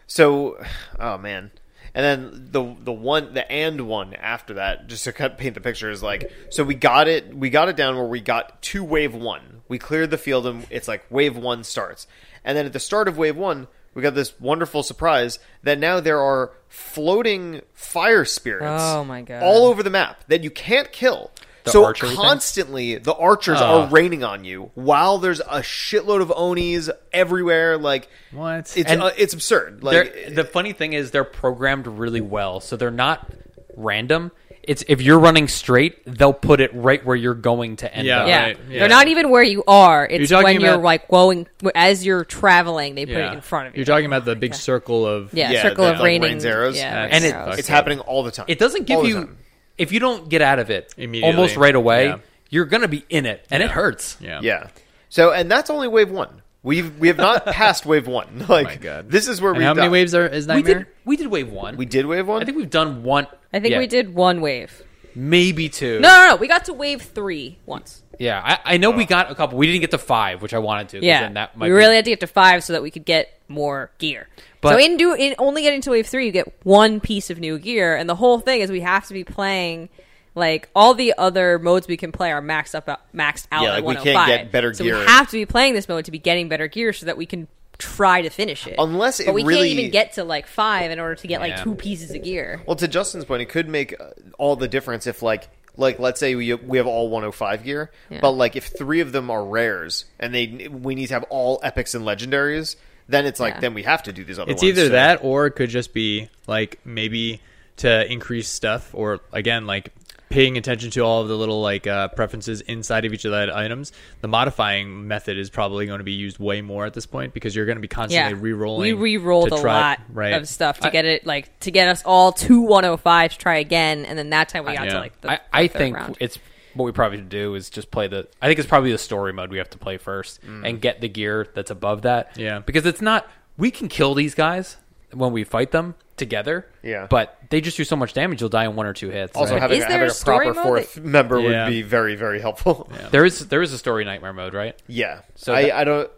[SPEAKER 1] so. *sighs* Oh man. And then the the one the and one after that, just to cut paint the picture, is like so we got it we got it down where we got to wave one. We cleared the field and it's like wave one starts. And then at the start of wave one, we got this wonderful surprise that now there are floating fire spirits
[SPEAKER 3] Oh, my God.
[SPEAKER 1] all over the map that you can't kill.
[SPEAKER 2] The
[SPEAKER 1] so
[SPEAKER 2] archery thing?
[SPEAKER 1] constantly the archers are raining on you while there's a shitload of onis everywhere. Like
[SPEAKER 4] What?
[SPEAKER 1] It's
[SPEAKER 2] And
[SPEAKER 1] uh, it's absurd. Like
[SPEAKER 2] They're- the funny thing is they're programmed really well, so they're not random. It's if you're running straight, they'll put it right where you're going to end
[SPEAKER 4] Yeah.
[SPEAKER 2] up.
[SPEAKER 3] Yeah.
[SPEAKER 4] Right, yeah.
[SPEAKER 3] they're not even where you are. It's
[SPEAKER 4] You're talking
[SPEAKER 3] when you're
[SPEAKER 4] about-
[SPEAKER 3] like going as you're traveling. They put
[SPEAKER 4] yeah.
[SPEAKER 3] it in front of you.
[SPEAKER 4] You're talking
[SPEAKER 3] *laughs*
[SPEAKER 4] about the big circle of
[SPEAKER 3] yeah,
[SPEAKER 1] Yeah,
[SPEAKER 3] circle
[SPEAKER 1] the,
[SPEAKER 3] of
[SPEAKER 1] like,
[SPEAKER 3] raining
[SPEAKER 1] rains arrows.
[SPEAKER 3] Yeah,
[SPEAKER 4] That's
[SPEAKER 3] rains
[SPEAKER 2] And it-
[SPEAKER 3] arrows.
[SPEAKER 1] it's happening all the time.
[SPEAKER 2] It doesn't give
[SPEAKER 1] All the
[SPEAKER 2] you
[SPEAKER 1] time.
[SPEAKER 2] if you don't get out of it
[SPEAKER 4] Immediately.
[SPEAKER 2] almost right away,
[SPEAKER 4] Yeah.
[SPEAKER 2] you're gonna be in it, and it hurts.
[SPEAKER 4] Yeah.
[SPEAKER 1] Yeah. So and that's only wave one. We've we have
[SPEAKER 4] *laughs*
[SPEAKER 1] not passed wave one. Like
[SPEAKER 4] Oh my God.
[SPEAKER 1] this is where
[SPEAKER 4] And
[SPEAKER 1] we
[SPEAKER 4] how many waves are is
[SPEAKER 2] We
[SPEAKER 4] nightmare?
[SPEAKER 2] did we did wave one.
[SPEAKER 1] we did wave one.
[SPEAKER 2] I think we've done one.
[SPEAKER 3] I think
[SPEAKER 2] yeah,
[SPEAKER 3] we did one wave.
[SPEAKER 2] maybe two.
[SPEAKER 3] No, no, no. We got to wave three once.
[SPEAKER 2] Yeah, I, I know we got a couple. We didn't get to five, which I wanted to. 'cause
[SPEAKER 3] Yeah,
[SPEAKER 2] then that might
[SPEAKER 3] we
[SPEAKER 2] be-
[SPEAKER 3] really had to get to five so that we could get more gear.
[SPEAKER 2] But-
[SPEAKER 3] so in do in only getting to wave three, you get one piece of new gear, and the whole thing is we have to be playing. Like all the other modes we can play are maxed up, maxed out.
[SPEAKER 1] Yeah, like,
[SPEAKER 3] at
[SPEAKER 1] we can't
[SPEAKER 3] 105.
[SPEAKER 1] get better
[SPEAKER 3] so
[SPEAKER 1] gear.
[SPEAKER 3] we have to be playing this mode to be getting better gear so that we can try to finish it.
[SPEAKER 1] Unless it
[SPEAKER 3] but we
[SPEAKER 1] really-
[SPEAKER 3] can't even get to like five in order to get like
[SPEAKER 2] Yeah.
[SPEAKER 3] two pieces of gear.
[SPEAKER 1] Well, to Justin's point, it could make uh, all the difference if like like let's say we we have all 105 gear, but like if three of them are rares and they we need to have all epics and legendaries, then it's like
[SPEAKER 3] Yeah.
[SPEAKER 1] then we have to do these other.
[SPEAKER 4] It's
[SPEAKER 1] ones,
[SPEAKER 4] either
[SPEAKER 1] so-
[SPEAKER 4] that or it could just be like maybe to increase stuff or again like paying attention to all of the little like uh, preferences inside of each of that items. The modifying method is probably going to be used way more at this point because you're going to be
[SPEAKER 3] Yeah,
[SPEAKER 4] constantly re-rolling.
[SPEAKER 3] We re-rolled
[SPEAKER 4] to
[SPEAKER 3] a
[SPEAKER 4] try-
[SPEAKER 3] lot
[SPEAKER 4] right?
[SPEAKER 3] of stuff to get it like to get us all to 105 to try again, and then that time we got
[SPEAKER 4] yeah.
[SPEAKER 3] to like the
[SPEAKER 2] I, I
[SPEAKER 3] third
[SPEAKER 2] think
[SPEAKER 3] round.
[SPEAKER 2] it's what we probably should do is just play the. I think it's probably the story mode we have to play first and get the gear that's above that.
[SPEAKER 4] Mm. Yeah.
[SPEAKER 2] because it's not. We can kill these guys when we fight them together.
[SPEAKER 1] Yeah.
[SPEAKER 2] but they just do so much damage. You'll die in one or two hits.
[SPEAKER 1] Also,
[SPEAKER 2] right?
[SPEAKER 1] having,
[SPEAKER 3] Is there
[SPEAKER 1] having
[SPEAKER 3] a
[SPEAKER 1] a,
[SPEAKER 3] story
[SPEAKER 1] proper
[SPEAKER 3] mode
[SPEAKER 1] fourth member
[SPEAKER 4] Yeah.
[SPEAKER 1] would be very very helpful. Yeah, *laughs*
[SPEAKER 2] there is there is a story nightmare mode, right? So
[SPEAKER 1] so I,
[SPEAKER 2] that-
[SPEAKER 1] I don't.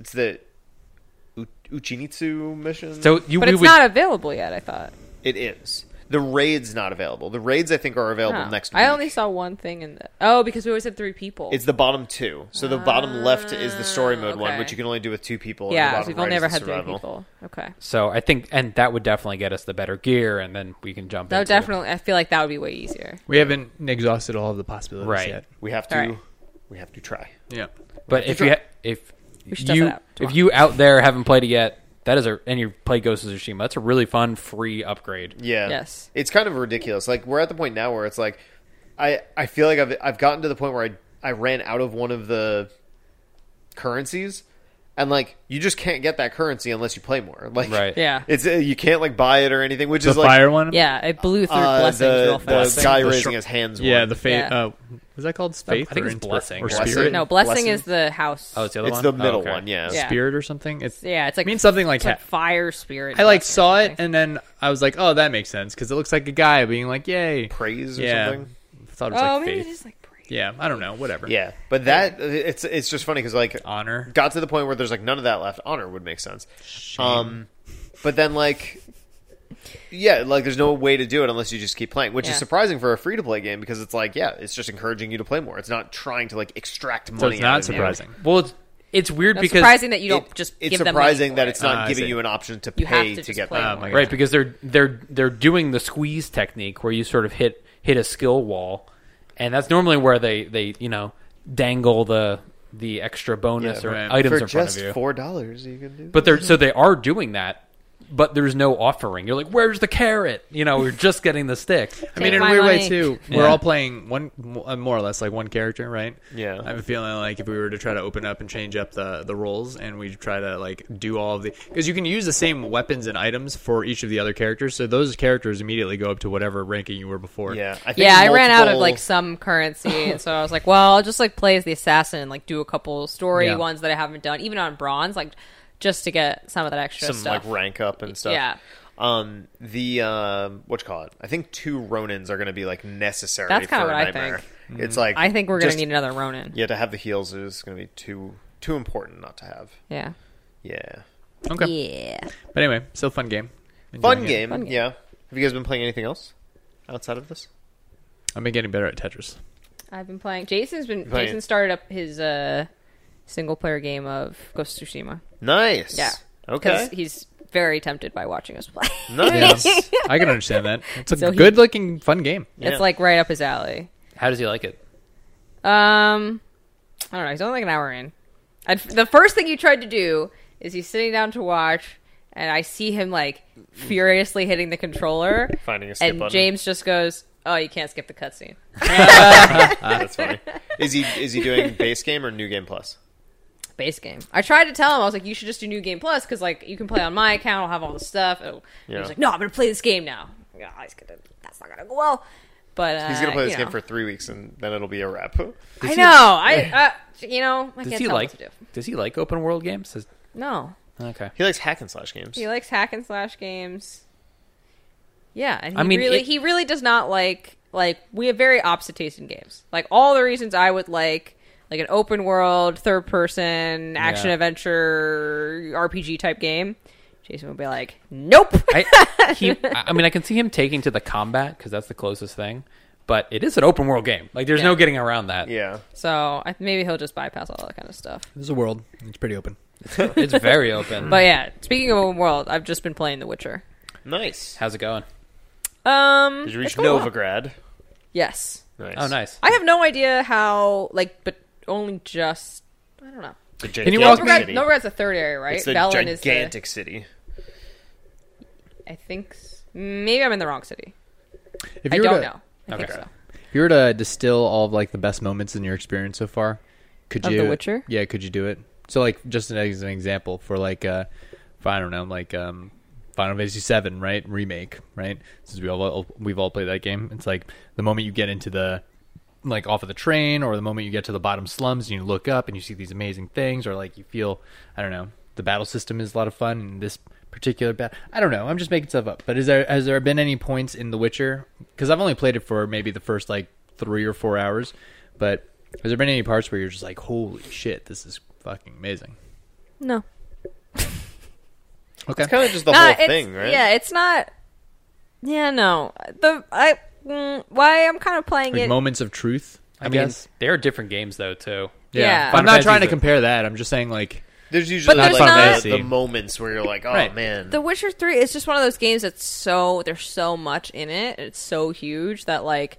[SPEAKER 1] It's the U- Uchinitsu mission.
[SPEAKER 2] So you
[SPEAKER 3] but
[SPEAKER 2] we
[SPEAKER 3] it's
[SPEAKER 2] would,
[SPEAKER 3] not available yet. I thought.
[SPEAKER 1] it is the raids not available. The raids I think are available
[SPEAKER 3] Oh.
[SPEAKER 1] next. week.
[SPEAKER 3] I only saw one thing in the. Oh, because we always had three people.
[SPEAKER 1] It's the bottom two. So the bottom left is the story mode one,
[SPEAKER 3] Ah, okay.
[SPEAKER 1] which you can only do with two people. and the
[SPEAKER 3] yeah,
[SPEAKER 1] bottom
[SPEAKER 3] so we've
[SPEAKER 1] right
[SPEAKER 3] only
[SPEAKER 1] is
[SPEAKER 3] ever
[SPEAKER 1] the
[SPEAKER 3] had three
[SPEAKER 1] survival.
[SPEAKER 3] people. Okay,
[SPEAKER 2] so I think and that would definitely get us the better gear, and then we can jump.
[SPEAKER 3] that would
[SPEAKER 2] into-
[SPEAKER 3] definitely. I feel like that would be way easier.
[SPEAKER 4] We haven't exhausted all of the possibilities
[SPEAKER 2] Right.
[SPEAKER 4] yet.
[SPEAKER 1] We have to.
[SPEAKER 3] All right.
[SPEAKER 1] We have to try.
[SPEAKER 4] Yeah.
[SPEAKER 2] But if you ha- if
[SPEAKER 3] should test
[SPEAKER 2] you
[SPEAKER 3] it out
[SPEAKER 2] if
[SPEAKER 3] tomorrow.
[SPEAKER 2] you out there haven't played it yet, that is a and you play Ghost of Tsushima, that's a really fun free upgrade.
[SPEAKER 1] Yeah.
[SPEAKER 3] Yes.
[SPEAKER 1] It's kind of ridiculous. Like we're at the point now where it's like, I I feel like I've I've gotten to the point where I I ran out of one of the currencies, and like you just can't get that currency unless you play more. Like
[SPEAKER 2] Right.
[SPEAKER 3] Yeah.
[SPEAKER 1] It's uh, you can't like buy it or anything, which
[SPEAKER 4] The
[SPEAKER 1] is like
[SPEAKER 4] fire one.
[SPEAKER 3] Yeah, it blew through
[SPEAKER 1] uh,
[SPEAKER 3] blessings
[SPEAKER 1] the,
[SPEAKER 3] real fast.
[SPEAKER 1] the guy
[SPEAKER 4] The
[SPEAKER 1] raising
[SPEAKER 4] shr-
[SPEAKER 1] his hands.
[SPEAKER 4] Yeah.
[SPEAKER 1] one.
[SPEAKER 4] The faith.
[SPEAKER 3] Yeah.
[SPEAKER 4] Uh, was that called faith?
[SPEAKER 2] I think
[SPEAKER 4] or
[SPEAKER 2] it's
[SPEAKER 4] inspir-
[SPEAKER 2] blessing.
[SPEAKER 4] or
[SPEAKER 1] Blessing?
[SPEAKER 4] spirit.
[SPEAKER 3] no, blessing,
[SPEAKER 1] Blessing?
[SPEAKER 3] is the house.
[SPEAKER 2] Oh, it's the other
[SPEAKER 1] it's
[SPEAKER 2] one.
[SPEAKER 1] the
[SPEAKER 2] Oh,
[SPEAKER 1] middle
[SPEAKER 2] okay.
[SPEAKER 1] one. Yeah.
[SPEAKER 3] Yeah.
[SPEAKER 4] Spirit or something. It's
[SPEAKER 3] Yeah, it's like
[SPEAKER 4] it means something like
[SPEAKER 3] it's like
[SPEAKER 4] that.
[SPEAKER 3] fire spirit.
[SPEAKER 4] I like
[SPEAKER 3] blessing or
[SPEAKER 4] saw it
[SPEAKER 3] something.
[SPEAKER 4] and then I was like, oh, that makes sense because it looks like a guy being like, yay,
[SPEAKER 1] Praise or something.
[SPEAKER 4] Thought it was
[SPEAKER 3] Oh,
[SPEAKER 4] like
[SPEAKER 3] maybe
[SPEAKER 4] faith.
[SPEAKER 3] it's just like praise.
[SPEAKER 4] Yeah, I don't know, whatever.
[SPEAKER 1] Yeah. But that it's it's just funny because like
[SPEAKER 4] honor.
[SPEAKER 1] got to the point where there's like none of that left. Honor would make sense. Um, but then like, yeah, like there's no way to do it unless you just keep playing, which
[SPEAKER 3] Yeah.
[SPEAKER 1] is surprising for a free to play game because it's like, yeah, it's just encouraging you to play more. It's not trying to like extract money.
[SPEAKER 4] so it's
[SPEAKER 1] out
[SPEAKER 4] not
[SPEAKER 1] of you.
[SPEAKER 4] surprising.
[SPEAKER 2] Well, it's, it's weird
[SPEAKER 3] That's
[SPEAKER 2] because
[SPEAKER 3] surprising that you don't
[SPEAKER 1] It-
[SPEAKER 3] just.
[SPEAKER 1] it's
[SPEAKER 3] give them money
[SPEAKER 1] surprising
[SPEAKER 3] for
[SPEAKER 1] that
[SPEAKER 3] it.
[SPEAKER 1] it's not
[SPEAKER 4] Ah, I
[SPEAKER 1] giving
[SPEAKER 4] see.
[SPEAKER 1] you an option to
[SPEAKER 3] You have
[SPEAKER 1] pay
[SPEAKER 3] to
[SPEAKER 1] to,
[SPEAKER 3] just
[SPEAKER 1] get
[SPEAKER 3] play
[SPEAKER 1] that.
[SPEAKER 3] more.
[SPEAKER 4] Oh my God.
[SPEAKER 2] right because they're they're they're doing the squeeze technique where you sort of hit hit a skill wall, and that's normally where they they you know dangle the the extra bonus
[SPEAKER 1] Yeah,
[SPEAKER 2] or
[SPEAKER 4] right.
[SPEAKER 2] items
[SPEAKER 1] for
[SPEAKER 2] in front
[SPEAKER 1] just
[SPEAKER 2] of you.
[SPEAKER 1] four dollars. You can do.
[SPEAKER 2] But they're so they are doing that but there's no offering. You're like, where's the carrot? You know, we're just getting the stick.
[SPEAKER 4] I mean, in a
[SPEAKER 3] my
[SPEAKER 4] weird way
[SPEAKER 1] *laughs*
[SPEAKER 3] money.
[SPEAKER 4] too. We're
[SPEAKER 2] Yeah.
[SPEAKER 4] all playing one, uh, more or less, like one character, right?
[SPEAKER 1] Yeah.
[SPEAKER 4] I have a feeling like if we were to try to open up and change up the the roles, and we try to like do all of the because you can use the same weapons and items for each of the other characters, so those characters immediately go up to whatever ranking you were before.
[SPEAKER 1] Yeah, I think
[SPEAKER 3] yeah, I ran out of
[SPEAKER 1] multiple-
[SPEAKER 3] like some currency, and so I was like, well, I'll just like play as the assassin and like do a couple story
[SPEAKER 4] Yeah.
[SPEAKER 3] ones that I haven't done, even on bronze, like just to get some of that extra
[SPEAKER 1] some
[SPEAKER 3] stuff.
[SPEAKER 1] like rank up and stuff.
[SPEAKER 3] Yeah.
[SPEAKER 1] Um, the um, what you call it? I think two Ronins are going to be like necessary.
[SPEAKER 3] That's
[SPEAKER 1] kind
[SPEAKER 3] kinda
[SPEAKER 1] of
[SPEAKER 3] what I
[SPEAKER 1] nightmare. It's like
[SPEAKER 3] I think we're gonna
[SPEAKER 1] just-
[SPEAKER 3] need another Ronin. Yeah.
[SPEAKER 1] Yeah, to have the heals is going to be too too important not to have.
[SPEAKER 3] Yeah.
[SPEAKER 1] Yeah,
[SPEAKER 4] Okay. But anyway, still fun game. Enjoying
[SPEAKER 1] fun
[SPEAKER 4] it.
[SPEAKER 1] game.
[SPEAKER 3] Fun game.
[SPEAKER 1] Yeah. Have you guys been playing anything else outside of this?
[SPEAKER 4] I've been getting better at Tetris.
[SPEAKER 3] I've been playing. Jason's been.
[SPEAKER 1] Playing.
[SPEAKER 3] Jason started up his uh, single player game of Ghost of Tsushima.
[SPEAKER 1] Nice.
[SPEAKER 3] Yeah. 'Cause
[SPEAKER 1] Okay.
[SPEAKER 3] He's very tempted by watching us play.
[SPEAKER 1] Nice.
[SPEAKER 4] I can understand that. It's a
[SPEAKER 3] So he-
[SPEAKER 4] good looking fun game.
[SPEAKER 1] Yeah.
[SPEAKER 3] *laughs* It's like right up his alley.
[SPEAKER 2] How does he like it?
[SPEAKER 3] Um, I don't know. He's only like an hour in. I'd, the first thing he tried to do is he's sitting down to watch, and I see him like furiously hitting the controller,
[SPEAKER 1] Finding a skip
[SPEAKER 3] and
[SPEAKER 1] button.
[SPEAKER 3] James just goes, "Oh, you can't skip the cutscene."
[SPEAKER 1] Ah, That's
[SPEAKER 3] *laughs*
[SPEAKER 1] funny. Is he is he doing base game or new game plus?
[SPEAKER 3] Base game. I tried to tell him I was like, "You should just do New Game Plus because like you can play on my account. I'll have all the stuff." It'll-
[SPEAKER 1] Yeah.
[SPEAKER 3] He was like, "No, I'm gonna play this game now." Yeah, he's gonna. That's not gonna go well. But uh,
[SPEAKER 1] He's gonna play
[SPEAKER 3] you
[SPEAKER 1] this game
[SPEAKER 3] know.
[SPEAKER 1] for three weeks and then it'll be a wrap.
[SPEAKER 3] I know. I uh, you know. I can't
[SPEAKER 2] Does he
[SPEAKER 3] tell him
[SPEAKER 2] like?
[SPEAKER 3] what to do.
[SPEAKER 2] Does he like open world games? Does-
[SPEAKER 3] No.
[SPEAKER 2] okay.
[SPEAKER 1] He likes hack and slash games.
[SPEAKER 3] He likes hack and slash games. Yeah, and he
[SPEAKER 2] I mean,
[SPEAKER 3] really
[SPEAKER 2] it-
[SPEAKER 3] he really does not like like we have very opposite taste in games. Like all the reasons I would like like an open world, third person, action
[SPEAKER 2] Yeah.
[SPEAKER 3] adventure RPG type game. Jason would be like, "Nope."
[SPEAKER 2] I,
[SPEAKER 3] *laughs*
[SPEAKER 2] he, I I mean, I can see him taking to the combat because that's the closest thing. But it is an open world game. Like, there's
[SPEAKER 3] Yeah.
[SPEAKER 2] no getting around that.
[SPEAKER 1] yeah.
[SPEAKER 3] so I, maybe he'll just bypass all that kind of stuff.
[SPEAKER 4] This is a world. It's pretty open.
[SPEAKER 2] It's very
[SPEAKER 3] *laughs*
[SPEAKER 2] open.
[SPEAKER 3] But yeah, speaking of open world, I've just been playing The Witcher.
[SPEAKER 1] Nice.
[SPEAKER 2] how's it going?
[SPEAKER 3] Um,
[SPEAKER 1] Did you reach
[SPEAKER 3] it's Oh, going well.
[SPEAKER 1] Novigrad?
[SPEAKER 3] Yes,
[SPEAKER 1] Nice.
[SPEAKER 2] Oh, nice.
[SPEAKER 3] I have no idea how. Like, but only just I don't know.
[SPEAKER 1] The
[SPEAKER 4] Can you
[SPEAKER 1] gigantic
[SPEAKER 4] walk me-
[SPEAKER 3] Novigrad's,
[SPEAKER 1] city.
[SPEAKER 3] Novigrad's the third area, right?
[SPEAKER 1] It's the
[SPEAKER 3] Velen
[SPEAKER 1] gigantic city.
[SPEAKER 3] is the, I think s- maybe I'm in the wrong city.
[SPEAKER 4] If
[SPEAKER 3] I
[SPEAKER 4] you were to,
[SPEAKER 3] don't know. I think
[SPEAKER 2] Okay.
[SPEAKER 3] so.
[SPEAKER 4] If you were to distill all of like the best moments in your experience so far, could
[SPEAKER 3] Of The
[SPEAKER 4] you?
[SPEAKER 3] Witcher?
[SPEAKER 4] Yeah, could you do it? So like just an- as an example for like uh, for, I don't know, like um, Final Fantasy VII, right? Remake, right? Since we all we've all played that game, it's like the moment you get into the like off of the train, or the moment you get to the bottom slums and you look up and you see these amazing things, or like you feel I don't know, the battle system is a lot of fun. And this particular battle, I don't know, I'm just making stuff up. But is there has there been any points in The Witcher? Because I've only played it for maybe the first like three or four hours, but has there been any parts where you're just like, holy shit, this is fucking amazing?
[SPEAKER 3] No,
[SPEAKER 4] Okay,
[SPEAKER 1] It's kind of just the
[SPEAKER 3] Nah,
[SPEAKER 1] whole
[SPEAKER 3] Uh, it's-
[SPEAKER 1] thing, right?
[SPEAKER 3] Yeah, it's not. Yeah, no. The I mm, why I'm kind of playing
[SPEAKER 4] like
[SPEAKER 3] it.
[SPEAKER 4] moments of truth. I,
[SPEAKER 2] I mean,
[SPEAKER 4] guess.
[SPEAKER 2] there are different games though too.
[SPEAKER 3] Yeah.
[SPEAKER 4] I'm
[SPEAKER 2] Final
[SPEAKER 4] not
[SPEAKER 2] Fantasy's
[SPEAKER 4] trying to
[SPEAKER 2] a-
[SPEAKER 4] compare that. I'm just saying like
[SPEAKER 1] There's usually
[SPEAKER 3] there's
[SPEAKER 1] like
[SPEAKER 3] not-
[SPEAKER 1] the, the moments where you're like, oh
[SPEAKER 4] Right.
[SPEAKER 1] man.
[SPEAKER 3] The Witcher Three is just one of those games that's so there's so much in it. It's so huge that like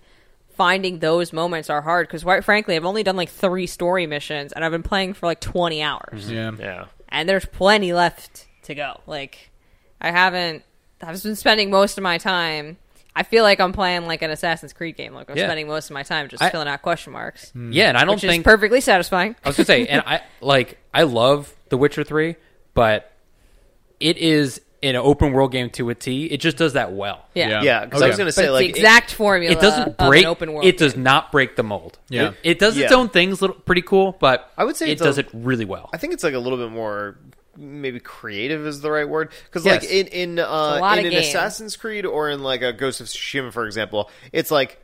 [SPEAKER 3] finding those moments are hard because quite frankly, I've only done like three story missions and I've been playing for like 20 hours.
[SPEAKER 4] yeah.
[SPEAKER 1] yeah.
[SPEAKER 3] and there's plenty left to go. Like, I haven't. I've been spending most of my time. I feel like I'm playing like an Assassin's Creed game. Like I'm
[SPEAKER 2] Yeah.
[SPEAKER 3] spending most of my time just
[SPEAKER 2] I-
[SPEAKER 3] filling out question marks,
[SPEAKER 4] Hmm.
[SPEAKER 2] Yeah, and I don't
[SPEAKER 3] which
[SPEAKER 2] think
[SPEAKER 3] is perfectly satisfying.
[SPEAKER 2] I was gonna say, and I like I love The Witcher Three, but it is an open world game to a T. It just does that well.
[SPEAKER 3] Yeah,
[SPEAKER 4] Yeah.
[SPEAKER 1] Yeah, because I
[SPEAKER 4] Okay.
[SPEAKER 1] was going to
[SPEAKER 4] But
[SPEAKER 1] say,
[SPEAKER 3] it's
[SPEAKER 1] like,
[SPEAKER 3] the exact formula.
[SPEAKER 2] It doesn't break.
[SPEAKER 3] of an open world.
[SPEAKER 2] it does not break the mold.
[SPEAKER 4] Yeah.
[SPEAKER 2] it, it does its
[SPEAKER 1] Yeah.
[SPEAKER 2] own things, little pretty cool, but
[SPEAKER 1] I would say
[SPEAKER 2] it
[SPEAKER 1] it's
[SPEAKER 2] does
[SPEAKER 1] a-
[SPEAKER 2] it really well.
[SPEAKER 1] I think it's like a little bit more maybe creative is the right word because
[SPEAKER 2] Yes.
[SPEAKER 1] like in in
[SPEAKER 3] a
[SPEAKER 1] uh,
[SPEAKER 3] lot
[SPEAKER 1] in
[SPEAKER 3] of
[SPEAKER 1] an
[SPEAKER 3] games.
[SPEAKER 1] Assassin's Creed or in like a Ghost of Tsushima for example, it's like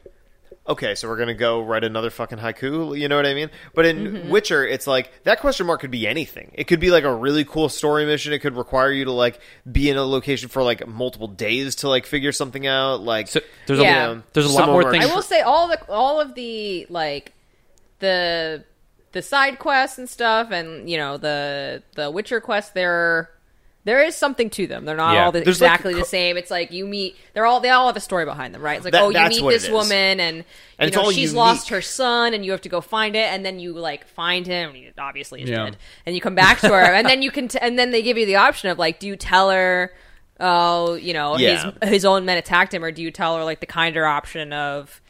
[SPEAKER 1] okay, so we're gonna go write another fucking haiku. You know what I mean? But in
[SPEAKER 3] Mm-hmm.
[SPEAKER 1] Witcher, it's like that question mark could be anything. It could be like a really cool story mission. It could require you to like be in a location for like multiple days to like figure something out. Like
[SPEAKER 2] So there's
[SPEAKER 3] Yeah.
[SPEAKER 2] a there's a lot
[SPEAKER 1] some
[SPEAKER 2] more
[SPEAKER 1] of 'em are
[SPEAKER 2] things.
[SPEAKER 3] I will say all the all of the like the the side quests and stuff, and you know the the Witcher quests. They're there is something to them. They're not
[SPEAKER 2] Yeah.
[SPEAKER 3] all the,
[SPEAKER 1] There's, like,
[SPEAKER 3] exactly
[SPEAKER 1] co-
[SPEAKER 3] the same. It's like you meet. They're all they all have a story behind them, right? It's like
[SPEAKER 1] That-
[SPEAKER 3] oh, you
[SPEAKER 1] that's
[SPEAKER 3] meet
[SPEAKER 1] what it
[SPEAKER 3] this
[SPEAKER 1] is.
[SPEAKER 3] woman, and,
[SPEAKER 1] And it's
[SPEAKER 3] you know
[SPEAKER 1] all
[SPEAKER 3] she's
[SPEAKER 1] unique.
[SPEAKER 3] lost her son, and you have to go find it, and then you like find him. And he obviously is
[SPEAKER 4] Yeah.
[SPEAKER 3] dead, and you come back to her, and then you can, t- and then they give you the option of like, do you tell her oh, you know,
[SPEAKER 1] Yeah.
[SPEAKER 3] his his own men attacked him, or do you tell her like the kinder option of,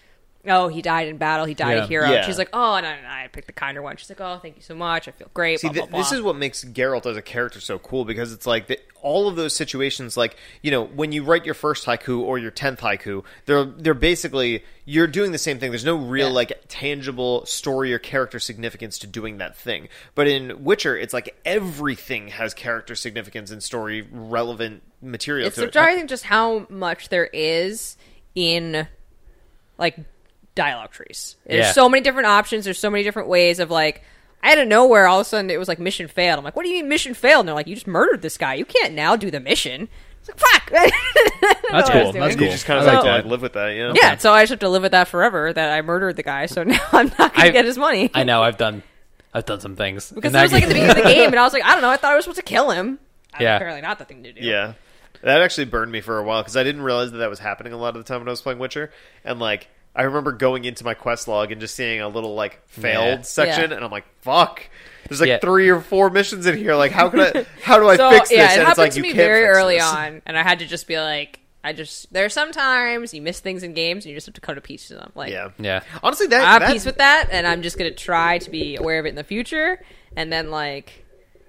[SPEAKER 3] oh, he died in battle, he died
[SPEAKER 4] Yeah.
[SPEAKER 3] a hero?
[SPEAKER 1] Yeah.
[SPEAKER 3] She's like, oh, no, no, no, I picked the kinder one. She's like, oh, thank you so much, I feel great.
[SPEAKER 1] See,
[SPEAKER 3] blah,
[SPEAKER 1] th-
[SPEAKER 3] blah,
[SPEAKER 1] this
[SPEAKER 3] blah.
[SPEAKER 1] is what makes Geralt as a character so cool because it's like the, all of those situations, like you know, when you write your first haiku or your tenth haiku, they're they're basically you're doing the same thing. There's no real
[SPEAKER 3] Yeah.
[SPEAKER 1] like tangible story or character significance to doing that thing. But in Witcher, it's like everything has character significance and story relevant material
[SPEAKER 3] it's
[SPEAKER 1] to it.
[SPEAKER 3] surprising just how much there is in like dialogue trees. There's
[SPEAKER 2] Yeah.
[SPEAKER 3] so many different options. There's so many different ways of like. Out of nowhere, all of a sudden, it was like mission failed. I'm like, what do you mean mission failed? And they're like, you just murdered this guy. You can't now do the mission. It's like, fuck. *laughs* I don't know
[SPEAKER 4] That's
[SPEAKER 3] what I was
[SPEAKER 4] cool.
[SPEAKER 3] doing.
[SPEAKER 4] That's
[SPEAKER 1] And you
[SPEAKER 4] cool.
[SPEAKER 1] just kind of
[SPEAKER 4] I like
[SPEAKER 1] have to
[SPEAKER 4] that.
[SPEAKER 1] like, live with that, you know?
[SPEAKER 3] Yeah, so I just have to live with that forever that I murdered the guy. So *laughs* now I'm not gonna
[SPEAKER 2] I-
[SPEAKER 3] get his money
[SPEAKER 2] I know I've done, I've done some things
[SPEAKER 3] because that was like at the beginning of the
[SPEAKER 2] *laughs*
[SPEAKER 3] game, and I was like, I don't know. I thought I was supposed to kill him.
[SPEAKER 2] Yeah.
[SPEAKER 3] apparently not the thing to do.
[SPEAKER 1] Yeah. That actually burned me for a while because I didn't realize that that was happening a lot of the time when I was playing Witcher. And, like, I remember going into my quest log and just seeing a little, like, failed
[SPEAKER 2] Yeah.
[SPEAKER 1] section,
[SPEAKER 3] Yeah.
[SPEAKER 1] and I'm like, fuck. There's like
[SPEAKER 2] Yeah.
[SPEAKER 1] three or four missions in here. Like, how can
[SPEAKER 3] *laughs*
[SPEAKER 1] I? How do I
[SPEAKER 3] so
[SPEAKER 1] fix this?
[SPEAKER 3] yeah, it
[SPEAKER 1] and
[SPEAKER 3] happened
[SPEAKER 1] it's like
[SPEAKER 3] to
[SPEAKER 1] you
[SPEAKER 3] me
[SPEAKER 1] can't
[SPEAKER 3] very
[SPEAKER 1] fix
[SPEAKER 3] early
[SPEAKER 1] this.
[SPEAKER 3] on, and I had to just be like, I just there are sometimes you miss things in games, and you just have to come to peace with them. Like,
[SPEAKER 1] Yeah,
[SPEAKER 2] Yeah.
[SPEAKER 1] Honestly, that
[SPEAKER 3] I'm at
[SPEAKER 1] that- *laughs*
[SPEAKER 3] peace with that, and I'm just gonna try to be aware of it in the future. And then like,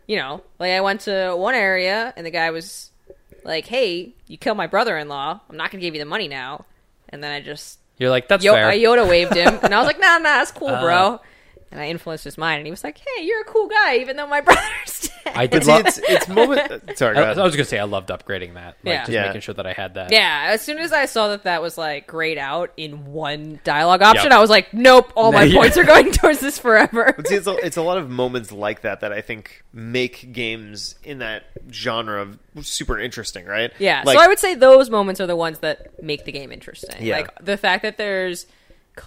[SPEAKER 3] you know, like I went to one area, and the guy was like, "Hey, you killed my brother-in-law. I'm not gonna give you the money now." And then I just
[SPEAKER 2] You're like that's
[SPEAKER 3] Yo-
[SPEAKER 2] fair.
[SPEAKER 3] I Yoda waved him, and I was like, "Nah, nah, that's cool,
[SPEAKER 2] Uh.
[SPEAKER 3] bro." And I influenced his mind, and he was like, "Hey, you're a cool guy, even though my *laughs* brother's dead."
[SPEAKER 2] I
[SPEAKER 1] But
[SPEAKER 2] did.
[SPEAKER 1] see,
[SPEAKER 2] Lo-
[SPEAKER 1] it's
[SPEAKER 2] *laughs*
[SPEAKER 1] it's moment. Sorry,
[SPEAKER 2] I,
[SPEAKER 1] go
[SPEAKER 2] I
[SPEAKER 1] ahead.
[SPEAKER 2] was gonna say I loved upgrading that. Like,
[SPEAKER 3] Yeah.
[SPEAKER 2] Just
[SPEAKER 1] Yeah.
[SPEAKER 2] making sure that I had that.
[SPEAKER 3] Yeah, as soon as I saw that that was like grayed out in one dialogue option,
[SPEAKER 2] Yep.
[SPEAKER 3] I was like, "Nope,
[SPEAKER 1] *laughs*
[SPEAKER 3] all my
[SPEAKER 2] Yeah.
[SPEAKER 3] points are going towards this forever."
[SPEAKER 1] But see, it's a, it's a lot of moments like that that I think make games in that genre super interesting, right?
[SPEAKER 3] *laughs* Yeah.
[SPEAKER 1] Like,
[SPEAKER 3] so I would say those moments are the ones that make the game interesting.
[SPEAKER 1] Yeah.
[SPEAKER 3] Like the fact that there's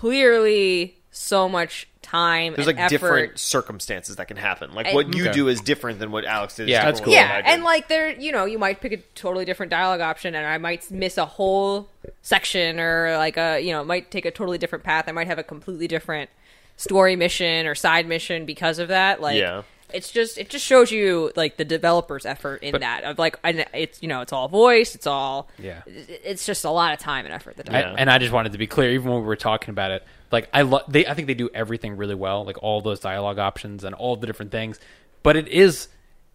[SPEAKER 3] clearly so much time
[SPEAKER 1] there's
[SPEAKER 3] and
[SPEAKER 1] like
[SPEAKER 3] effort.
[SPEAKER 1] different circumstances that can happen. Like
[SPEAKER 3] I-
[SPEAKER 1] what you
[SPEAKER 4] Okay.
[SPEAKER 1] do is different than what Alex did. is
[SPEAKER 2] Yeah,
[SPEAKER 1] different
[SPEAKER 2] that's
[SPEAKER 1] than
[SPEAKER 2] cool.
[SPEAKER 1] what
[SPEAKER 3] yeah,
[SPEAKER 1] I did.
[SPEAKER 3] and like there, you know, you might pick a totally different dialogue option, and I might miss a whole section, or like a, you know, it might take a totally different path. I might have a completely different story mission or side mission because of that. Like,
[SPEAKER 1] Yeah.
[SPEAKER 3] it's just it just shows you like the developer's effort in that of like, and it's you know, it's all voice, it's all
[SPEAKER 2] Yeah.
[SPEAKER 3] it's just a lot of time and effort. That
[SPEAKER 2] I-
[SPEAKER 1] Yeah.
[SPEAKER 2] and I just wanted to be clear, even when we were talking about it, like I love, they, I think they do everything really well, like all those dialogue options and all the different things. But it is,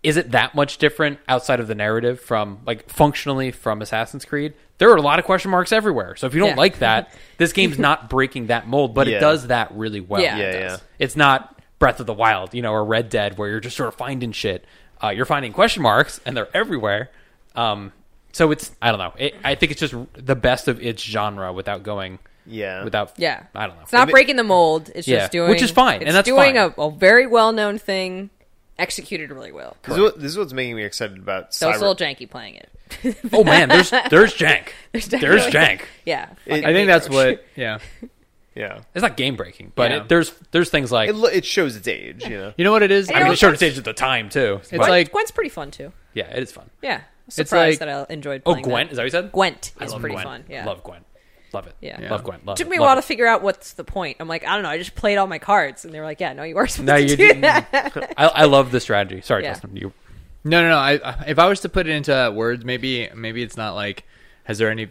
[SPEAKER 2] is it that much different outside of the narrative from like functionally from Assassin's Creed? There are a lot of question marks everywhere. So if you don't
[SPEAKER 3] Yeah. *laughs*
[SPEAKER 2] like that, this game's not breaking that mold, but
[SPEAKER 1] Yeah.
[SPEAKER 2] it does that really well.
[SPEAKER 3] Yeah,
[SPEAKER 1] yeah,
[SPEAKER 3] it
[SPEAKER 1] yeah.
[SPEAKER 3] does.
[SPEAKER 2] It's not Breath of the Wild, you know, or Red Dead, where you're just sort of finding shit. Uh, you're finding question marks, and they're everywhere. Um, so it's I don't know. It, I think it's just the best of its genre without going.
[SPEAKER 1] Yeah.
[SPEAKER 2] Without.
[SPEAKER 3] Yeah,
[SPEAKER 2] I don't know.
[SPEAKER 3] It's not
[SPEAKER 1] Maybe-
[SPEAKER 3] breaking the mold. It's
[SPEAKER 2] Yeah,
[SPEAKER 3] just doing
[SPEAKER 2] which is fine,
[SPEAKER 3] It's
[SPEAKER 2] and that's
[SPEAKER 3] doing
[SPEAKER 2] fine.
[SPEAKER 3] A, a very well known thing executed really well.
[SPEAKER 1] This is, what, this is what's making me excited about
[SPEAKER 3] So it's a
[SPEAKER 1] Cyber.
[SPEAKER 3] little janky playing it.
[SPEAKER 2] oh
[SPEAKER 3] *laughs*
[SPEAKER 2] man, there's there's jank. There's,
[SPEAKER 3] definitely- *laughs*
[SPEAKER 2] jank.
[SPEAKER 3] Yeah,
[SPEAKER 1] It-
[SPEAKER 3] fucking
[SPEAKER 4] I think that's
[SPEAKER 3] cockroach.
[SPEAKER 4] what. Yeah.
[SPEAKER 1] yeah,
[SPEAKER 2] It's not game breaking, but
[SPEAKER 4] Yeah.
[SPEAKER 2] it, there's there's things like
[SPEAKER 1] it, lo- it shows its age. You know,
[SPEAKER 4] You know what it is?
[SPEAKER 3] I
[SPEAKER 2] I mean,
[SPEAKER 3] know-
[SPEAKER 2] it showed its age at the time too. It's
[SPEAKER 4] like-
[SPEAKER 3] Gwent- Gwent's pretty fun too.
[SPEAKER 2] yeah, it is fun.
[SPEAKER 3] Yeah, I'm surprised
[SPEAKER 4] like-
[SPEAKER 3] that I enjoyed.
[SPEAKER 2] Oh,
[SPEAKER 3] Playing
[SPEAKER 2] Gwent
[SPEAKER 3] That.
[SPEAKER 2] is that what you said?
[SPEAKER 3] Gwent
[SPEAKER 2] I
[SPEAKER 3] is
[SPEAKER 2] love
[SPEAKER 3] pretty
[SPEAKER 2] Gwent.
[SPEAKER 3] fun. Yeah,
[SPEAKER 2] love Gwent. Love it.
[SPEAKER 3] Yeah.
[SPEAKER 2] love Gwent. Love
[SPEAKER 3] Took
[SPEAKER 2] it.
[SPEAKER 3] me a
[SPEAKER 2] Love
[SPEAKER 3] while
[SPEAKER 2] it.
[SPEAKER 3] to figure out what's the point. I'm like, I don't know. I just played all my cards, and they were like, Yeah, no, you are *laughs* supposed
[SPEAKER 2] No,
[SPEAKER 3] to
[SPEAKER 2] you
[SPEAKER 3] do
[SPEAKER 2] didn't.
[SPEAKER 3] that.
[SPEAKER 2] *laughs* I, I love the strategy. Sorry,
[SPEAKER 3] Yeah.
[SPEAKER 2] Justin. You
[SPEAKER 4] No, no, no. I, I- if I was to put it into words, maybe maybe it's not like has there any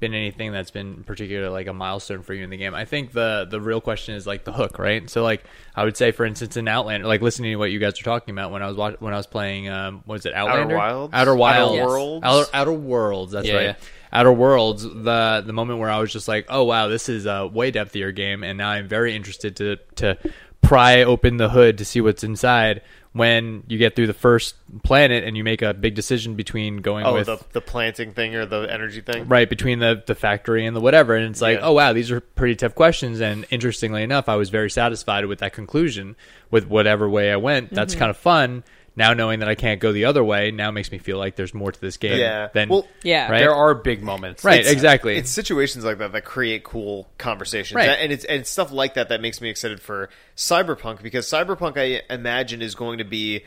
[SPEAKER 4] been anything that's been particular like a milestone for you in the game? I think the the real question is like the hook, right? So like I would say, for instance, in Outlander, like listening to what you guys are talking about when I was watch- when I was playing, um, what is it Outlander?
[SPEAKER 1] Wilds?
[SPEAKER 4] Outer
[SPEAKER 1] Outer
[SPEAKER 4] Wilds,
[SPEAKER 1] Worlds?
[SPEAKER 4] Outer, Outer Worlds. That's
[SPEAKER 2] Yeah,
[SPEAKER 4] right.
[SPEAKER 2] yeah.
[SPEAKER 4] Outer Worlds, the the moment where I was just like, oh wow, this is a way depthier game, and now I'm very interested to to pry open the hood to see what's inside. When you get through the first planet and you make a big decision between going
[SPEAKER 1] oh,
[SPEAKER 4] with
[SPEAKER 1] the the planting thing or the energy thing.
[SPEAKER 4] right between the the factory and the whatever, and it's like,
[SPEAKER 1] Yeah.
[SPEAKER 4] oh wow, these are pretty tough questions. And interestingly enough, I was very satisfied with that conclusion with whatever way I went.
[SPEAKER 1] Mm-hmm.
[SPEAKER 4] That's kind of fun. Now knowing that I can't go the other way now makes me feel like there's more to this game
[SPEAKER 1] Yeah.
[SPEAKER 4] than
[SPEAKER 1] Well,
[SPEAKER 3] Yeah.
[SPEAKER 4] Right?
[SPEAKER 2] there are big moments.
[SPEAKER 4] Right,
[SPEAKER 2] It's-
[SPEAKER 4] exactly.
[SPEAKER 1] It's situations like that that create cool conversations,
[SPEAKER 4] Right.
[SPEAKER 1] and it's and it's stuff like that that makes me excited for Cyberpunk because Cyberpunk, I imagine, is going to be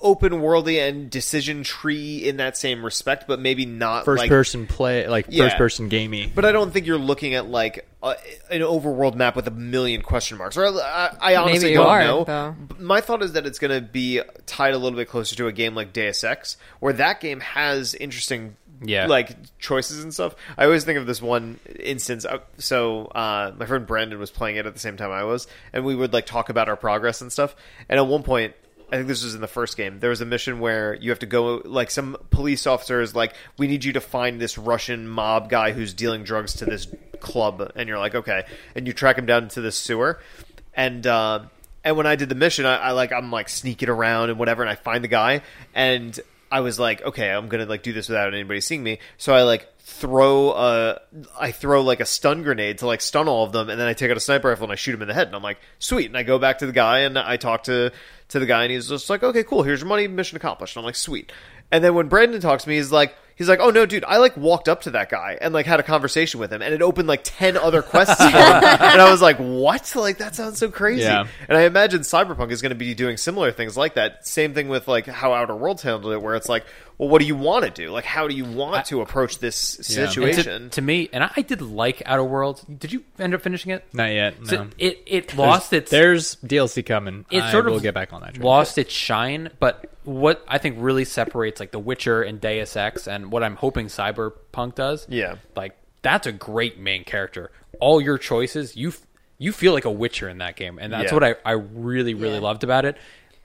[SPEAKER 1] open worldy and decision tree in that same respect, but maybe not
[SPEAKER 4] first
[SPEAKER 1] like,
[SPEAKER 4] person play, like
[SPEAKER 1] Yeah.
[SPEAKER 4] first person gamey.
[SPEAKER 1] But I don't think you're looking at like a, an overworld map with a million question marks. Or I, I honestly
[SPEAKER 3] you
[SPEAKER 1] don't
[SPEAKER 3] are,
[SPEAKER 1] know.
[SPEAKER 3] though.
[SPEAKER 1] B- My thought is that it's going to be tied a little bit closer to a game like Deus Ex, where that game has interesting
[SPEAKER 2] Yeah.
[SPEAKER 1] like choices and stuff. I always think of this one instance. uh, So uh, my friend Brandon was playing it at the same time I was, and we would like talk about our progress and stuff. And at one point. I think this was in the first game. There was a mission where you have to go, like, some police officer is like, we need you to find this Russian mob guy who's dealing drugs to this club. And you're like, okay. And you track him down to this sewer. And, uh, and when I did the mission, I, I like, I'm like sneaking around and whatever. And I find the guy. And I was like, okay, I'm gonna like do this without anybody seeing me. So I like throw a, I throw like a stun grenade to like stun all of them, and then I take out a sniper rifle and I shoot him in the head, and I'm like, sweet. And I go back to the guy and I talk to to the guy, and he's just like, okay, cool, here's your money, mission accomplished. And I'm like, sweet. And then when Brandon talks to me, he's like, he's like, oh no, dude, I like walked up to that guy and like had a conversation with him, and it opened like ten other quests. for him. And I was like, what? Like that sounds so crazy.
[SPEAKER 4] Yeah.
[SPEAKER 1] And I imagine Cyberpunk is going to be doing similar things like that. Same thing with like how Outer Worlds handled it, where it's like, well, what do you want to do? Like, how do you want to approach this
[SPEAKER 4] Yeah.
[SPEAKER 2] And to-
[SPEAKER 1] situation?
[SPEAKER 2] To, me, and I, I did like Outer Worlds. Did you end up finishing it?
[SPEAKER 4] Not yet. No.
[SPEAKER 2] So it it lost its
[SPEAKER 4] There's DLC coming.
[SPEAKER 2] it
[SPEAKER 4] I
[SPEAKER 2] sort of
[SPEAKER 4] will get back on that. Track.
[SPEAKER 2] lost its shine. But what I think really separates like The Witcher and Deus Ex, and what I'm hoping Cyberpunk does,
[SPEAKER 1] Yeah.
[SPEAKER 2] like that's a great main character. All your choices, you f- you feel like a Witcher in that game, and that's
[SPEAKER 1] Yeah.
[SPEAKER 2] what I I really really
[SPEAKER 3] Yeah.
[SPEAKER 2] loved about it.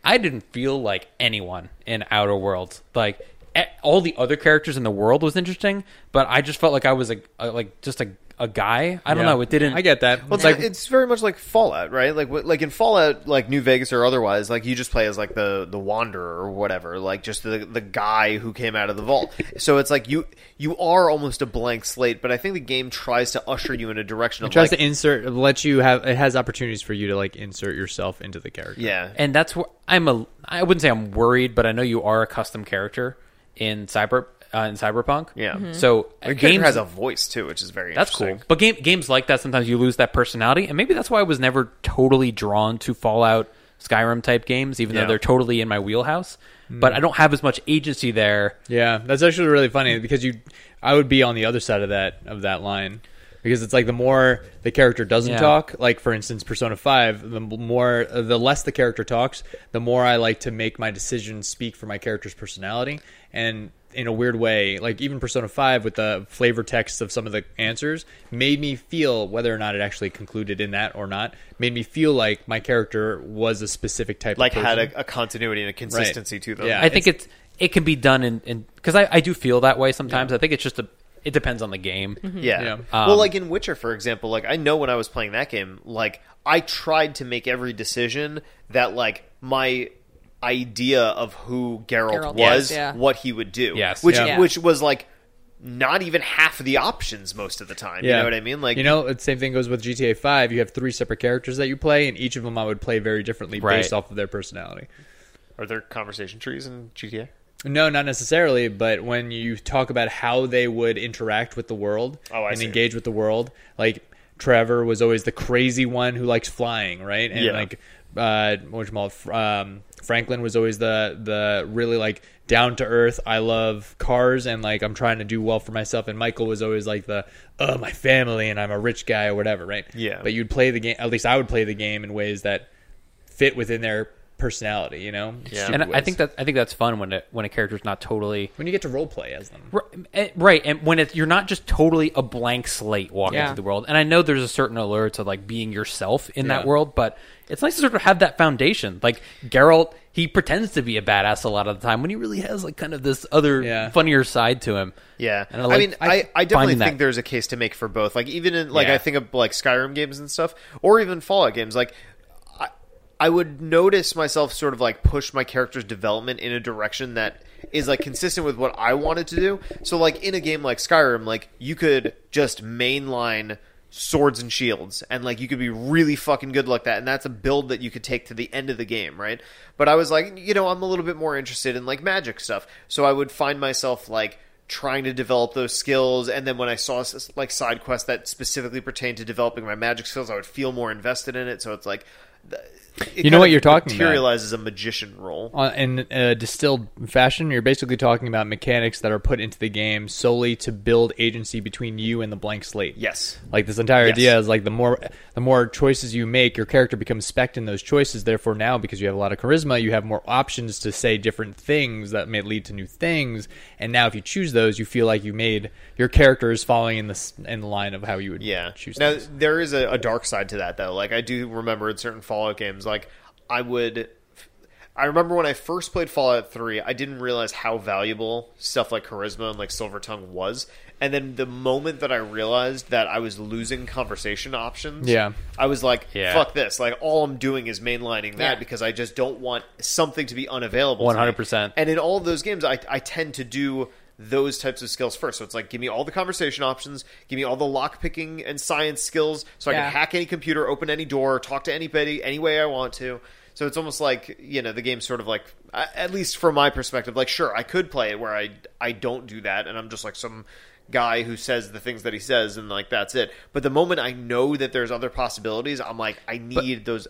[SPEAKER 2] I didn't feel like anyone in Outer Worlds. Like e- all the other characters in the world was interesting, but I just felt like I was a, a like just a a guy. I don't
[SPEAKER 4] Yeah.
[SPEAKER 2] know. It didn't.
[SPEAKER 4] I get that.
[SPEAKER 1] well, it's, like, it's very much like Fallout, right? Like, what- like in Fallout, like New Vegas or otherwise, like you just play as like the the Wanderer or whatever, like just the the guy who came out of the vault. So it's like you you are almost a blank slate, but I think the game tries to usher you in a direction of
[SPEAKER 4] it tries
[SPEAKER 1] like,
[SPEAKER 4] to insert, let you have. It has opportunities for you to like insert yourself into the character.
[SPEAKER 1] yeah,
[SPEAKER 2] and that's where I'm a. I wouldn't say I'm worried, but I know you are a custom character in cyber uh, in cyberpunk.
[SPEAKER 1] Yeah. Mhm.
[SPEAKER 2] So uh,
[SPEAKER 1] Your
[SPEAKER 2] games
[SPEAKER 1] character has a voice too, which is very
[SPEAKER 2] that's
[SPEAKER 1] interesting.
[SPEAKER 2] cool. But game, games like that sometimes you lose that personality, and maybe that's why I was never totally drawn to Fallout, Skyrim type games, even
[SPEAKER 1] Yeah. Hmm.
[SPEAKER 2] though they're totally in my wheelhouse. But I don't have as much agency there.
[SPEAKER 4] Yeah, that's actually really funny because you, I would be on the other side of that of that line because it's like the more the character doesn't
[SPEAKER 2] Yeah.
[SPEAKER 4] talk, like for instance Persona Five, the m- more uh, the less the character talks, the more I like to make my decisions speak for my character's personality and in a weird way, like even Persona Five with the flavor text of some of the answers made me feel whether or not it actually concluded in that or not made me feel like my character was a specific type
[SPEAKER 1] Like
[SPEAKER 4] of
[SPEAKER 1] had
[SPEAKER 4] person.
[SPEAKER 1] a, a continuity and a consistency to them.
[SPEAKER 4] Yeah.
[SPEAKER 2] I think it's, it can be done in because I, I do feel that way sometimes. I think it's just a it depends on the game.
[SPEAKER 1] Yeah.
[SPEAKER 4] Yeah.
[SPEAKER 1] well, like in Witcher, for example, like I know when I was playing that game, like I tried to make every decision that like my idea of who Geralt,
[SPEAKER 3] Geralt
[SPEAKER 1] was,
[SPEAKER 3] was, yeah.
[SPEAKER 1] what he would do,
[SPEAKER 2] Yes.
[SPEAKER 1] which
[SPEAKER 4] Yeah.
[SPEAKER 1] which was like not even half the options most of the time. You know what I mean? Like
[SPEAKER 4] you know, the same thing goes with GTA Five. You have three separate characters that you play, and each of them I would play very differently
[SPEAKER 2] Right.
[SPEAKER 4] based off of their personality.
[SPEAKER 1] are there conversation trees in GTA?
[SPEAKER 4] No, not necessarily, but when you talk about how they would interact with the world
[SPEAKER 1] Oh, I
[SPEAKER 4] and
[SPEAKER 1] see.
[SPEAKER 4] engage with the world, like Trevor was always the crazy one who likes flying, right? And
[SPEAKER 1] Yeah.
[SPEAKER 4] like uh what um Franklin was always the the really like down to earth, I love cars and like I'm trying to do well for myself and Michael was always like the oh my family and I'm a rich guy or whatever, right?
[SPEAKER 1] Yeah.
[SPEAKER 4] But you'd play the game at least I would play the game in ways that fit within their personality, you know?
[SPEAKER 1] Yeah.
[SPEAKER 4] Stupid
[SPEAKER 2] And I
[SPEAKER 4] ways.
[SPEAKER 2] think that I think that's fun when it, when a character's not totally
[SPEAKER 4] when you get to role play as them.
[SPEAKER 2] Right, eh, right, and when it, you're not just totally a blank slate walking
[SPEAKER 3] Yeah.
[SPEAKER 2] through the world, and I know there's a certain allure to like being yourself in
[SPEAKER 4] Yeah.
[SPEAKER 2] that world, but it's nice to sort of have that foundation. Like Geralt, he pretends to be a badass a lot of the time when he really has like kind of this other
[SPEAKER 4] Yeah.
[SPEAKER 2] funnier side to him.
[SPEAKER 1] Yeah,
[SPEAKER 2] and
[SPEAKER 1] I,
[SPEAKER 2] I, like,
[SPEAKER 1] mean, I, I definitely
[SPEAKER 2] finding that.
[SPEAKER 1] think there's a case to make for both. Like even in like
[SPEAKER 4] Yeah.
[SPEAKER 1] I think of like Skyrim games and stuff, or even Fallout games. Like I, I would notice myself sort of like push my character's development in a direction that is like consistent with what I wanted to do. So like in a game like Skyrim, like you could just mainline swords and shields and like you could be really fucking good like that and that's a build that you could take to the end of the game right but i was like you know i'm a little bit more interested in like magic stuff so i would find myself like trying to develop those skills and then when i saw s- like side quests that specifically pertained to developing my magic skills i would feel more invested in it so it's like it
[SPEAKER 4] You know
[SPEAKER 1] kind
[SPEAKER 4] what
[SPEAKER 1] of
[SPEAKER 4] you're talking about.
[SPEAKER 1] materializes a magician role.
[SPEAKER 4] on, Uh, in a distilled fashion, you're basically talking about mechanics that are put into the game solely to build agency between you and the blank slate.
[SPEAKER 1] Yes.
[SPEAKER 4] Like this entire
[SPEAKER 1] Yes.
[SPEAKER 4] idea is like the more the more choices you make, your character becomes spec in those choices. Therefore, now because you have a lot of charisma, you have more options to say different things that may lead to new things. And now, if you choose those, you feel like you made your character is following in the s- in the line of how you would
[SPEAKER 1] Yeah.
[SPEAKER 4] choose.
[SPEAKER 1] Now
[SPEAKER 4] things.
[SPEAKER 1] there is a, a dark side to that though. Like I do remember in certain Fallout games, like I would. I remember when I first played Fallout Three, I didn't realize how valuable stuff like charisma and like Silver Tongue was. And then the moment that I realized that I was losing conversation options,
[SPEAKER 4] Yeah.
[SPEAKER 1] I was like,
[SPEAKER 2] Yeah.
[SPEAKER 1] "Fuck this!" Like all I'm doing is mainlining that
[SPEAKER 3] Yeah.
[SPEAKER 1] because I just don't want something to be unavailable. to me.
[SPEAKER 2] 100%.
[SPEAKER 1] And in all of those games, I, I tend to do those types of skills first. So it's like, give me all the conversation options, give me all the lock picking and science skills, so I
[SPEAKER 3] Yeah.
[SPEAKER 1] can hack any computer, open any door, talk to anybody any way I want to. So it's almost like you know the game's sort of like, a- at least from my perspective, like sure I could play it where I I don't do that, and I'm just like some guy who says the things that he says, and like that's it. But the moment I know that there's other possibilities, I'm like, I need those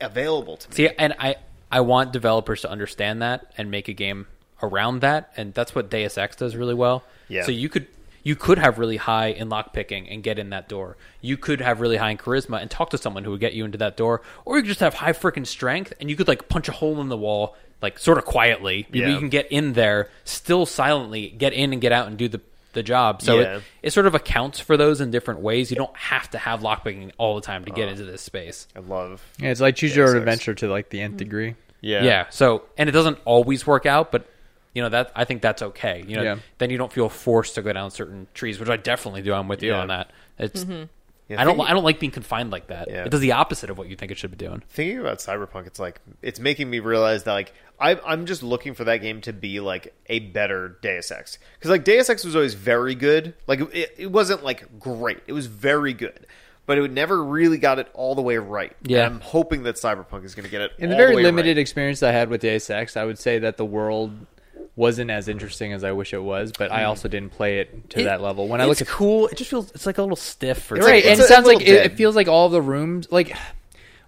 [SPEAKER 1] available to me.
[SPEAKER 2] See, and I I want developers to understand that and make a game around that, and that's what Deus Ex does really well.
[SPEAKER 1] Yeah.
[SPEAKER 2] So you could you could have really high in lock picking and get in that door. You could have really high in charisma and talk to someone who would get you into that door, or you could just have high freaking strength and you could like punch a hole in the wall like sort of quietly. You-
[SPEAKER 1] Yeah.
[SPEAKER 2] You can get in there still silently, get in and get out and do the the job. So
[SPEAKER 1] Yeah.
[SPEAKER 2] it, it sort of accounts for those in different ways. You don't have to have lockpicking all the time to
[SPEAKER 1] Uh.
[SPEAKER 2] get into this space.
[SPEAKER 1] I love.
[SPEAKER 4] yeah, it's like choose
[SPEAKER 1] Yeah,
[SPEAKER 4] your
[SPEAKER 1] so
[SPEAKER 4] own
[SPEAKER 1] it's-
[SPEAKER 4] adventure to like the nth degree.
[SPEAKER 1] Yeah.
[SPEAKER 2] Yeah. So, and it doesn't always work out, but you know that I think that's okay. You know,
[SPEAKER 4] Yeah.
[SPEAKER 2] then you don't feel forced to go down certain trees, which I definitely do. I'm with you
[SPEAKER 1] Yeah.
[SPEAKER 2] on that. It's
[SPEAKER 1] Yeah,
[SPEAKER 2] I don't
[SPEAKER 1] think-
[SPEAKER 2] I don't like being confined like that.
[SPEAKER 1] Yeah.
[SPEAKER 2] It does the opposite of what you think it should be doing.
[SPEAKER 1] thinking about cyberpunk it's like it's making me realize that like I, i'm just looking for that game to be like a better deus ex because like deus ex was always very good like it, it wasn't like great it was very good but it never really got it all the way right
[SPEAKER 2] Yeah.
[SPEAKER 1] And i'm hoping that cyberpunk is going to get it
[SPEAKER 4] in the
[SPEAKER 1] all
[SPEAKER 4] very
[SPEAKER 1] way
[SPEAKER 4] limited
[SPEAKER 1] right.
[SPEAKER 4] experience I had with Deus Ex, I would say that the world wasn't as interesting as I wish it was, but
[SPEAKER 1] Mm.
[SPEAKER 4] I also didn't play it to
[SPEAKER 2] It-
[SPEAKER 4] that level. When I look
[SPEAKER 2] it's
[SPEAKER 4] at
[SPEAKER 2] cool, it just feels it's like a little stiff. Or
[SPEAKER 4] right,
[SPEAKER 1] like-
[SPEAKER 4] and
[SPEAKER 1] it's
[SPEAKER 4] it
[SPEAKER 1] a-
[SPEAKER 4] sounds
[SPEAKER 1] a
[SPEAKER 4] like
[SPEAKER 1] little
[SPEAKER 4] it, it
[SPEAKER 1] dead.
[SPEAKER 4] feels like all the rooms like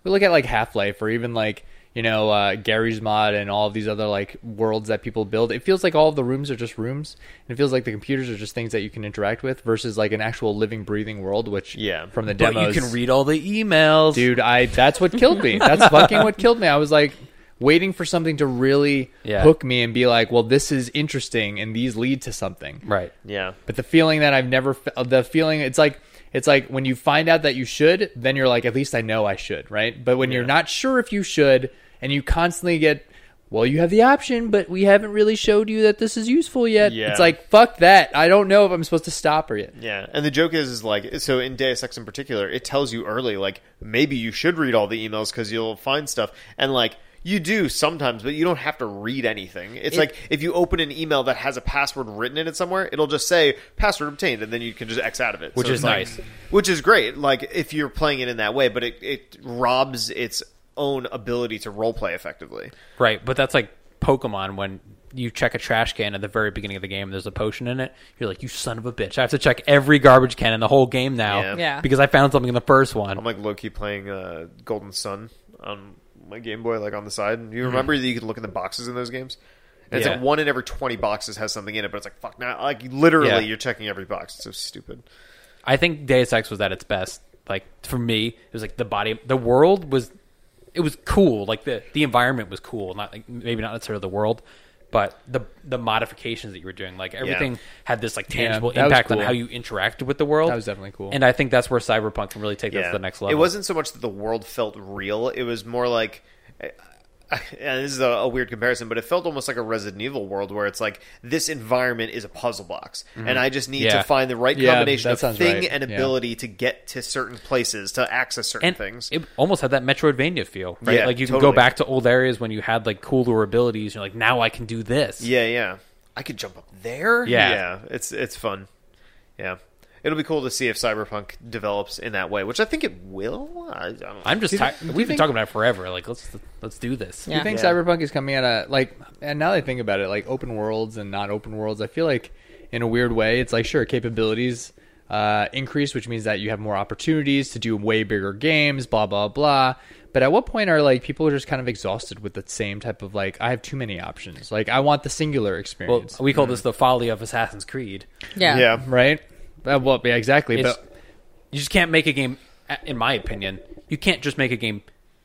[SPEAKER 4] we look at like Half Life or even like you know uh, Gary's mod and all of these other like worlds that people build. It feels like all of the rooms are just rooms, and it feels like the computers are just things that you can interact with versus like an actual living, breathing world. Which
[SPEAKER 1] Yeah.
[SPEAKER 4] from the
[SPEAKER 2] But
[SPEAKER 4] demos,
[SPEAKER 2] you can read all the emails.
[SPEAKER 4] dude i that's what killed me that's fucking what killed me i was like waiting for something to really
[SPEAKER 2] Yeah.
[SPEAKER 4] hook me and be like well this is interesting and these lead to something
[SPEAKER 2] Right.
[SPEAKER 1] yeah
[SPEAKER 4] but the feeling that i've never fe- the feeling it's like it's like when you find out that you should then you're like at least i know i should right but when you're
[SPEAKER 1] Yeah.
[SPEAKER 4] not sure if you should and you constantly get well you have the option but we haven't really showed you that this is useful yet
[SPEAKER 1] Yeah.
[SPEAKER 4] it's like fuck that i don't know if i'm supposed to stop or yet
[SPEAKER 1] yeah and the joke is, is like so in deus ex in particular it tells you early like maybe you should read all the emails because you'll find stuff and like you do sometimes, but you don't have to read anything. It's
[SPEAKER 4] It-
[SPEAKER 1] like if you open an email that has a password written in it somewhere, it'll just say password obtained, and then you can just X out of it.
[SPEAKER 2] Which
[SPEAKER 1] So
[SPEAKER 2] is
[SPEAKER 1] it's like-
[SPEAKER 2] nice.
[SPEAKER 1] which is great. Like if you're playing it in that way, but it, it robs its own ability to roleplay effectively.
[SPEAKER 2] Right, but that's like Pokemon when you check a trash can at the very beginning of the game. There's a potion in it. You're like, you son of a bitch! I have to check every garbage can in the whole game now,
[SPEAKER 1] Yeah.
[SPEAKER 3] Yeah.
[SPEAKER 2] because I found something in the first one.
[SPEAKER 1] I'm like low key playing uh, Golden Sun on my Game Boy, like on the side. You remember that you could look in the boxes in those games? And
[SPEAKER 2] Mm-hmm. Yeah.
[SPEAKER 1] It's like one in every twenty boxes has something in it, but it's like fuck now. Like literally,
[SPEAKER 2] Yeah.
[SPEAKER 1] you're checking every box. It's so stupid.
[SPEAKER 2] I think Deus Ex was at its best. Like for me, it was like the body, the world was, it was cool. Like the the environment was cool. Not like maybe not necessarily the world, but the the modifications that you were doing. Like everything had this like tangible
[SPEAKER 4] that was
[SPEAKER 2] impact on
[SPEAKER 4] cool.
[SPEAKER 2] how you interacted with the world.
[SPEAKER 4] That was definitely cool.
[SPEAKER 2] And I think that's where Cyberpunk can really take that to the next level.
[SPEAKER 1] It wasn't so much that the world felt real; it was more like. *laughs* And this is a, a weird comparison, but it felt almost like a Resident Evil world where it's like this environment is a puzzle box, and I just need
[SPEAKER 2] Mm-hmm. Yeah.
[SPEAKER 1] to find the right
[SPEAKER 4] Yeah,
[SPEAKER 1] combination
[SPEAKER 4] that
[SPEAKER 1] of
[SPEAKER 4] sounds
[SPEAKER 1] thing
[SPEAKER 4] right.
[SPEAKER 1] and
[SPEAKER 4] Yeah.
[SPEAKER 1] ability to get to certain places to access certain
[SPEAKER 2] and
[SPEAKER 1] things.
[SPEAKER 2] It almost had that Metroidvania feel, right?
[SPEAKER 1] Yeah,
[SPEAKER 2] like you can go
[SPEAKER 1] totally.
[SPEAKER 2] back to old areas when you had like cooler abilities. You're like, now I can do this.
[SPEAKER 1] Yeah, yeah. I could jump up there.
[SPEAKER 2] Yeah.
[SPEAKER 1] yeah. It's it's fun. Yeah, it'll be cool to see if Cyberpunk develops in that way, which I think it will. I, I don't know.
[SPEAKER 2] I'm just
[SPEAKER 4] Do you
[SPEAKER 2] tired.
[SPEAKER 4] think- do you
[SPEAKER 2] We've been
[SPEAKER 4] think-
[SPEAKER 2] talking about it forever. Like let's let's do this.
[SPEAKER 3] Yeah.
[SPEAKER 4] Do you think
[SPEAKER 1] Yeah.
[SPEAKER 4] Cyberpunk is coming out of like? And now that I think about it, like open worlds and not open worlds, I feel like in a weird way, it's like sure capabilities uh, increased, which means that you have more opportunities to do way bigger games, blah blah blah. But at what point are like people just kind of exhausted with the same type of like I have too many options. Like I want the singular
[SPEAKER 2] Well,
[SPEAKER 4] experience,
[SPEAKER 2] we call this the folly of Assassin's Creed.
[SPEAKER 3] Yeah.
[SPEAKER 1] yeah.
[SPEAKER 4] right? Uh, well, yeah, exactly.
[SPEAKER 2] It's-
[SPEAKER 4] but
[SPEAKER 2] you just can't make a game, in my opinion, you can't just make a game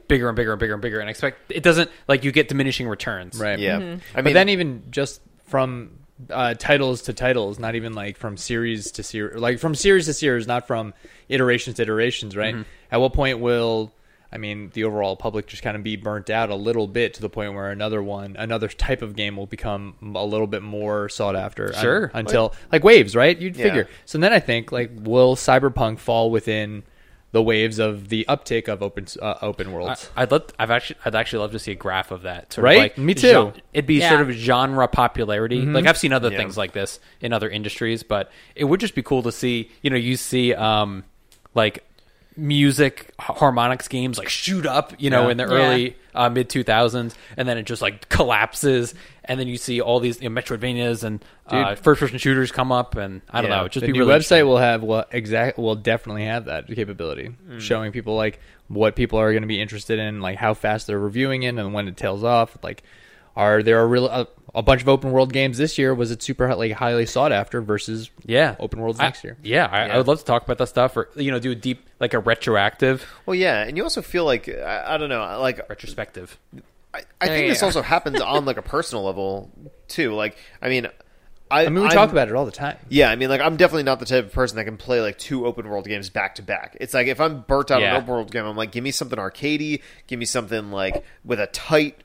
[SPEAKER 2] bigger and bigger and bigger and bigger and expect it doesn't like you get diminishing returns.
[SPEAKER 4] right,
[SPEAKER 1] Yeah. I
[SPEAKER 4] but
[SPEAKER 1] mean,
[SPEAKER 4] then even just from uh, titles to titles, not even like from series to series, like from series to series, not from iterations to iterations, right?
[SPEAKER 1] Mm-hmm.
[SPEAKER 4] At what point will I mean the overall public just kind of be burnt out a little bit to the point where another one, another type of game will become a little bit more sought after? un-
[SPEAKER 2] Sure.
[SPEAKER 4] until like, waves, right? You'd
[SPEAKER 1] Yeah.
[SPEAKER 4] figure. So then I think like will Cyberpunk fall within the waves of the uptick of open uh, open
[SPEAKER 2] I,
[SPEAKER 4] worlds?
[SPEAKER 2] I'd love. I've actually. I'd actually love to see a graph of that. Sort
[SPEAKER 4] Right?
[SPEAKER 2] Of like
[SPEAKER 4] Me too. Mm-hmm.
[SPEAKER 2] gen- it'd be
[SPEAKER 3] Yeah.
[SPEAKER 2] sort of genre popularity. Like I've seen other
[SPEAKER 1] Yeah.
[SPEAKER 2] things like this in other industries, but it would just be cool to see. You know, you see, um, like music h- harmonics games like shoot up. You know,
[SPEAKER 4] Yeah.
[SPEAKER 2] in the
[SPEAKER 3] Yeah.
[SPEAKER 2] early uh, mid two thousands, and then it just like collapses, and then you see all these you know, Metroidvanias and uh, first person shooters come up, and I don't
[SPEAKER 1] Yeah.
[SPEAKER 2] know. It'd just
[SPEAKER 4] the
[SPEAKER 2] be
[SPEAKER 4] new
[SPEAKER 2] really
[SPEAKER 4] website will have well exact will definitely have that capability, showing people like what people are going to be interested in, like how fast they're reviewing it, and when it tails off. Like, are there a real a, a bunch of open world games this year? Was it super like highly sought after versus
[SPEAKER 2] Yeah,
[SPEAKER 4] open worlds
[SPEAKER 2] I-
[SPEAKER 4] next year?
[SPEAKER 2] Yeah I, I would love to talk about that stuff, or you know, do a deep like a retroactive
[SPEAKER 1] well, yeah, and you also feel like I, I don't know, like
[SPEAKER 2] retrospective.
[SPEAKER 1] I, I
[SPEAKER 3] Yeah,
[SPEAKER 1] think
[SPEAKER 3] yeah,
[SPEAKER 1] this
[SPEAKER 3] yeah.
[SPEAKER 1] also happens on like a personal level too. Like, I mean, I,
[SPEAKER 4] I mean, we talk about it all the time.
[SPEAKER 1] Yeah, I mean, like I'm definitely not the type of person that can play like two open world games back to back. It's like if I'm burnt out on
[SPEAKER 2] Yeah.
[SPEAKER 1] an open world game, I'm like, give me something arcadey, give me something like with a tight,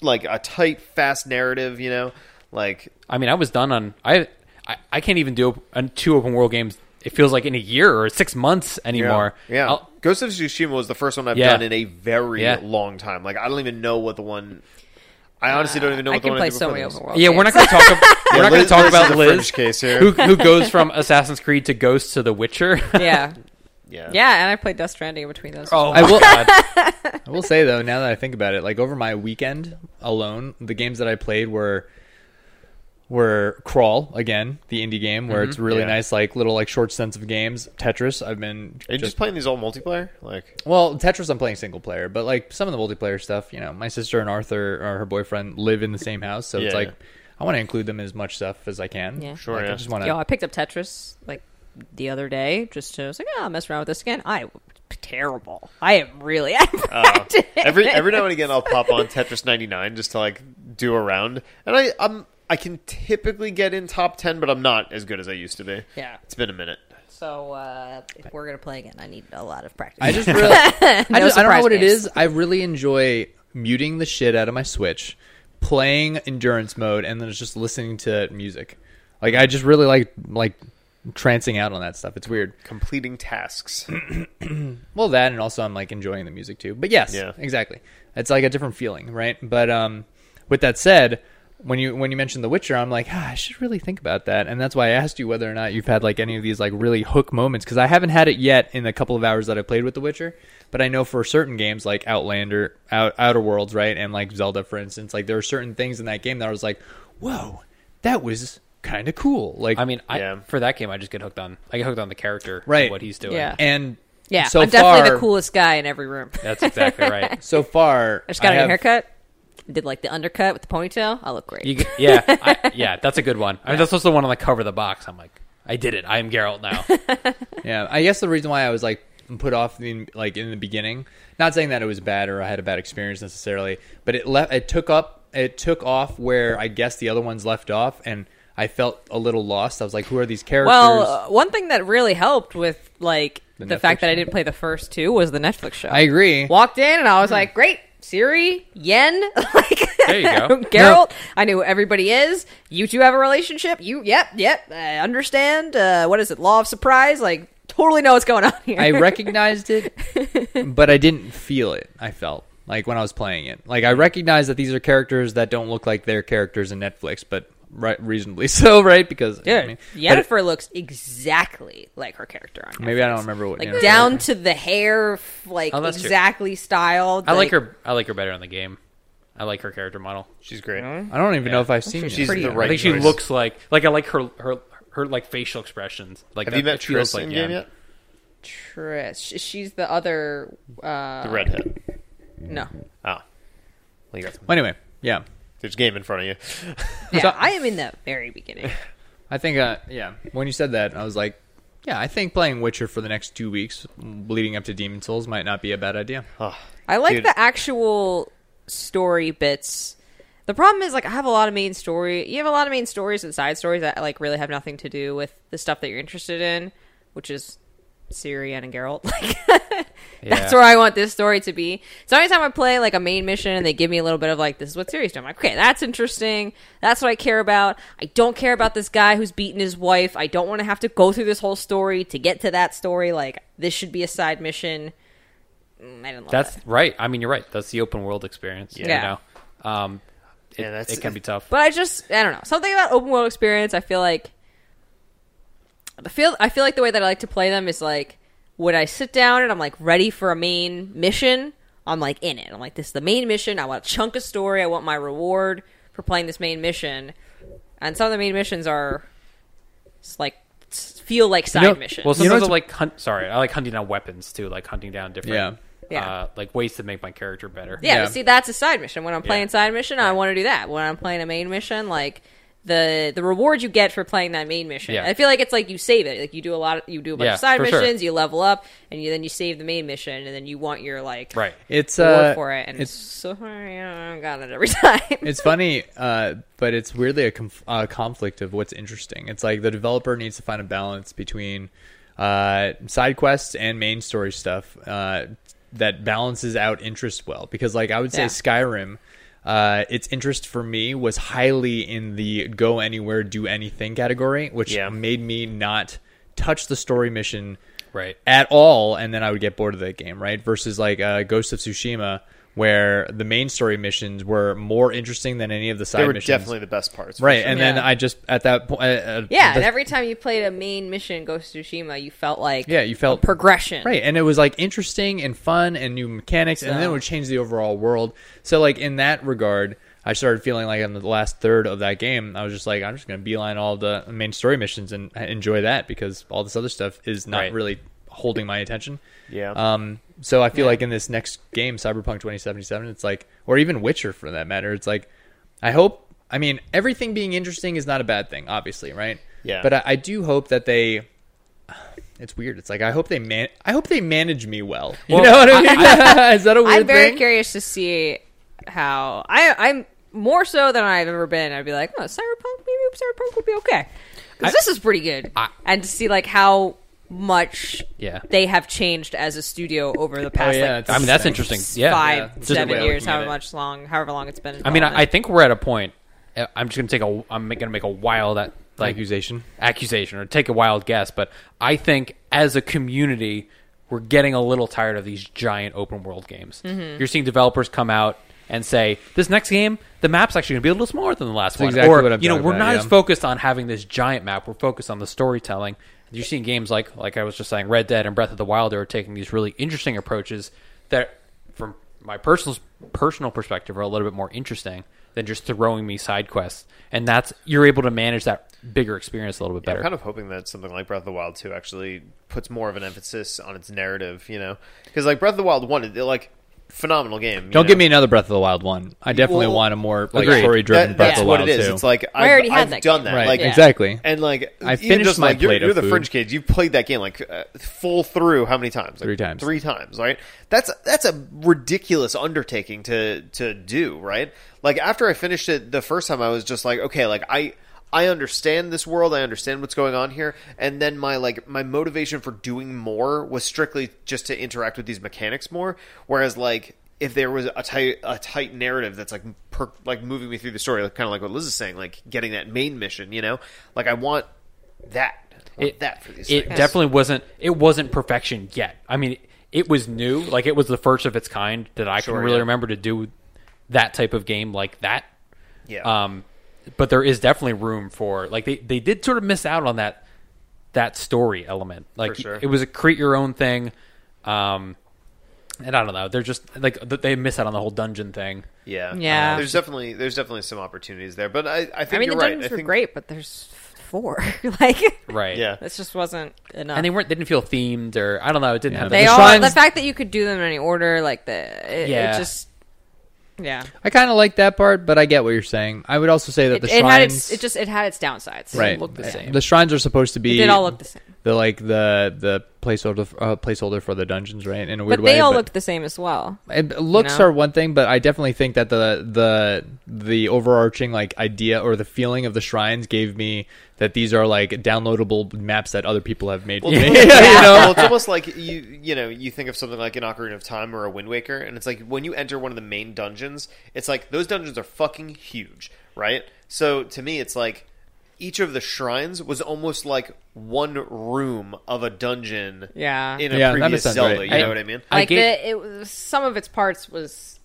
[SPEAKER 1] like a tight, fast narrative. You know, like
[SPEAKER 2] I mean, I was done on I I, I can't even do op- uh, two open world games. It feels like in a year or six months anymore.
[SPEAKER 1] yeah.
[SPEAKER 2] I'll-
[SPEAKER 1] Ghost of Tsushima was the first one I've
[SPEAKER 2] Yeah.
[SPEAKER 1] done in a very
[SPEAKER 2] Yeah.
[SPEAKER 1] long time. Like I don't even know what the one. I honestly don't even know
[SPEAKER 3] Uh, I
[SPEAKER 1] what the
[SPEAKER 3] can
[SPEAKER 1] one I
[SPEAKER 3] play
[SPEAKER 1] did
[SPEAKER 3] so
[SPEAKER 1] before
[SPEAKER 3] many
[SPEAKER 1] this.
[SPEAKER 3] overworld.
[SPEAKER 2] yeah, we're not
[SPEAKER 3] games.
[SPEAKER 2] going to talk.
[SPEAKER 1] *laughs*
[SPEAKER 2] About, we're not going to
[SPEAKER 1] Liz-
[SPEAKER 2] talk
[SPEAKER 1] Liz is
[SPEAKER 2] about
[SPEAKER 1] a
[SPEAKER 2] Liz,
[SPEAKER 1] fringe case here.
[SPEAKER 2] who
[SPEAKER 1] *laughs*
[SPEAKER 2] who goes from Assassin's Creed to Ghost to The Witcher. *laughs*
[SPEAKER 3] yeah.
[SPEAKER 1] Yeah,
[SPEAKER 3] Yeah, and I played Death Stranding in between those.
[SPEAKER 2] oh,
[SPEAKER 4] I
[SPEAKER 1] *laughs*
[SPEAKER 2] my
[SPEAKER 4] will-
[SPEAKER 2] God.
[SPEAKER 4] I will say though, now that I think about it, like over my weekend alone, the games that I played were were Crawl again, the indie game where it's really
[SPEAKER 1] Mm-hmm. Yeah.
[SPEAKER 4] nice, like little like short sense of games. Tetris, I've been
[SPEAKER 1] Are you just playing these all multiplayer? Like,
[SPEAKER 4] Well, Tetris, I'm playing single player, but like some of the multiplayer stuff, you know, my sister and Arthur or her boyfriend live in the same house, so
[SPEAKER 1] Yeah,
[SPEAKER 4] it's like
[SPEAKER 1] yeah.
[SPEAKER 4] I want to include them in as much stuff as I can.
[SPEAKER 3] Yeah.
[SPEAKER 1] Sure,
[SPEAKER 4] Like, I
[SPEAKER 1] yeah.
[SPEAKER 4] just want
[SPEAKER 3] Yo, I
[SPEAKER 4] to.
[SPEAKER 3] picked up Tetris like the other day just to I was like, oh, I'll mess around with this again. I terrible. I am really *laughs*
[SPEAKER 2] Oh.
[SPEAKER 3] I'm
[SPEAKER 1] Uh, every every now and again, I'll pop on Tetris 99 just to like do a round, and I I'm I can typically get in top 10, but I'm not as good as I used to be.
[SPEAKER 3] Yeah.
[SPEAKER 1] it's been a minute.
[SPEAKER 3] So uh, if we're gonna play again, I need a lot of practice.
[SPEAKER 4] I
[SPEAKER 3] *laughs*
[SPEAKER 4] just really. I, just, I
[SPEAKER 3] No
[SPEAKER 4] don't know
[SPEAKER 3] surprise
[SPEAKER 4] what it
[SPEAKER 3] games.
[SPEAKER 4] is. I really enjoy muting the shit out of my Switch, playing endurance mode, and then just listening to music. Like I just really like like trancing out on that stuff. It's weird.
[SPEAKER 1] Completing tasks.
[SPEAKER 4] Well, that and also I'm like enjoying the music too. But yes,
[SPEAKER 1] Yeah.
[SPEAKER 4] exactly. It's like a different feeling, right? But um, with that said, when you when you mentioned The Witcher, I'm like, ah, I should really think about that, and that's why I asked you whether or not you've had like any of these like really hook moments because I haven't had it yet in the couple of hours that I played with The Witcher. But I know for certain games like Outlander, Out, Outer Worlds, right, and like Zelda, for instance, like there are certain things in that game that I was like, whoa, that was kind of cool. Like,
[SPEAKER 2] I mean, I,
[SPEAKER 1] Yeah.
[SPEAKER 2] for that game, I just get hooked on. I get hooked on the character, and
[SPEAKER 4] Right.
[SPEAKER 2] What he's doing.
[SPEAKER 3] Yeah.
[SPEAKER 4] and
[SPEAKER 3] yeah,
[SPEAKER 4] so
[SPEAKER 3] I'm definitely
[SPEAKER 4] far,
[SPEAKER 3] the coolest guy in every room.
[SPEAKER 2] that's exactly right.
[SPEAKER 4] So far,
[SPEAKER 3] I just got a new
[SPEAKER 4] have-
[SPEAKER 3] haircut. I did like the undercut with the ponytail. I look great.
[SPEAKER 2] You g- yeah, I, yeah, that's a good one. I mean, that's also the one on the cover of the box. I'm like, I did it. I am Geralt now.
[SPEAKER 4] Yeah, I guess the reason why I was like put off in, like in the beginning, not saying that it was bad or I had a bad experience necessarily, but it left it took up it took off where I guess the other ones left off, and I felt a little lost. I was like, who are these characters?
[SPEAKER 3] well, uh, one thing that really helped with like the,
[SPEAKER 4] The Netflix
[SPEAKER 3] fact that I
[SPEAKER 4] show?
[SPEAKER 3] didn't play the first two was the Netflix show.
[SPEAKER 4] I Hmm. agree.
[SPEAKER 3] walked in and I was like, great, Siri, Yen, *laughs* like
[SPEAKER 2] There you
[SPEAKER 3] *laughs*
[SPEAKER 2] go.
[SPEAKER 3] Geralt. I knew who everybody is. You two have a relationship. You, yep, yep. I understand. Uh, what is it? Law of surprise. Like totally know what's going on here. *laughs*
[SPEAKER 4] I recognized it, but I didn't feel it. I felt like when I was playing it, like I recognized that these are characters that don't look like their characters in Netflix, but right, reasonably *laughs* so, right? Because I
[SPEAKER 3] Dude,
[SPEAKER 4] mean, but it-
[SPEAKER 3] Yennefer looks exactly like her character on.
[SPEAKER 4] maybe I
[SPEAKER 3] Netflix.
[SPEAKER 4] don't remember what
[SPEAKER 3] Like
[SPEAKER 4] Yennefer
[SPEAKER 3] down to the hair, f- like
[SPEAKER 2] Oh, that's true.
[SPEAKER 3] exactly styled.
[SPEAKER 2] I like her. I like her better in the game. I like her character model.
[SPEAKER 1] She's great.
[SPEAKER 4] I don't even know if I've seen.
[SPEAKER 3] She's
[SPEAKER 4] it.
[SPEAKER 1] She's
[SPEAKER 3] Pretty.
[SPEAKER 1] the
[SPEAKER 3] I
[SPEAKER 1] right.
[SPEAKER 2] I think she
[SPEAKER 1] choice.
[SPEAKER 2] looks like like I like her her her like facial expressions. Like
[SPEAKER 1] Have
[SPEAKER 2] that,
[SPEAKER 1] you met
[SPEAKER 2] it feels
[SPEAKER 1] Triss
[SPEAKER 2] like
[SPEAKER 1] in
[SPEAKER 2] Yen.
[SPEAKER 1] game yet?
[SPEAKER 3] Triss. Sh- She's the other. Uh,
[SPEAKER 1] The redhead.
[SPEAKER 3] No.
[SPEAKER 1] Oh, well, you got some,
[SPEAKER 4] Well, anyway, yeah.
[SPEAKER 1] there's game in front of you.
[SPEAKER 3] Yeah,
[SPEAKER 4] So-
[SPEAKER 3] I am in the very beginning.
[SPEAKER 4] I think, uh, yeah, when you said that, I was like, yeah, I think playing Witcher for the next two weeks, leading up to Demon Souls, might not be a bad idea.
[SPEAKER 1] Oh,
[SPEAKER 3] I like
[SPEAKER 1] Dude.
[SPEAKER 3] the actual story bits. The problem is like I have a lot of main story. You have a lot of main stories and side stories that like really have nothing to do with the stuff that you're interested in, which is Siri and Geralt. *laughs* Like that's
[SPEAKER 2] Yeah.
[SPEAKER 3] where I want this story to be. So anytime I play like a main mission and they give me a little bit of like this is what Siri's doing, I'm like, okay, that's interesting. That's what I care about. I don't care about this guy who's beaten his wife. I don't want to have to go through this whole story to get to that story. Like this should be a side mission. Mm, I didn't love
[SPEAKER 2] That's
[SPEAKER 3] that.
[SPEAKER 2] right. I mean, you're right. That's the open world experience.
[SPEAKER 3] Yeah.
[SPEAKER 2] You know? Um, it,
[SPEAKER 1] Yeah, that's-
[SPEAKER 2] it can be tough.
[SPEAKER 3] But I just I don't know something about open world experience. I feel like I feel I feel like the way that I like to play them is like when I sit down and I'm like ready for a main mission, I'm like in it. I'm like this is the main mission. I want a chunk of story. I want my reward for playing this main mission. And some of the main missions are it's like s- feel like side
[SPEAKER 4] know-
[SPEAKER 3] missions.
[SPEAKER 2] Well,
[SPEAKER 4] You know
[SPEAKER 2] sometimes I
[SPEAKER 4] what's-
[SPEAKER 2] like hunt. Sorry, I like hunting down weapons too. Like hunting down different,
[SPEAKER 3] Yeah.
[SPEAKER 2] uh, like ways to make my character better.
[SPEAKER 3] Yeah,
[SPEAKER 4] Yeah.
[SPEAKER 3] but see, that's a side mission. When I'm playing
[SPEAKER 2] Yeah.
[SPEAKER 3] side mission, I want to do that. When I'm playing a main mission, like the the reward you get for playing that main mission,
[SPEAKER 2] Yeah.
[SPEAKER 3] I feel like it's like you save it. Like you do a lot, of, you do a bunch
[SPEAKER 2] Yeah,
[SPEAKER 3] of side
[SPEAKER 2] for sure.
[SPEAKER 3] missions, you level up, and you then you save the main mission, and then you want your like
[SPEAKER 2] Right.
[SPEAKER 4] It's
[SPEAKER 3] reward
[SPEAKER 4] uh,
[SPEAKER 3] for it, and it's
[SPEAKER 4] it's
[SPEAKER 3] so I got it every *laughs* time.
[SPEAKER 4] it's funny, uh, but it's weirdly a conf- uh, conflict of what's interesting. It's like the developer needs to find a balance between uh, side quests and main story stuff uh, that balances out interest well. Because, like, I would say
[SPEAKER 3] Yeah.
[SPEAKER 4] Skyrim, uh, its interest for me was highly in the go anywhere, do anything category, which
[SPEAKER 1] Yeah.
[SPEAKER 4] made me not touch the story mission
[SPEAKER 2] Right.
[SPEAKER 4] at all, and then I would get bored of that game, right? Versus like uh, Ghost of Tsushima, where the main story missions were more interesting than any of the side
[SPEAKER 1] they were
[SPEAKER 4] missions.
[SPEAKER 1] definitely the best parts. for
[SPEAKER 4] right,
[SPEAKER 1] sure.
[SPEAKER 4] and then
[SPEAKER 3] Yeah.
[SPEAKER 4] I just at that point, uh, uh,
[SPEAKER 3] yeah,
[SPEAKER 4] the-
[SPEAKER 3] and every time you played a main mission, in Ghost of Tsushima, you felt like
[SPEAKER 4] yeah, you felt
[SPEAKER 3] progression.
[SPEAKER 4] right, and it was like interesting and fun and new mechanics, and then it
[SPEAKER 3] So-
[SPEAKER 4] would change the overall world. So like in that regard. I started feeling like on the last third of that game, I was just like, I'm just going to beeline all the main story missions and enjoy that because all this other stuff is not
[SPEAKER 2] Right.
[SPEAKER 4] really holding my attention.
[SPEAKER 1] yeah,
[SPEAKER 4] Um, so I feel like in this next game, Cyberpunk 2077, it's like, or even Witcher for that matter, it's like, I hope. I mean, everything being interesting is not a bad thing, obviously, right?
[SPEAKER 1] Yeah.
[SPEAKER 4] But I, I do hope that they. It's weird. It's like I hope they man. I hope they manage me well. You
[SPEAKER 2] Well,
[SPEAKER 4] know what I mean? is that a weird
[SPEAKER 3] I'm very
[SPEAKER 4] thing?
[SPEAKER 3] curious to see how I, I'm more so than I've ever been. I'd be like, oh, Cyberpunk, maybe Cyberpunk would be okay because this is pretty good,
[SPEAKER 2] I-
[SPEAKER 3] and to see like how much
[SPEAKER 2] Yeah. Oh,
[SPEAKER 3] they have changed as a studio over the past
[SPEAKER 4] yeah,
[SPEAKER 3] like
[SPEAKER 4] it's-
[SPEAKER 2] I mean, that's interesting. Yeah.
[SPEAKER 3] five,
[SPEAKER 4] Just the way
[SPEAKER 3] seven
[SPEAKER 4] I'm
[SPEAKER 3] years,
[SPEAKER 4] looking at
[SPEAKER 3] however
[SPEAKER 4] it.
[SPEAKER 3] much long, however long it's been. in
[SPEAKER 2] I mean, I, I
[SPEAKER 3] development.
[SPEAKER 2] think we're at a point. uh, I'm just gonna take a. I'm gonna make a wild that like
[SPEAKER 4] Accusation.
[SPEAKER 2] accusation, or take a wild guess. But I think as a community, we're getting a little tired of these giant open world games. You're seeing developers come out and say, "This next game, the map's actually gonna be a little smaller than the last one."
[SPEAKER 4] exactly
[SPEAKER 2] or
[SPEAKER 4] what I'm
[SPEAKER 2] you know,
[SPEAKER 4] talking
[SPEAKER 2] we're
[SPEAKER 4] about,
[SPEAKER 2] not
[SPEAKER 4] yeah.
[SPEAKER 2] as focused on having this giant map. We're focused on the storytelling. You're seeing games like like I was just saying, Red Dead and Breath of the Wild are taking these really interesting approaches that, from my personal personal perspective, are a little bit more interesting than just throwing me side quests. And that's you're able to manage that bigger experience a little bit
[SPEAKER 1] Yeah,
[SPEAKER 2] better.
[SPEAKER 1] I'm kind of hoping that something like Breath of the Wild 2 actually puts more of an emphasis on its narrative. You know, because like Breath of the Wild 1, it, like phenomenal game. you
[SPEAKER 4] Don't
[SPEAKER 1] know?
[SPEAKER 4] give me another Breath of the Wild one. I definitely
[SPEAKER 1] Well,
[SPEAKER 4] want a more like
[SPEAKER 2] agreed.
[SPEAKER 4] story-driven
[SPEAKER 1] That-
[SPEAKER 4] Breath
[SPEAKER 1] that's
[SPEAKER 4] of the
[SPEAKER 1] what
[SPEAKER 4] Wild
[SPEAKER 1] it is.
[SPEAKER 4] too.
[SPEAKER 1] It's like
[SPEAKER 3] I
[SPEAKER 1] I've,
[SPEAKER 3] already had
[SPEAKER 1] I've
[SPEAKER 3] that
[SPEAKER 1] done
[SPEAKER 3] game.
[SPEAKER 1] that.
[SPEAKER 4] right?
[SPEAKER 1] Like,
[SPEAKER 3] Yeah.
[SPEAKER 4] Exactly.
[SPEAKER 1] And like
[SPEAKER 4] I
[SPEAKER 1] even
[SPEAKER 4] finished
[SPEAKER 1] just
[SPEAKER 4] my
[SPEAKER 1] like, you're,
[SPEAKER 4] plate of
[SPEAKER 1] you're the
[SPEAKER 4] food.
[SPEAKER 1] Fringe kids. You've played that game like uh, full through how many times? Like,
[SPEAKER 4] Three times.
[SPEAKER 1] Three times, right? That's that's a ridiculous undertaking to to do, right? Like after I finished it the first time, I was just like, okay, like I. I understand this world. I understand what's going on here, and then my like my motivation for doing more was strictly just to interact with these mechanics more. Whereas like if there was a tight a tight narrative that's like per, like moving me through the story, like kind of like what Liz is saying, like getting that main mission, you know, like I want that. I want that for these
[SPEAKER 2] it
[SPEAKER 1] things.
[SPEAKER 2] definitely wasn't it wasn't perfection yet i mean it was new like it was the first of its kind that i
[SPEAKER 1] Sure,
[SPEAKER 2] can really
[SPEAKER 1] yeah.
[SPEAKER 2] remember to do that type of game like that
[SPEAKER 1] yeah.
[SPEAKER 2] um but there is definitely room for like they they did sort of miss out on that that story element like
[SPEAKER 1] For sure.
[SPEAKER 2] it was a create your own thing um and i don't know they're just like th- they miss out on the whole dungeon thing
[SPEAKER 1] yeah,
[SPEAKER 3] Yeah.
[SPEAKER 4] Uh,
[SPEAKER 1] There's definitely there's definitely some opportunities there, but I I think
[SPEAKER 3] I mean,
[SPEAKER 1] you're
[SPEAKER 3] the
[SPEAKER 1] right.
[SPEAKER 4] *laughs*
[SPEAKER 3] dungeons
[SPEAKER 1] I
[SPEAKER 3] were
[SPEAKER 1] think-
[SPEAKER 3] great, but there's four. *laughs* like,
[SPEAKER 2] right?
[SPEAKER 1] Yeah.
[SPEAKER 3] this just wasn't enough.
[SPEAKER 2] and they weren't. They didn't feel themed, or I don't know. It didn't
[SPEAKER 4] Yeah,
[SPEAKER 2] have.
[SPEAKER 4] but
[SPEAKER 3] They
[SPEAKER 2] the
[SPEAKER 3] all
[SPEAKER 4] shrines-
[SPEAKER 3] the fact that you could do them in any order, like the it,
[SPEAKER 2] Yeah.
[SPEAKER 3] it just yeah.
[SPEAKER 4] I kind of like that part, but I get what you're saying. I would also say that
[SPEAKER 3] It,
[SPEAKER 4] the
[SPEAKER 3] it
[SPEAKER 4] shrines
[SPEAKER 3] had its it just it had its downsides.
[SPEAKER 4] right
[SPEAKER 2] look the same.
[SPEAKER 4] The shrines are supposed to be
[SPEAKER 3] It did all look the same,
[SPEAKER 4] the like the the placeholder uh, placeholder for the dungeons, right? In a weird
[SPEAKER 3] but
[SPEAKER 4] way,
[SPEAKER 3] they all
[SPEAKER 4] but-
[SPEAKER 3] looked the same as well.
[SPEAKER 4] It, looks
[SPEAKER 3] know?
[SPEAKER 4] are one thing, but I definitely think that the the the overarching like idea or the feeling of the shrines gave me that these are like downloadable maps that other people have made. for
[SPEAKER 1] Well, *laughs*
[SPEAKER 4] me. *laughs*
[SPEAKER 1] it's-
[SPEAKER 4] you
[SPEAKER 1] Well,
[SPEAKER 4] know,
[SPEAKER 1] it's almost like you you know you think of something like an Ocarina of Time or a Wind Waker, and it's like when you enter one of the main dungeons, it's like those dungeons are fucking huge, right? So to me, it's like each of the shrines was almost like one room of a dungeon.
[SPEAKER 3] Yeah.
[SPEAKER 1] in a
[SPEAKER 4] Yeah, that
[SPEAKER 1] previous
[SPEAKER 4] sounds
[SPEAKER 1] Zelda,
[SPEAKER 4] right.
[SPEAKER 1] you know
[SPEAKER 2] I-
[SPEAKER 1] what I mean?
[SPEAKER 2] I
[SPEAKER 3] Like
[SPEAKER 2] gave-
[SPEAKER 3] the, it was, some of its parts was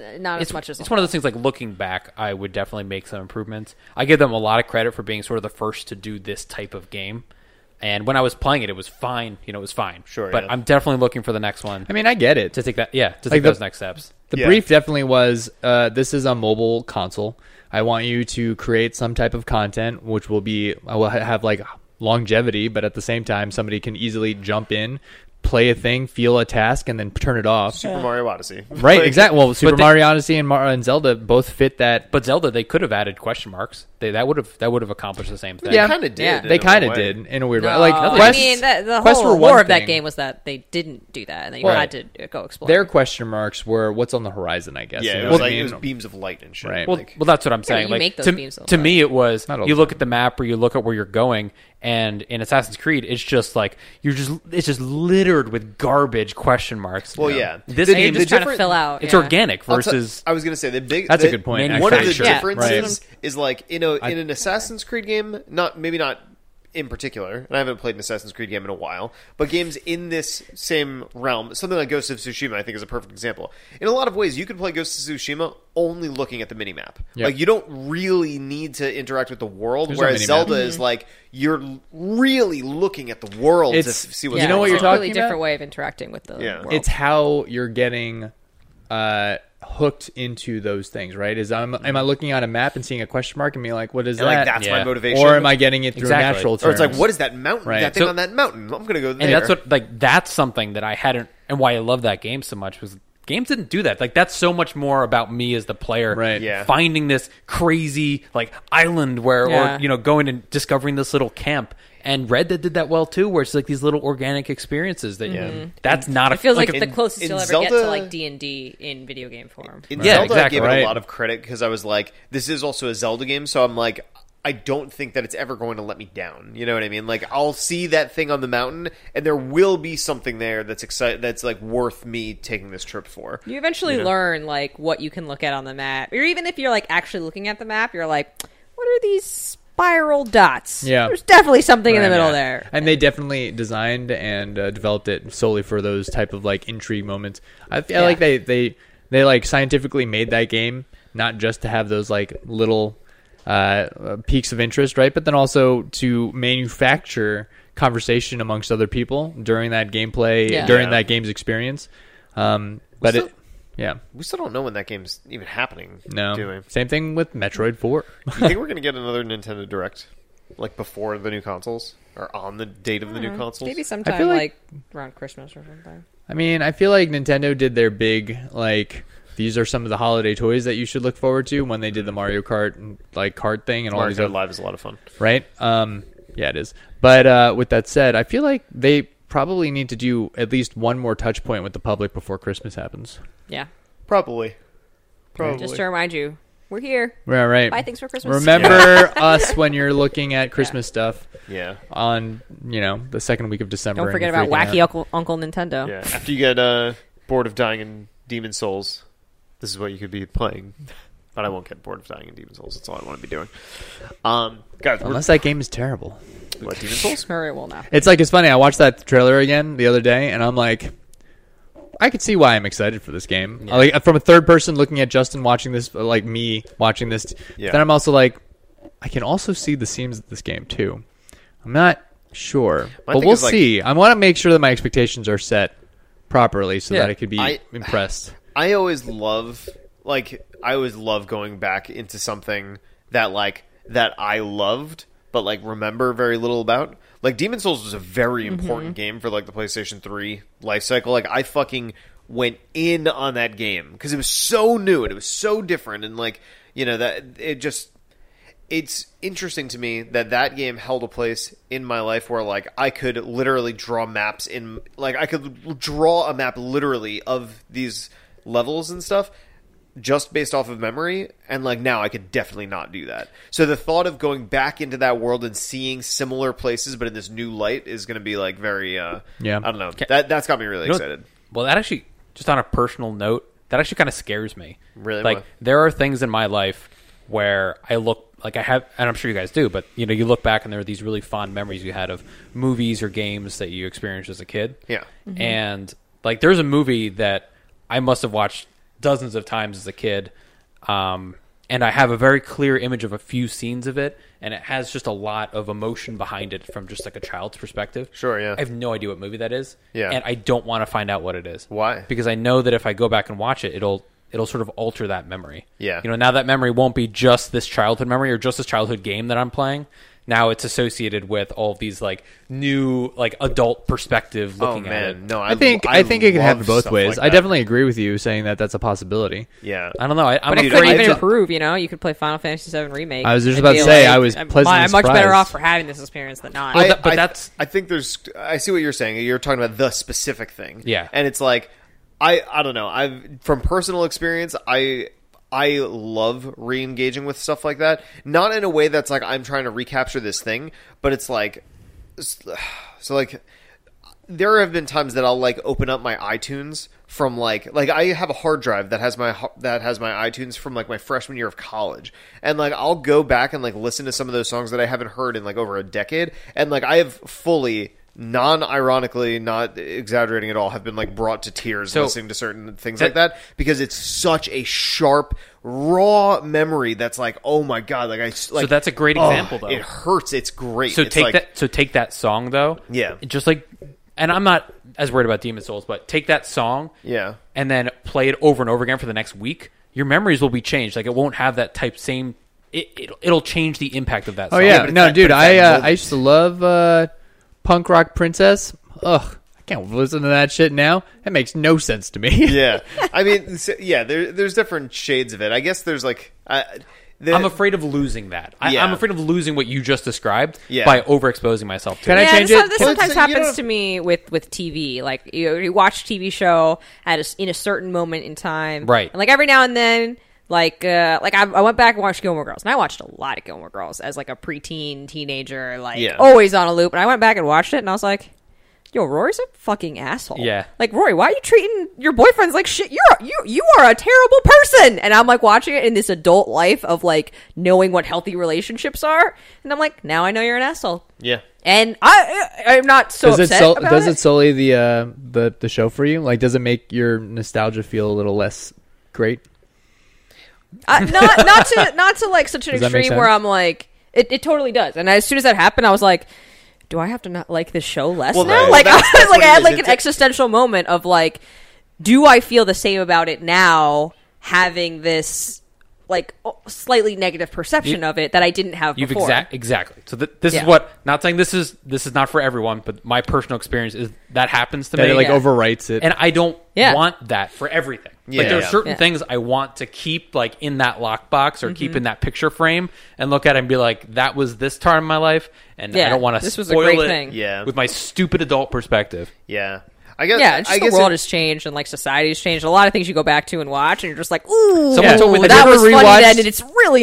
[SPEAKER 3] uh, not
[SPEAKER 2] it's
[SPEAKER 3] as much as
[SPEAKER 2] it's one of those things. Like looking back, I would definitely make some improvements. I give them a lot of credit for being sort of the first to do this type of game. And when I was playing it, it was fine. You know, it was fine.
[SPEAKER 1] Sure,
[SPEAKER 2] but
[SPEAKER 1] yeah.
[SPEAKER 2] I'm definitely looking for the next one
[SPEAKER 4] I mean, I get it.
[SPEAKER 2] to take that. Yeah, to
[SPEAKER 4] Like
[SPEAKER 2] take
[SPEAKER 4] the-
[SPEAKER 2] those next steps.
[SPEAKER 4] The
[SPEAKER 1] Yeah.
[SPEAKER 4] brief definitely was uh, this is a mobile console. I want you to create some type of content which will be I will ha- have like longevity, but at the same time, somebody can easily jump in, play a thing, feel a task, and then turn it off.
[SPEAKER 1] Super Mario Odyssey,
[SPEAKER 4] Right,
[SPEAKER 1] Like,
[SPEAKER 4] exactly. Well, Super
[SPEAKER 2] they-
[SPEAKER 4] Mario Odyssey and, Mar- and Zelda both fit that.
[SPEAKER 2] But Zelda, they could have added question marks. They that would have that would have accomplished the same thing.
[SPEAKER 1] They
[SPEAKER 4] Yeah.
[SPEAKER 1] kind of did.
[SPEAKER 3] Yeah.
[SPEAKER 1] in
[SPEAKER 4] They
[SPEAKER 1] a
[SPEAKER 4] kind of
[SPEAKER 1] way.
[SPEAKER 4] did in a weird way.
[SPEAKER 3] No,
[SPEAKER 4] Like
[SPEAKER 3] I
[SPEAKER 4] quests,
[SPEAKER 3] mean, the, the
[SPEAKER 4] quests
[SPEAKER 3] whole
[SPEAKER 4] were one
[SPEAKER 3] lore of that
[SPEAKER 4] thing.
[SPEAKER 3] game was that they didn't do that, and that you
[SPEAKER 4] Well,
[SPEAKER 3] had to go explore.
[SPEAKER 4] Their question marks were what's on the horizon. I guess.
[SPEAKER 1] Yeah,
[SPEAKER 4] you
[SPEAKER 1] it
[SPEAKER 4] know
[SPEAKER 1] was,
[SPEAKER 4] what I
[SPEAKER 1] like, it
[SPEAKER 4] mean?
[SPEAKER 1] was beams of light and shit.
[SPEAKER 4] Right.
[SPEAKER 2] Well,
[SPEAKER 1] like-
[SPEAKER 2] well, that's what I'm saying.
[SPEAKER 3] you
[SPEAKER 2] like
[SPEAKER 3] make those
[SPEAKER 2] to,
[SPEAKER 3] beams all
[SPEAKER 2] to
[SPEAKER 3] the
[SPEAKER 2] me, it was
[SPEAKER 4] Not all
[SPEAKER 2] you
[SPEAKER 4] the
[SPEAKER 2] look at the map or you look at where you're going, and in Assassin's Creed, it's just like you're just it's just littered with garbage question marks.
[SPEAKER 1] Well, yeah.
[SPEAKER 2] This
[SPEAKER 1] The-
[SPEAKER 2] game
[SPEAKER 1] the
[SPEAKER 2] just
[SPEAKER 3] trying
[SPEAKER 1] difference-
[SPEAKER 2] kind of
[SPEAKER 3] to fill out.
[SPEAKER 2] it's
[SPEAKER 3] yeah.
[SPEAKER 2] organic
[SPEAKER 1] I'll t-
[SPEAKER 2] versus
[SPEAKER 1] I was going to say the big.
[SPEAKER 4] That's a
[SPEAKER 1] the-
[SPEAKER 4] good point,
[SPEAKER 1] One of the
[SPEAKER 2] actually.
[SPEAKER 3] Yeah.
[SPEAKER 1] differences
[SPEAKER 3] Right.
[SPEAKER 1] is like in a in an Assassin's Creed game, not maybe not in particular, and I haven't played an Assassin's Creed game in a while, but games in this same realm, something like Ghost of Tsushima, I think is a perfect example. In a lot of ways, you can play Ghost of Tsushima only looking at the minimap.
[SPEAKER 4] Yeah.
[SPEAKER 1] Like you don't really need to interact with the world,
[SPEAKER 4] There's no
[SPEAKER 1] whereas
[SPEAKER 4] minimap.
[SPEAKER 1] Zelda is like you're l- really looking at the world
[SPEAKER 4] It's-
[SPEAKER 1] to f- see what's
[SPEAKER 4] You know
[SPEAKER 1] going
[SPEAKER 4] what you're
[SPEAKER 1] on.
[SPEAKER 3] it's a really
[SPEAKER 4] talking
[SPEAKER 3] different
[SPEAKER 4] about?
[SPEAKER 3] way of interacting with the
[SPEAKER 1] Yeah.
[SPEAKER 3] world.
[SPEAKER 4] it's how you're getting uh, hooked into those things, right? Is I'm am I looking at a map and seeing a question mark and being like, what is
[SPEAKER 1] And,
[SPEAKER 4] that?
[SPEAKER 1] like that's my
[SPEAKER 2] Yeah.
[SPEAKER 1] motivation.
[SPEAKER 4] Or am I getting it through
[SPEAKER 2] Exactly.
[SPEAKER 4] natural
[SPEAKER 1] Or it's
[SPEAKER 4] terms?
[SPEAKER 1] like, what is that mountain?
[SPEAKER 4] Right.
[SPEAKER 1] That thing
[SPEAKER 2] So-
[SPEAKER 1] on that mountain. I'm gonna go there.
[SPEAKER 2] and that's what like that's something that I hadn't and why I love that game so much was games didn't do that. Like that's so much more about me as the player
[SPEAKER 4] Right.
[SPEAKER 1] Yeah.
[SPEAKER 2] finding this crazy like island where
[SPEAKER 3] Yeah.
[SPEAKER 2] or you know going and discovering this little camp. And Red Dead did that well too, where it's like these little organic experiences that
[SPEAKER 1] Mhm.
[SPEAKER 2] that's not a
[SPEAKER 3] It feels like,
[SPEAKER 2] a-
[SPEAKER 3] the closest
[SPEAKER 1] in
[SPEAKER 3] you'll ever get
[SPEAKER 1] Zelda-
[SPEAKER 3] to like D and D in video game form.
[SPEAKER 1] In
[SPEAKER 2] Yeah,
[SPEAKER 1] Zelda,
[SPEAKER 2] exactly.
[SPEAKER 1] I gave it
[SPEAKER 4] Right.
[SPEAKER 1] a lot of credit because I was like, this is also a Zelda game, so I'm like, I don't think that it's ever going to let me down. You know what I mean? Like, I'll see that thing on the mountain, and there will be something there that's exciting, that's like worth me taking this trip for.
[SPEAKER 3] You eventually learn like what you can look at on the map, or even if you're like actually looking at the map, you're like, what are these spiral dots?
[SPEAKER 4] Yeah.
[SPEAKER 3] there's definitely something in the
[SPEAKER 4] Right,
[SPEAKER 3] middle
[SPEAKER 4] yeah.
[SPEAKER 3] there.
[SPEAKER 4] And they definitely designed and uh, developed it solely for those type of like intrigue moments. I feel
[SPEAKER 3] Yeah.
[SPEAKER 4] like they they they like scientifically made that game not just to have those like little uh, uh, peaks of interest, right? But then also to manufacture conversation amongst other people during that gameplay
[SPEAKER 3] Yeah.
[SPEAKER 4] during
[SPEAKER 1] Yeah.
[SPEAKER 4] that game's experience. Um, but
[SPEAKER 1] still-
[SPEAKER 4] it, yeah,
[SPEAKER 1] We still don't know when that game's even happening.
[SPEAKER 4] no, *laughs*
[SPEAKER 1] do we? You
[SPEAKER 4] same thing with Metroid Four. *laughs*
[SPEAKER 1] think we're gonna get another Nintendo Direct, like before the new consoles or on the date of the new consoles?
[SPEAKER 3] Mm-hmm. Maybe sometime
[SPEAKER 4] feel like-
[SPEAKER 3] like, around Christmas or something.
[SPEAKER 4] I mean, I feel like Nintendo did their big like these are some of the holiday toys that you should look forward to when they did the Mario Kart and like card thing and all
[SPEAKER 1] Mario
[SPEAKER 4] these
[SPEAKER 1] Kart
[SPEAKER 4] other,
[SPEAKER 1] Live is a lot of fun.
[SPEAKER 4] right? Um yeah, it is. But uh with that said, I feel like they probably need to do at least one more touch point with the public before Christmas happens.
[SPEAKER 3] Yeah,
[SPEAKER 1] Probably. Probably.
[SPEAKER 3] just to remind you, we're here.
[SPEAKER 4] Right, right.
[SPEAKER 3] Buy things for Christmas. *laughs*
[SPEAKER 4] Remember us when you're looking at Christmas stuff
[SPEAKER 1] yeah.
[SPEAKER 4] on, you know, the second week of December.
[SPEAKER 3] Don't
[SPEAKER 4] and
[SPEAKER 3] forget about
[SPEAKER 4] freaking out.
[SPEAKER 3] wacky Uncle, Uncle Nintendo.
[SPEAKER 1] Yeah. *laughs* After you get uh, bored of dying in Demon Souls, this is what you could be playing. But I won't get bored of dying in Demon Souls. That's all I want to be doing. Um, guys, we're,
[SPEAKER 4] Unless that game is terrible.
[SPEAKER 1] what, Demon Souls?
[SPEAKER 3] Murray
[SPEAKER 4] *laughs*
[SPEAKER 3] will now.
[SPEAKER 4] It's like it's funny. I watched that trailer again the other day, and I'm like, I could see why I'm excited for this game. Like from a third person looking at Justin watching this, like me watching this.
[SPEAKER 1] Yeah.
[SPEAKER 4] Then I'm also like, I can also see the seams of this game too. I'm not sure, but
[SPEAKER 1] thing
[SPEAKER 4] we'll
[SPEAKER 1] is, like-
[SPEAKER 4] see. I want to make sure that my expectations are set properly so
[SPEAKER 2] Yeah.
[SPEAKER 4] that I could be
[SPEAKER 1] I-
[SPEAKER 4] impressed.
[SPEAKER 1] I always love, like, I always love going back into something that, like, that I loved, but like remember very little about. Like Demon Souls was a very important game for like the PlayStation 3 life cycle. Like I fucking went in on that game because it was so new and it was so different and like, you know, that it just it's interesting to me that that game held a place in my life where like I could literally draw maps in like I could draw a map literally of these levels and stuff just based off of memory and like now I could definitely not do that. So the thought of going back into that world and seeing similar places but in this new light is going to be like very uh
[SPEAKER 4] Yeah.
[SPEAKER 1] I don't know. That that's got me really
[SPEAKER 2] You know,
[SPEAKER 1] excited.
[SPEAKER 2] Well, that actually, just on a personal note, that actually kind of scares me.
[SPEAKER 1] Really?
[SPEAKER 2] Like,
[SPEAKER 1] Why?
[SPEAKER 2] there are things in my life where I look, like, I have, and I'm sure you guys do, but, you know, you look back and there are these really fond memories you had of movies or games that you experienced as a kid.
[SPEAKER 1] Yeah.
[SPEAKER 2] And, like, there's a movie that I must have watched dozens of times as a kid. Um, and I have a very clear image of a few scenes of it, and it has just a lot of emotion behind it from just like a child's perspective.
[SPEAKER 1] Sure, yeah.
[SPEAKER 2] I have no idea what movie that is.
[SPEAKER 1] Yeah.
[SPEAKER 2] And I don't want to find out what it is.
[SPEAKER 1] Why?
[SPEAKER 2] Because I know that if I go back and watch it, it'll it'll sort of alter that memory.
[SPEAKER 1] Yeah.
[SPEAKER 2] You know, now that memory won't be just this childhood memory or just this childhood game that I'm playing. Now it's associated with all of these like new like adult perspective
[SPEAKER 1] Oh
[SPEAKER 2] looking at it.
[SPEAKER 1] man, no, I,
[SPEAKER 4] I think I, think it can
[SPEAKER 1] love
[SPEAKER 4] happen both
[SPEAKER 1] stuff
[SPEAKER 4] ways.
[SPEAKER 1] like
[SPEAKER 4] I
[SPEAKER 1] that.
[SPEAKER 4] definitely agree with you saying that that's a possibility.
[SPEAKER 1] yeah.
[SPEAKER 2] I don't know. I, I'm
[SPEAKER 3] But it
[SPEAKER 2] afraid
[SPEAKER 3] could even
[SPEAKER 2] to-
[SPEAKER 3] improve, you know. You could play Final Fantasy VII remake.
[SPEAKER 4] I was just
[SPEAKER 3] and
[SPEAKER 4] about
[SPEAKER 3] be
[SPEAKER 4] to say, I was
[SPEAKER 3] I'm-
[SPEAKER 4] pleasantly
[SPEAKER 3] I'm much better
[SPEAKER 4] surprised.
[SPEAKER 3] off for having this experience than not.
[SPEAKER 2] Well, that- but that's-
[SPEAKER 1] I think there's. I see what you're saying. You're talking about the specific thing.
[SPEAKER 2] Yeah.
[SPEAKER 1] and it's like, I I don't know. I've from personal experience, I I love re-engaging with stuff like that. Not in a way that's like I'm trying to recapture this thing, but it's like, *sighs* so like there have been times that I'll like open up my iTunes from like like I have a hard drive that has my ho- that has my iTunes from like my freshman year of college, and like I'll go back and like listen to some of those songs that I haven't heard in like over a decade, and like I have fully non-ironically not exaggerating at all have been like brought to tears
[SPEAKER 2] So-
[SPEAKER 1] listening to certain things like that because it's such a sharp raw memory that's like oh my god like i s- like
[SPEAKER 2] that's a great
[SPEAKER 1] oh,
[SPEAKER 2] example, though.
[SPEAKER 1] it hurts it's great
[SPEAKER 2] So
[SPEAKER 1] It's
[SPEAKER 2] take
[SPEAKER 1] like-
[SPEAKER 2] that. So take that song though.
[SPEAKER 1] Yeah.
[SPEAKER 2] Just like, and I'm not as worried about Demon Souls, but take that song.
[SPEAKER 1] Yeah.
[SPEAKER 2] And then play it over and over again for the next week. Your memories will be changed. Like it won't have that type same. It it'll, it'll change the impact of that.
[SPEAKER 4] Oh
[SPEAKER 2] song.
[SPEAKER 4] yeah,
[SPEAKER 1] but it's
[SPEAKER 4] no,
[SPEAKER 1] that-
[SPEAKER 4] dude,
[SPEAKER 1] but it's that
[SPEAKER 4] I uh,
[SPEAKER 1] moment.
[SPEAKER 4] I used to love uh, punk rock princess. Ugh, I can't listen to that shit now. That makes no
[SPEAKER 1] *laughs*
[SPEAKER 4] sense to me.
[SPEAKER 1] yeah, I mean, so- yeah. There, there's different shades of it. I guess there's like, I, the,
[SPEAKER 2] I'm afraid of losing that. I,
[SPEAKER 1] Yeah.
[SPEAKER 2] I'm afraid of losing what you just described
[SPEAKER 1] Yeah.
[SPEAKER 2] by overexposing myself to.
[SPEAKER 4] Can I
[SPEAKER 2] it.
[SPEAKER 3] yeah,
[SPEAKER 4] change
[SPEAKER 3] this,
[SPEAKER 4] it?
[SPEAKER 3] this
[SPEAKER 1] Well,
[SPEAKER 3] sometimes
[SPEAKER 1] so you
[SPEAKER 3] happens
[SPEAKER 1] don't-
[SPEAKER 3] to me with with TV. Like you, you watch TV show at a s in a certain moment in time,
[SPEAKER 2] Right.
[SPEAKER 3] And like every now and then, like uh, like I, I went back and watched Gilmore Girls, and I watched a lot of Gilmore Girls as like a preteen teenager, like
[SPEAKER 1] Yeah.
[SPEAKER 3] always on a loop. And I went back and watched it, and I was like. Yo, Rory's a fucking asshole.
[SPEAKER 2] Yeah.
[SPEAKER 3] like Rory, why are you treating your boyfriends like shit? You're a- you you are a terrible person. And I'm like watching it in this adult life of like knowing what healthy relationships are, and I'm like, now I know you're an asshole.
[SPEAKER 1] yeah,
[SPEAKER 3] And I, I- I'm not so
[SPEAKER 4] Does it
[SPEAKER 3] upset
[SPEAKER 4] sol-
[SPEAKER 3] about
[SPEAKER 4] does
[SPEAKER 3] it.
[SPEAKER 4] it sully the uh, the the show for you? Like, does it make your nostalgia feel a little less great?
[SPEAKER 3] I- not
[SPEAKER 4] *laughs*
[SPEAKER 3] not to not to like such an
[SPEAKER 4] Does that make
[SPEAKER 3] extreme where
[SPEAKER 4] sense?
[SPEAKER 3] I'm like, it, it totally does. And as soon as that happened, I was like, do I have to not like this show less
[SPEAKER 1] Well,
[SPEAKER 3] now?
[SPEAKER 1] right.
[SPEAKER 3] Like, *laughs*
[SPEAKER 1] Well, that's-
[SPEAKER 3] I,
[SPEAKER 1] that's
[SPEAKER 3] like
[SPEAKER 1] what
[SPEAKER 3] I
[SPEAKER 1] it
[SPEAKER 3] had
[SPEAKER 1] is.
[SPEAKER 3] like
[SPEAKER 1] It's-
[SPEAKER 3] an existential moment of like, do I feel the same about it now? Having this like o- slightly negative perception of it that I didn't have
[SPEAKER 2] You've
[SPEAKER 3] before.
[SPEAKER 2] exact exactly. So th- this
[SPEAKER 3] Yeah.
[SPEAKER 2] is what. Not saying this is this is not for everyone, but my personal experience is that happens to
[SPEAKER 4] That
[SPEAKER 2] me.
[SPEAKER 4] it like
[SPEAKER 3] Yeah.
[SPEAKER 4] overwrites it.
[SPEAKER 2] and I don't
[SPEAKER 3] Yeah.
[SPEAKER 2] want that for everything.
[SPEAKER 1] Yeah.
[SPEAKER 2] Like there are
[SPEAKER 1] Yeah.
[SPEAKER 2] certain
[SPEAKER 3] Yeah. Mm-hmm.
[SPEAKER 2] things I want to keep like in that lockbox or keep in that picture frame and look at it and be like, that was this time in my life, and I
[SPEAKER 3] Yeah.
[SPEAKER 2] don't want to
[SPEAKER 3] This was a
[SPEAKER 2] spoil
[SPEAKER 3] great
[SPEAKER 2] it
[SPEAKER 3] thing.
[SPEAKER 1] Yeah.
[SPEAKER 2] with my stupid adult perspective.
[SPEAKER 1] yeah. I guess,
[SPEAKER 3] Yeah, it's
[SPEAKER 1] I
[SPEAKER 3] just
[SPEAKER 1] guess
[SPEAKER 3] the world
[SPEAKER 1] it-
[SPEAKER 3] has changed and like society's changed. A lot of things you go back to and watch, and you're just like, ooh,
[SPEAKER 2] Someone told me that-
[SPEAKER 3] that
[SPEAKER 4] Have you
[SPEAKER 3] was
[SPEAKER 4] ever
[SPEAKER 3] funny then,
[SPEAKER 4] rewatched-
[SPEAKER 3] and it's really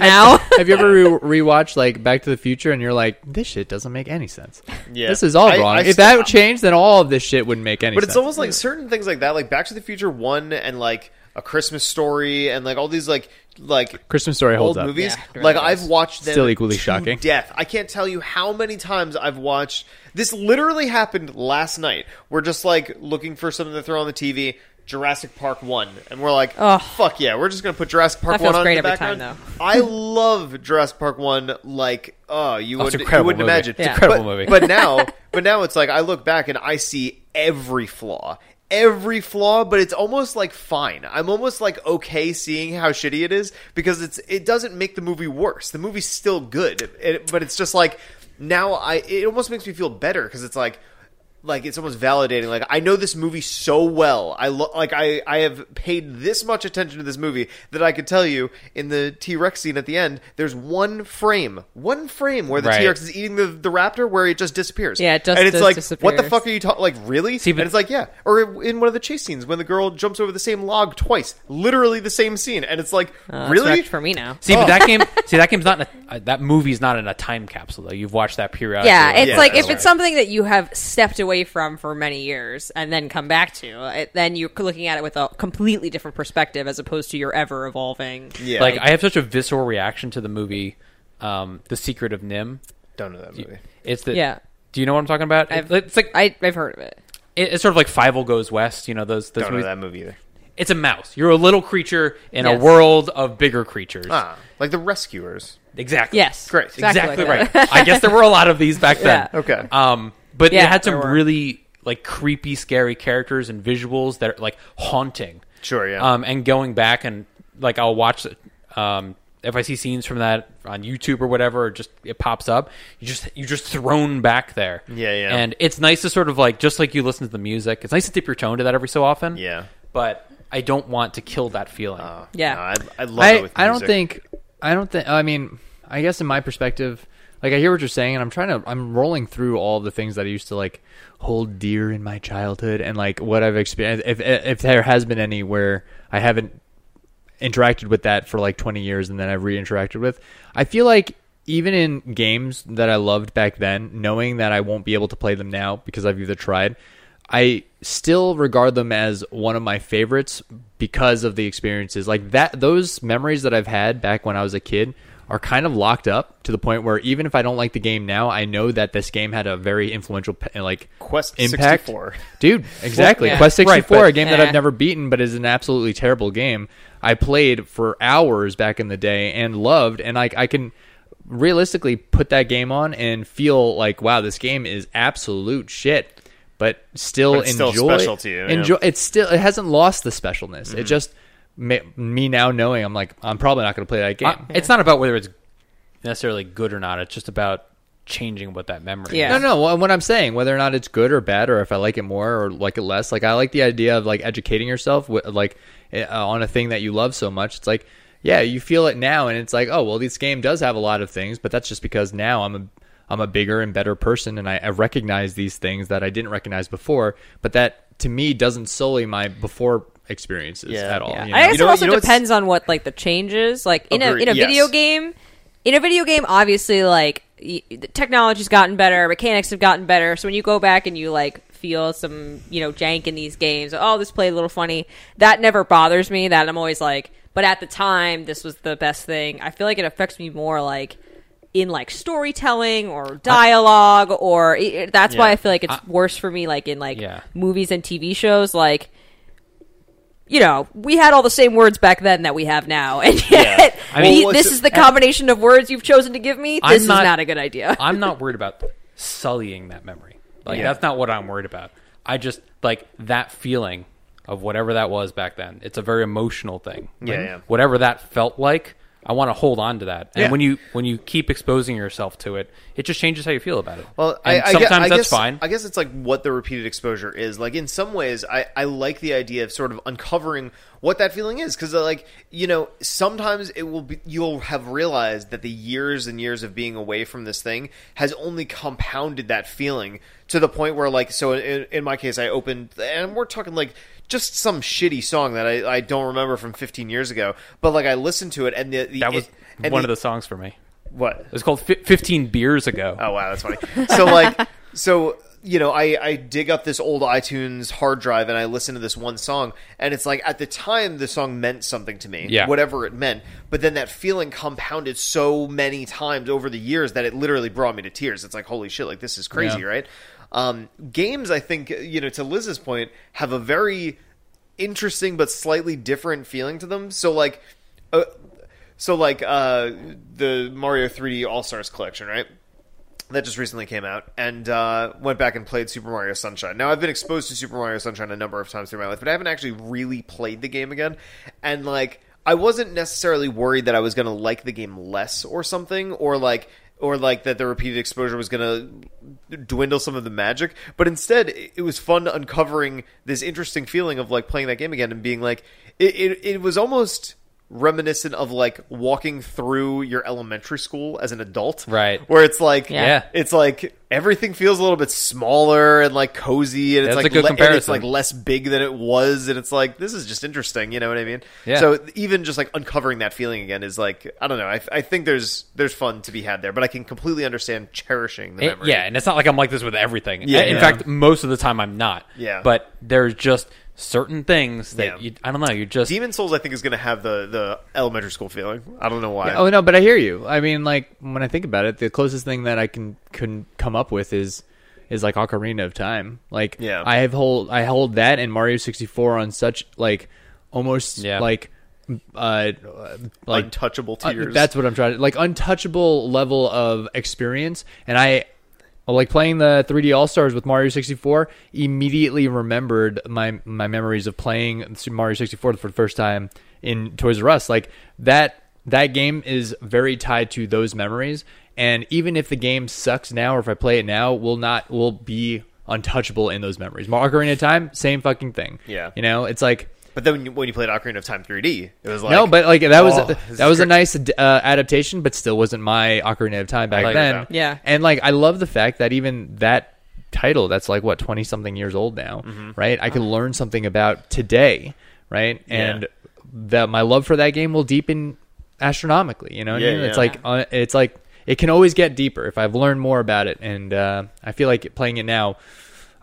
[SPEAKER 4] *laughs*
[SPEAKER 3] now.
[SPEAKER 4] *laughs* Have you ever re- rewatched like Back to the Future and you're like, this shit doesn't make any sense.
[SPEAKER 1] Yeah.
[SPEAKER 4] This is all
[SPEAKER 1] I-
[SPEAKER 4] wrong.
[SPEAKER 1] I
[SPEAKER 4] if
[SPEAKER 1] still-
[SPEAKER 4] that changed, then all of this shit wouldn't make any
[SPEAKER 1] but
[SPEAKER 4] sense.
[SPEAKER 1] it's almost like certain things like that, like Back to the Future One and like A Christmas Story and like all these like like
[SPEAKER 4] Christmas Story holds
[SPEAKER 1] old
[SPEAKER 4] up.
[SPEAKER 1] movies.
[SPEAKER 3] Yeah, it
[SPEAKER 1] like
[SPEAKER 3] really
[SPEAKER 1] I've
[SPEAKER 3] does.
[SPEAKER 1] watched them
[SPEAKER 4] Still equally
[SPEAKER 1] to
[SPEAKER 4] shocking.
[SPEAKER 1] Death. I can't tell you how many times I've watched. This literally happened last night. We're just like looking for something to throw on the TV. Jurassic Park one, and we're like, oh fuck yeah, we're just gonna put Jurassic Park
[SPEAKER 3] That feels
[SPEAKER 1] one on
[SPEAKER 3] great
[SPEAKER 1] in the
[SPEAKER 3] every time,
[SPEAKER 1] background. I love Jurassic Park one. Like, oh, you
[SPEAKER 2] Oh, it's
[SPEAKER 1] would
[SPEAKER 2] an incredible
[SPEAKER 1] you wouldn't
[SPEAKER 2] movie.
[SPEAKER 1] imagine.
[SPEAKER 2] It's an
[SPEAKER 3] Yeah.
[SPEAKER 2] incredible
[SPEAKER 1] but,
[SPEAKER 2] movie.
[SPEAKER 1] But now, but now it's like I look back and I see every flaw. every flaw, but it's almost like fine. I'm almost like okay seeing how shitty it is because it's it doesn't make the movie worse. The movie's still good, it, but it's just like now I it almost makes me feel better because it's like like it's almost validating like i know this movie so well i lo- like i i have paid this much attention to this movie that i could tell you in the t-rex scene at the end there's one frame one frame where the
[SPEAKER 2] Right.
[SPEAKER 1] t-rex is eating the, the raptor where it just disappears
[SPEAKER 3] Yeah, it just
[SPEAKER 1] and it's
[SPEAKER 3] dis-
[SPEAKER 1] like what the
[SPEAKER 3] disappears.
[SPEAKER 1] fuck are you talking like really
[SPEAKER 2] See, but-
[SPEAKER 1] and it's like yeah or in one of the chase scenes when the girl jumps over the same log twice literally the same scene and it's like
[SPEAKER 3] Uh, that's
[SPEAKER 1] really
[SPEAKER 3] wrecked for me now.
[SPEAKER 2] See,
[SPEAKER 1] Oh.
[SPEAKER 2] but that game, *laughs* see, that game's not in a, uh, that movie's not in a time capsule though. You've watched that periodically.
[SPEAKER 3] Yeah, it's
[SPEAKER 1] Yeah,
[SPEAKER 3] like
[SPEAKER 1] that's
[SPEAKER 3] if it's something that you have stepped away from for many years and then come back to, it, then you're looking at it with a completely different perspective as opposed to your ever evolving.
[SPEAKER 1] yeah
[SPEAKER 2] like I have such a visceral reaction to the movie, um, The Secret of Nim.
[SPEAKER 1] don't know that movie
[SPEAKER 2] It's the
[SPEAKER 3] Yeah.
[SPEAKER 2] Do you know what I'm talking about?
[SPEAKER 3] I've-
[SPEAKER 2] it's like
[SPEAKER 3] I, I've heard of it.
[SPEAKER 2] it- it's sort of like Five Will Goes West. You know those those
[SPEAKER 1] don't know
[SPEAKER 2] movies.
[SPEAKER 1] that movie either
[SPEAKER 2] It's a mouse. You're a little creature in a
[SPEAKER 3] Yes.
[SPEAKER 2] world of bigger creatures.
[SPEAKER 1] ah like the rescuers
[SPEAKER 2] Exactly.
[SPEAKER 3] Yes,
[SPEAKER 1] Great.
[SPEAKER 2] Exactly,
[SPEAKER 3] like that. *laughs*
[SPEAKER 2] right. I guess there were a lot of these back then.
[SPEAKER 3] Yeah.
[SPEAKER 1] Okay.
[SPEAKER 2] Um, but
[SPEAKER 3] Yeah,
[SPEAKER 2] it had some
[SPEAKER 3] there were.
[SPEAKER 2] really like creepy, scary characters and visuals that are like haunting.
[SPEAKER 1] Sure, yeah.
[SPEAKER 2] Um, and going back and like I'll watch um if I see scenes from that on YouTube or whatever, or just it pops up. You just you're just thrown back there.
[SPEAKER 1] Yeah, yeah.
[SPEAKER 2] And it's nice to sort of like just like you listen to the music. It's nice to dip your tone to that every so often.
[SPEAKER 1] Yeah.
[SPEAKER 2] But I don't want to kill that feeling.
[SPEAKER 1] Ah,
[SPEAKER 3] Yeah.
[SPEAKER 1] no, I, I love it
[SPEAKER 4] I,
[SPEAKER 1] with
[SPEAKER 4] I don't
[SPEAKER 1] music.
[SPEAKER 4] think I don't think I mean I guess in my perspective like I hear what you're saying and I'm trying to I'm rolling through all the things that I used to like hold dear in my childhood and like what I've experienced if if there has been any where I haven't interacted with that for like 20 years and then I've re-interacted with I feel like even in games that I loved back then knowing that I won't be able to play them now because I've either tried I still regard them as one of my favorites because of the experiences. Like that those memories that I've had back when I was a kid are kind of locked up to the point where even if I don't like the game now, I know that this game had a very influential pe- like
[SPEAKER 1] Quest
[SPEAKER 4] impact.
[SPEAKER 1] 64.
[SPEAKER 4] Dude, exactly.
[SPEAKER 3] Yeah.
[SPEAKER 4] Quest 64,
[SPEAKER 2] Right, but-
[SPEAKER 4] a game that
[SPEAKER 3] Yeah.
[SPEAKER 4] I've never beaten but is an absolutely terrible game. I played for hours back in the day and loved and like I can realistically put that game on and feel like wow, this game is absolute shit. But still
[SPEAKER 1] But it's still
[SPEAKER 4] enjoy
[SPEAKER 1] special to you, yeah. Mm-hmm.
[SPEAKER 4] Enjoy it's still it hasn't lost the specialness. It just ma- me now knowing I'm like I'm probably not going to play that game.
[SPEAKER 2] I- It's not about whether it's necessarily good or not. It's just about changing what that memory.
[SPEAKER 3] Yeah.
[SPEAKER 2] Is.
[SPEAKER 4] No, no. wha- What I'm saying, whether or not it's good or bad, or if I like it more or like it less, like I like the idea of like educating yourself, with, like eh, uh, on a thing that you love so much. It's like, yeah, you feel it now, and it's like, oh, well, this game does have a lot of things, but that's just because now I'm a I'm a bigger and better person, and I, I recognize these things that I didn't recognize before. But that to me doesn't sully my before experiences
[SPEAKER 1] Yeah.
[SPEAKER 4] at all.
[SPEAKER 3] Yeah.
[SPEAKER 4] you
[SPEAKER 3] I
[SPEAKER 4] know?
[SPEAKER 3] guess
[SPEAKER 1] You know
[SPEAKER 3] it
[SPEAKER 1] what-
[SPEAKER 3] also
[SPEAKER 1] you know what's-
[SPEAKER 3] depends on what like the changes. Like in a
[SPEAKER 1] Agree-
[SPEAKER 3] in a
[SPEAKER 1] yes.
[SPEAKER 3] video game, in a video game, obviously like y- the technology's gotten better, mechanics have gotten better. So when you go back and you like feel some you know jank in these games, oh this played a little funny. That never bothers me. That I'm always like, but at the time this was the best thing. I feel like it affects me more like in like storytelling or dialogue or it, it- that's why
[SPEAKER 1] Yeah.
[SPEAKER 3] I feel like it's worse for me like in like
[SPEAKER 2] Yeah.
[SPEAKER 3] movies and TV shows like you know, we had all the same words back then that we have now, *laughs* and yet
[SPEAKER 2] I mean-
[SPEAKER 3] the-
[SPEAKER 1] Well,
[SPEAKER 3] this
[SPEAKER 1] it's-
[SPEAKER 3] is the combination of words you've chosen to give me. This
[SPEAKER 2] I'm
[SPEAKER 3] is
[SPEAKER 2] not-
[SPEAKER 3] not a good idea.
[SPEAKER 2] I'm not worried about sullying that memory. Like
[SPEAKER 1] Yeah.
[SPEAKER 2] that's not what I'm worried about. I just like that feeling of whatever that was back then. It's a very emotional thing.
[SPEAKER 1] Yeah,
[SPEAKER 2] Like,
[SPEAKER 1] yeah.
[SPEAKER 2] Whatever that felt like, I want to hold on to that. And
[SPEAKER 1] Yeah.
[SPEAKER 2] when you when you keep exposing yourself to it, it just changes how you feel about it.
[SPEAKER 1] Well, I,
[SPEAKER 2] and
[SPEAKER 1] I,
[SPEAKER 2] sometimes
[SPEAKER 1] gue- I
[SPEAKER 2] that's
[SPEAKER 1] guess,
[SPEAKER 2] fine.
[SPEAKER 1] I guess it's like what the repeated exposure is. Like in some ways, I, I like the idea of sort of uncovering what that feeling is because like you know sometimes it will be you'll have realized that the years and years of being away from this thing has only compounded that feeling to the point where like so in, in my case I opened and we're talking like just some shitty song that I, I don't remember from 15 years ago but like I listened to it and the, the
[SPEAKER 2] that was
[SPEAKER 1] and
[SPEAKER 2] one of the songs for me.
[SPEAKER 1] what
[SPEAKER 2] It was called Fi 15 Beers Ago.
[SPEAKER 1] Oh wow, that's funny. so like, *laughs* so you know, I I dig up this old iTunes hard drive and I listen to this one song, and it's like at the time the song meant something to me,
[SPEAKER 2] Yeah.
[SPEAKER 1] whatever it meant. But then that feeling compounded so many times over the years that it literally brought me to tears. It's like holy shit, like this is crazy,
[SPEAKER 4] Yeah.
[SPEAKER 1] right? Um, games, I think you know, to Liz's point, have a very interesting but slightly different feeling to them. So like. Uh, so like uh, the Mario 3D All Stars collection, right? that just recently came out and uh, went back and played Super Mario Sunshine. Now I've been exposed to Super Mario Sunshine a number of times through my life, but I haven't actually really played the game again. And like I wasn't necessarily worried that I was going to like the game less or something or like or like that the repeated exposure was going to dwindle some of the magic, but instead it it was fun uncovering this interesting feeling of like playing that game again and being like it it, it was almost reminiscent of like walking through your elementary school as an adult
[SPEAKER 2] Right.
[SPEAKER 1] where it's like
[SPEAKER 3] Yeah.
[SPEAKER 2] Yeah.
[SPEAKER 1] it's like everything feels a little bit smaller and like cozy and it's
[SPEAKER 2] That's
[SPEAKER 1] like
[SPEAKER 2] a good
[SPEAKER 1] le- and it's
[SPEAKER 2] comparison.
[SPEAKER 1] like less big than it was and it's like this is just interesting you know what i mean
[SPEAKER 2] Yeah.
[SPEAKER 1] so even just like uncovering that feeling again is like i don't know i, I think there's there's fun to be had there but i can completely understand cherishing
[SPEAKER 4] Eh,
[SPEAKER 1] the
[SPEAKER 2] It-
[SPEAKER 1] memory
[SPEAKER 2] yeah, and it's not like I'm like this with everything.
[SPEAKER 1] Yeah.
[SPEAKER 2] in
[SPEAKER 1] Yeah.
[SPEAKER 2] fact, most of the time I'm not.
[SPEAKER 1] Yeah.
[SPEAKER 2] but there's just certain things that
[SPEAKER 1] Yeah.
[SPEAKER 2] you, I don't know. You're just
[SPEAKER 1] demon souls i think is going to have the the elementary school feeling i don't know why
[SPEAKER 4] Oh no, but I hear you. I mean, like when I think about it, the closest thing that I can can come up with is is like Ocarina of Time. Like
[SPEAKER 1] Yeah.
[SPEAKER 4] I have hold I hold that and Mario sixty four on such like almost
[SPEAKER 2] Yeah.
[SPEAKER 4] like uh like
[SPEAKER 1] untouchable
[SPEAKER 4] uh,
[SPEAKER 1] tears
[SPEAKER 4] that's what I'm trying to like untouchable level of experience and I like playing the 3D All-Stars with Mario 64 immediately remembered my my memories of playing Super Mario 64 for the first time in Toys R Us like that that game is very tied to those memories and even if the game sucks now or if I play it now will not will be untouchable in those memories. Ocarina of Time same fucking thing.
[SPEAKER 1] Yeah.
[SPEAKER 4] You know, it's like
[SPEAKER 1] but then when you, when you played ocarina of time 3d it was like
[SPEAKER 4] no, but like that was
[SPEAKER 1] oh, this
[SPEAKER 4] that
[SPEAKER 1] is
[SPEAKER 4] was a
[SPEAKER 1] great.
[SPEAKER 4] nice ad- uh, adaptation, but still wasn't my Ocarina of Time back
[SPEAKER 1] agree with
[SPEAKER 4] then.
[SPEAKER 1] that.
[SPEAKER 3] Yeah.
[SPEAKER 4] and like I love the fact that even that title that's like what twenty something years old now,
[SPEAKER 1] Mm-hmm.
[SPEAKER 4] right? I could learn something about today, right? And that my love for that game will deepen astronomically. You know, what I
[SPEAKER 1] Yeah,
[SPEAKER 4] mean? it's
[SPEAKER 1] yeah.
[SPEAKER 4] like uh, it's like it can always get deeper if I've learned more about it, and uh, I feel like playing it now.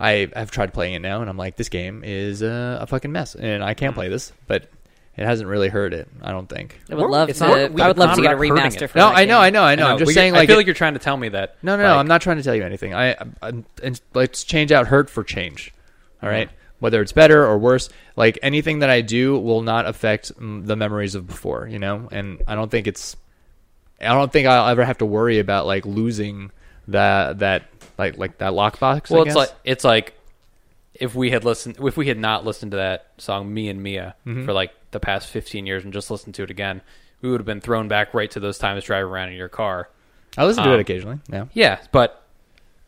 [SPEAKER 4] I, I've tried playing it now, and I'm like, this game is uh, a fucking mess, and I can't play this. But it hasn't really hurt it, I don't think.
[SPEAKER 3] *laughs* I
[SPEAKER 2] We're-
[SPEAKER 3] would love
[SPEAKER 2] it's
[SPEAKER 3] to.
[SPEAKER 2] not-
[SPEAKER 3] I
[SPEAKER 2] we have
[SPEAKER 3] would love to get a
[SPEAKER 2] not hurting
[SPEAKER 3] remaster.
[SPEAKER 2] it.
[SPEAKER 3] For
[SPEAKER 4] No,
[SPEAKER 3] that
[SPEAKER 4] I know,
[SPEAKER 3] game.
[SPEAKER 4] I know, I know. I'm just
[SPEAKER 2] we-
[SPEAKER 4] saying,
[SPEAKER 2] I
[SPEAKER 4] like,
[SPEAKER 2] feel
[SPEAKER 4] it-
[SPEAKER 2] like you're trying to tell me that.
[SPEAKER 4] no, no, no.
[SPEAKER 2] like,
[SPEAKER 4] I'm not trying to tell you anything. I, I, I and let's change out hurt for change. All
[SPEAKER 2] Mm-hmm.
[SPEAKER 4] right? whether it's better or worse, like anything that I do will not affect mm, the memories of before, you know. And I don't think it's, I don't think I'll ever have to worry about like losing that that like like that lockbox. I
[SPEAKER 2] Well, it's
[SPEAKER 4] guess.
[SPEAKER 2] like it's like if we had listened, if we had not listened to that song "Me and Mia"
[SPEAKER 4] Mm-hmm.
[SPEAKER 2] for like the past 15 years and just listened to it again, we would have been thrown back right to those times driving around in your car.
[SPEAKER 4] I listen to
[SPEAKER 2] um,
[SPEAKER 4] it occasionally. Yeah,
[SPEAKER 2] Yeah, but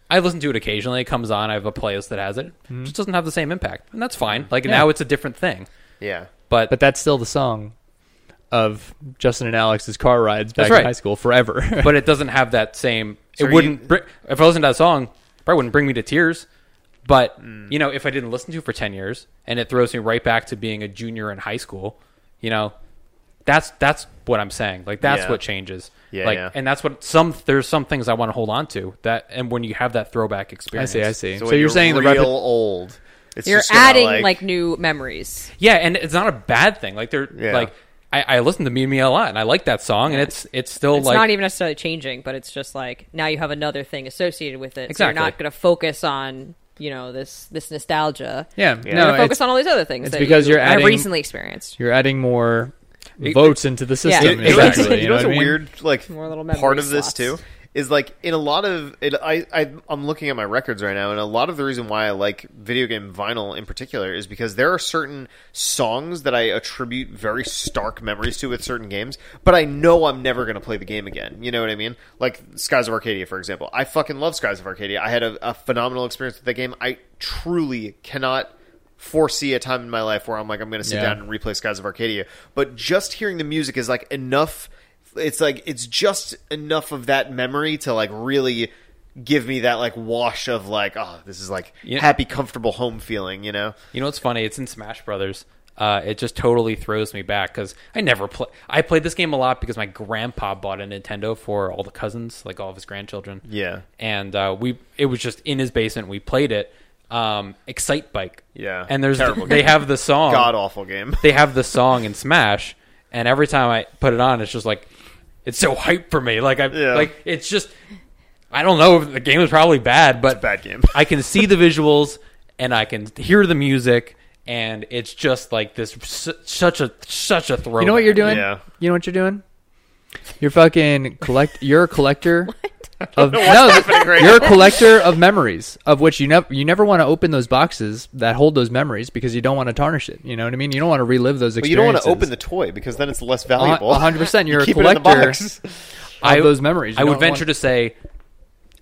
[SPEAKER 2] I listen to it occasionally. It comes on. I have a playlist that has it.
[SPEAKER 4] Mm-hmm.
[SPEAKER 2] It just doesn't have the same impact, and that's fine. Like now, it's a different thing.
[SPEAKER 1] yeah
[SPEAKER 2] But,
[SPEAKER 4] but that's still the song of Justin and Alex's car rides back
[SPEAKER 2] That's right.
[SPEAKER 4] in high school forever.
[SPEAKER 2] *laughs*
[SPEAKER 4] *laughs*
[SPEAKER 2] but it doesn't have that same.
[SPEAKER 1] So
[SPEAKER 2] it
[SPEAKER 1] you-
[SPEAKER 2] wouldn't. br- if I listened to that song, probably wouldn't bring me to tears. But you know, if I didn't listen to it for ten years, and it throws me right back to being a junior in high school, you know, that's that's what I'm saying. Like that's
[SPEAKER 1] Yeah.
[SPEAKER 2] what changes.
[SPEAKER 1] Yeah,
[SPEAKER 2] like,
[SPEAKER 1] yeah.
[SPEAKER 2] and that's what some there's some things I want to hold on to that, and when you have that
[SPEAKER 4] I
[SPEAKER 2] throwback experience,
[SPEAKER 4] see, I see. So,
[SPEAKER 1] when
[SPEAKER 4] you're saying the
[SPEAKER 1] real
[SPEAKER 4] repi-
[SPEAKER 1] old it's
[SPEAKER 3] You're
[SPEAKER 1] just gonna,
[SPEAKER 3] adding like, new memories.
[SPEAKER 2] Yeah, and it's not a bad thing. Like they're
[SPEAKER 1] Yeah.
[SPEAKER 2] like I, I listen to Me and Me a lot, and I like that song, and it's it's still
[SPEAKER 3] It's
[SPEAKER 2] like
[SPEAKER 3] not even necessarily changing, but it's just like now you have another thing associated with it. So
[SPEAKER 2] Exactly.
[SPEAKER 3] you're not going to focus on you know this this nostalgia.
[SPEAKER 4] yeah,
[SPEAKER 1] Yeah.
[SPEAKER 3] You're
[SPEAKER 4] no,
[SPEAKER 3] going to focus
[SPEAKER 4] it's-
[SPEAKER 3] on all these other things.
[SPEAKER 4] it's
[SPEAKER 3] that
[SPEAKER 4] because
[SPEAKER 3] you
[SPEAKER 4] you're adding-
[SPEAKER 3] have
[SPEAKER 4] *laughs*
[SPEAKER 3] recently experienced.
[SPEAKER 4] you're adding more votes into the
[SPEAKER 3] Yeah.
[SPEAKER 1] It-
[SPEAKER 4] system.
[SPEAKER 1] it-
[SPEAKER 4] Exactly.
[SPEAKER 1] You know what's
[SPEAKER 4] what I
[SPEAKER 1] a
[SPEAKER 4] mean?
[SPEAKER 1] weird like
[SPEAKER 3] More little
[SPEAKER 1] part
[SPEAKER 3] memory
[SPEAKER 1] of this
[SPEAKER 3] slots.
[SPEAKER 1] too is like in a lot of it, I, I I'm looking at my records right now, and a lot of the reason why I like video game vinyl in particular is because there are certain songs that I attribute very stark memories to with certain games, but I know I'm never going to play the game again. You know what I mean? Like Skies of Arcadia, for example. I fucking love Skies of Arcadia. I had a, a phenomenal experience with that game. I truly cannot foresee a time in my life where I'm like I'm going to sit
[SPEAKER 4] Yeah.
[SPEAKER 1] down and replay Skies of Arcadia. But just hearing the music is like enough. It's like it's just enough of that memory to like really give me that like wash of like oh this is like
[SPEAKER 2] Yeah.
[SPEAKER 1] happy comfortable home feeling you know
[SPEAKER 2] You know what's funny? It's in Smash Brothers. Uh, it just totally throws me back because I never play. I played this game a lot because my grandpa bought a Nintendo for all the cousins, like all of his grandchildren.
[SPEAKER 1] Yeah.
[SPEAKER 2] and uh, we it was just in his basement. We played it. Um, Excite Bike.
[SPEAKER 1] Yeah.
[SPEAKER 2] and there's
[SPEAKER 1] Terrible
[SPEAKER 2] they
[SPEAKER 1] game.
[SPEAKER 2] have the
[SPEAKER 4] Oh.
[SPEAKER 2] song
[SPEAKER 1] god awful game
[SPEAKER 2] they have the song in Smash, and every time I put it on, it's just like it's so hype for me. Like I
[SPEAKER 1] Yeah.
[SPEAKER 2] like it's just I don't know. The game is probably bad, but
[SPEAKER 1] It's a bad game.
[SPEAKER 2] I can see the visuals and I can hear the music, and it's just like this su- such a such a throw.
[SPEAKER 4] You know what you're doing?
[SPEAKER 1] Yeah.
[SPEAKER 4] You know what you're doing? You're fucking collect. You're a collector of no, you're a collector of memories of which you never you never want to open those boxes that hold those memories because you don't want to tarnish it. You know what I mean? You don't want to relive
[SPEAKER 1] *laughs*
[SPEAKER 4] those
[SPEAKER 1] But you
[SPEAKER 4] experiences.
[SPEAKER 1] don't want to open the toy because then it's less valuable.
[SPEAKER 4] A- a hundred
[SPEAKER 1] *laughs*
[SPEAKER 4] percent.
[SPEAKER 1] You
[SPEAKER 4] You're a
[SPEAKER 1] keep it in the
[SPEAKER 4] collector.
[SPEAKER 1] box.
[SPEAKER 4] I, those memories.
[SPEAKER 2] I would venture to say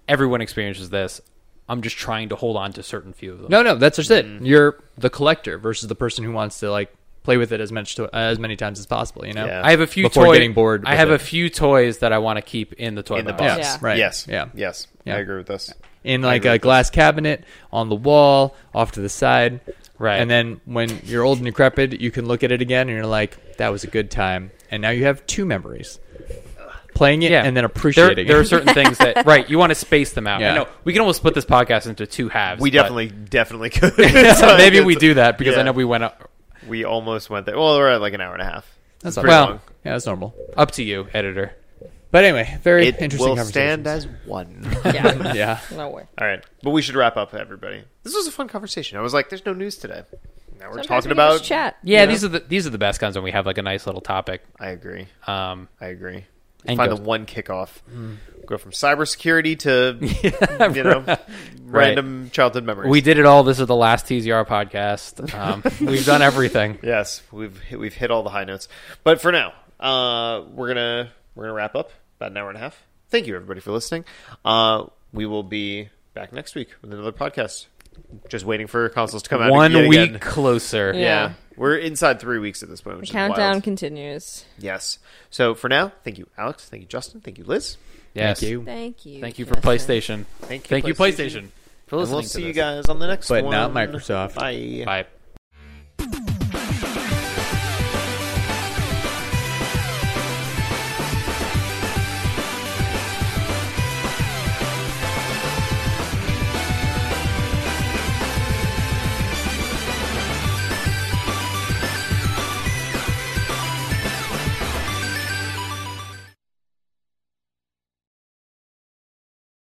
[SPEAKER 2] everyone experiences this. I'm just trying to hold on to certain few of them.
[SPEAKER 4] No, no, that's just it.
[SPEAKER 1] Mm.
[SPEAKER 4] You're the collector versus the person who wants to like play with it as much to, as many times as possible. You know.
[SPEAKER 1] Yeah.
[SPEAKER 2] I have a few
[SPEAKER 4] Before
[SPEAKER 2] toy-
[SPEAKER 4] getting bored
[SPEAKER 2] I
[SPEAKER 4] with
[SPEAKER 2] have
[SPEAKER 4] it.
[SPEAKER 2] a few toys that I want to keep in the toy
[SPEAKER 1] In the
[SPEAKER 2] box.
[SPEAKER 1] box.
[SPEAKER 3] Yeah.
[SPEAKER 4] *laughs* Right.
[SPEAKER 1] Yes.
[SPEAKER 4] Yeah.
[SPEAKER 1] Yes.
[SPEAKER 4] Yeah.
[SPEAKER 1] I agree with this.
[SPEAKER 4] in
[SPEAKER 1] I
[SPEAKER 4] like
[SPEAKER 1] agree
[SPEAKER 4] a
[SPEAKER 1] with
[SPEAKER 4] glass cabinet on the wall, off to the side.
[SPEAKER 2] Right.
[SPEAKER 4] And then when you're old and decrepit, you can look at it again and you're like, that was a good time. And now you have two memories playing it
[SPEAKER 2] Yeah,
[SPEAKER 4] and then
[SPEAKER 2] there,
[SPEAKER 4] appreciating
[SPEAKER 2] there are
[SPEAKER 4] it.
[SPEAKER 2] certain things *laughs* that right you want to space them out.
[SPEAKER 4] Yeah.
[SPEAKER 2] I know we can almost split this podcast into two halves.
[SPEAKER 1] We
[SPEAKER 2] but- *laughs*
[SPEAKER 1] definitely, *laughs* definitely could.
[SPEAKER 4] *laughs*
[SPEAKER 2] So maybe we do that because I
[SPEAKER 1] Yeah.
[SPEAKER 2] know we went up,
[SPEAKER 1] We almost went there. Well, we're at like an hour and a half. It's
[SPEAKER 4] That's not
[SPEAKER 1] pretty
[SPEAKER 2] well,
[SPEAKER 1] long.
[SPEAKER 4] yeah, that's normal.
[SPEAKER 2] up to you, editor.
[SPEAKER 4] But anyway, very
[SPEAKER 2] *laughs*
[SPEAKER 1] it
[SPEAKER 4] interesting
[SPEAKER 1] will
[SPEAKER 4] conversation.
[SPEAKER 1] stand as one.
[SPEAKER 3] Yeah.
[SPEAKER 4] yeah.
[SPEAKER 3] No way.
[SPEAKER 1] All right, but we should wrap up, everybody. This was a fun conversation. I was like, "There's no news today." Now we're
[SPEAKER 3] Sometimes
[SPEAKER 1] talking
[SPEAKER 3] we can
[SPEAKER 1] about.
[SPEAKER 3] just chat.
[SPEAKER 2] Yeah, these are the these are the best guns when we have like a nice little topic.
[SPEAKER 1] I agree.
[SPEAKER 2] Um,
[SPEAKER 1] I agree.
[SPEAKER 2] And Mm.
[SPEAKER 1] Find
[SPEAKER 2] ghost-
[SPEAKER 1] the one kickoff. Go from cybersecurity to
[SPEAKER 2] *laughs*
[SPEAKER 1] you know random childhood memories.
[SPEAKER 2] we did it all. This is the last TZR podcast. *laughs* Um, we've done everything.
[SPEAKER 1] Yes, we've hit, we've hit all the high notes. But for now, uh, we're gonna we're gonna wrap up about an hour and a half. Thank you everybody for listening. Uh, we will be back next week with another podcast. Just waiting for consoles to come out.
[SPEAKER 2] One
[SPEAKER 1] yet
[SPEAKER 2] week
[SPEAKER 1] again.
[SPEAKER 2] closer.
[SPEAKER 1] Yeah. we're inside three weeks at this point. Which
[SPEAKER 3] Countdown
[SPEAKER 1] Is wild.
[SPEAKER 3] continues.
[SPEAKER 1] Yes. So for now, thank you, Alex. Thank you, Justin. Thank you, Liz.
[SPEAKER 2] Yes.
[SPEAKER 4] Thank you.
[SPEAKER 3] Thank you.
[SPEAKER 2] Thank you for
[SPEAKER 3] Justin.
[SPEAKER 2] PlayStation.
[SPEAKER 1] Thank you,
[SPEAKER 2] Thank you, PlayStation.
[SPEAKER 1] PlayStation.
[SPEAKER 2] For
[SPEAKER 1] And
[SPEAKER 2] listening
[SPEAKER 1] we'll
[SPEAKER 2] to
[SPEAKER 1] see you
[SPEAKER 2] this.
[SPEAKER 1] guys on the next
[SPEAKER 4] But
[SPEAKER 1] one.
[SPEAKER 4] not Microsoft.
[SPEAKER 1] Bye.
[SPEAKER 2] Bye.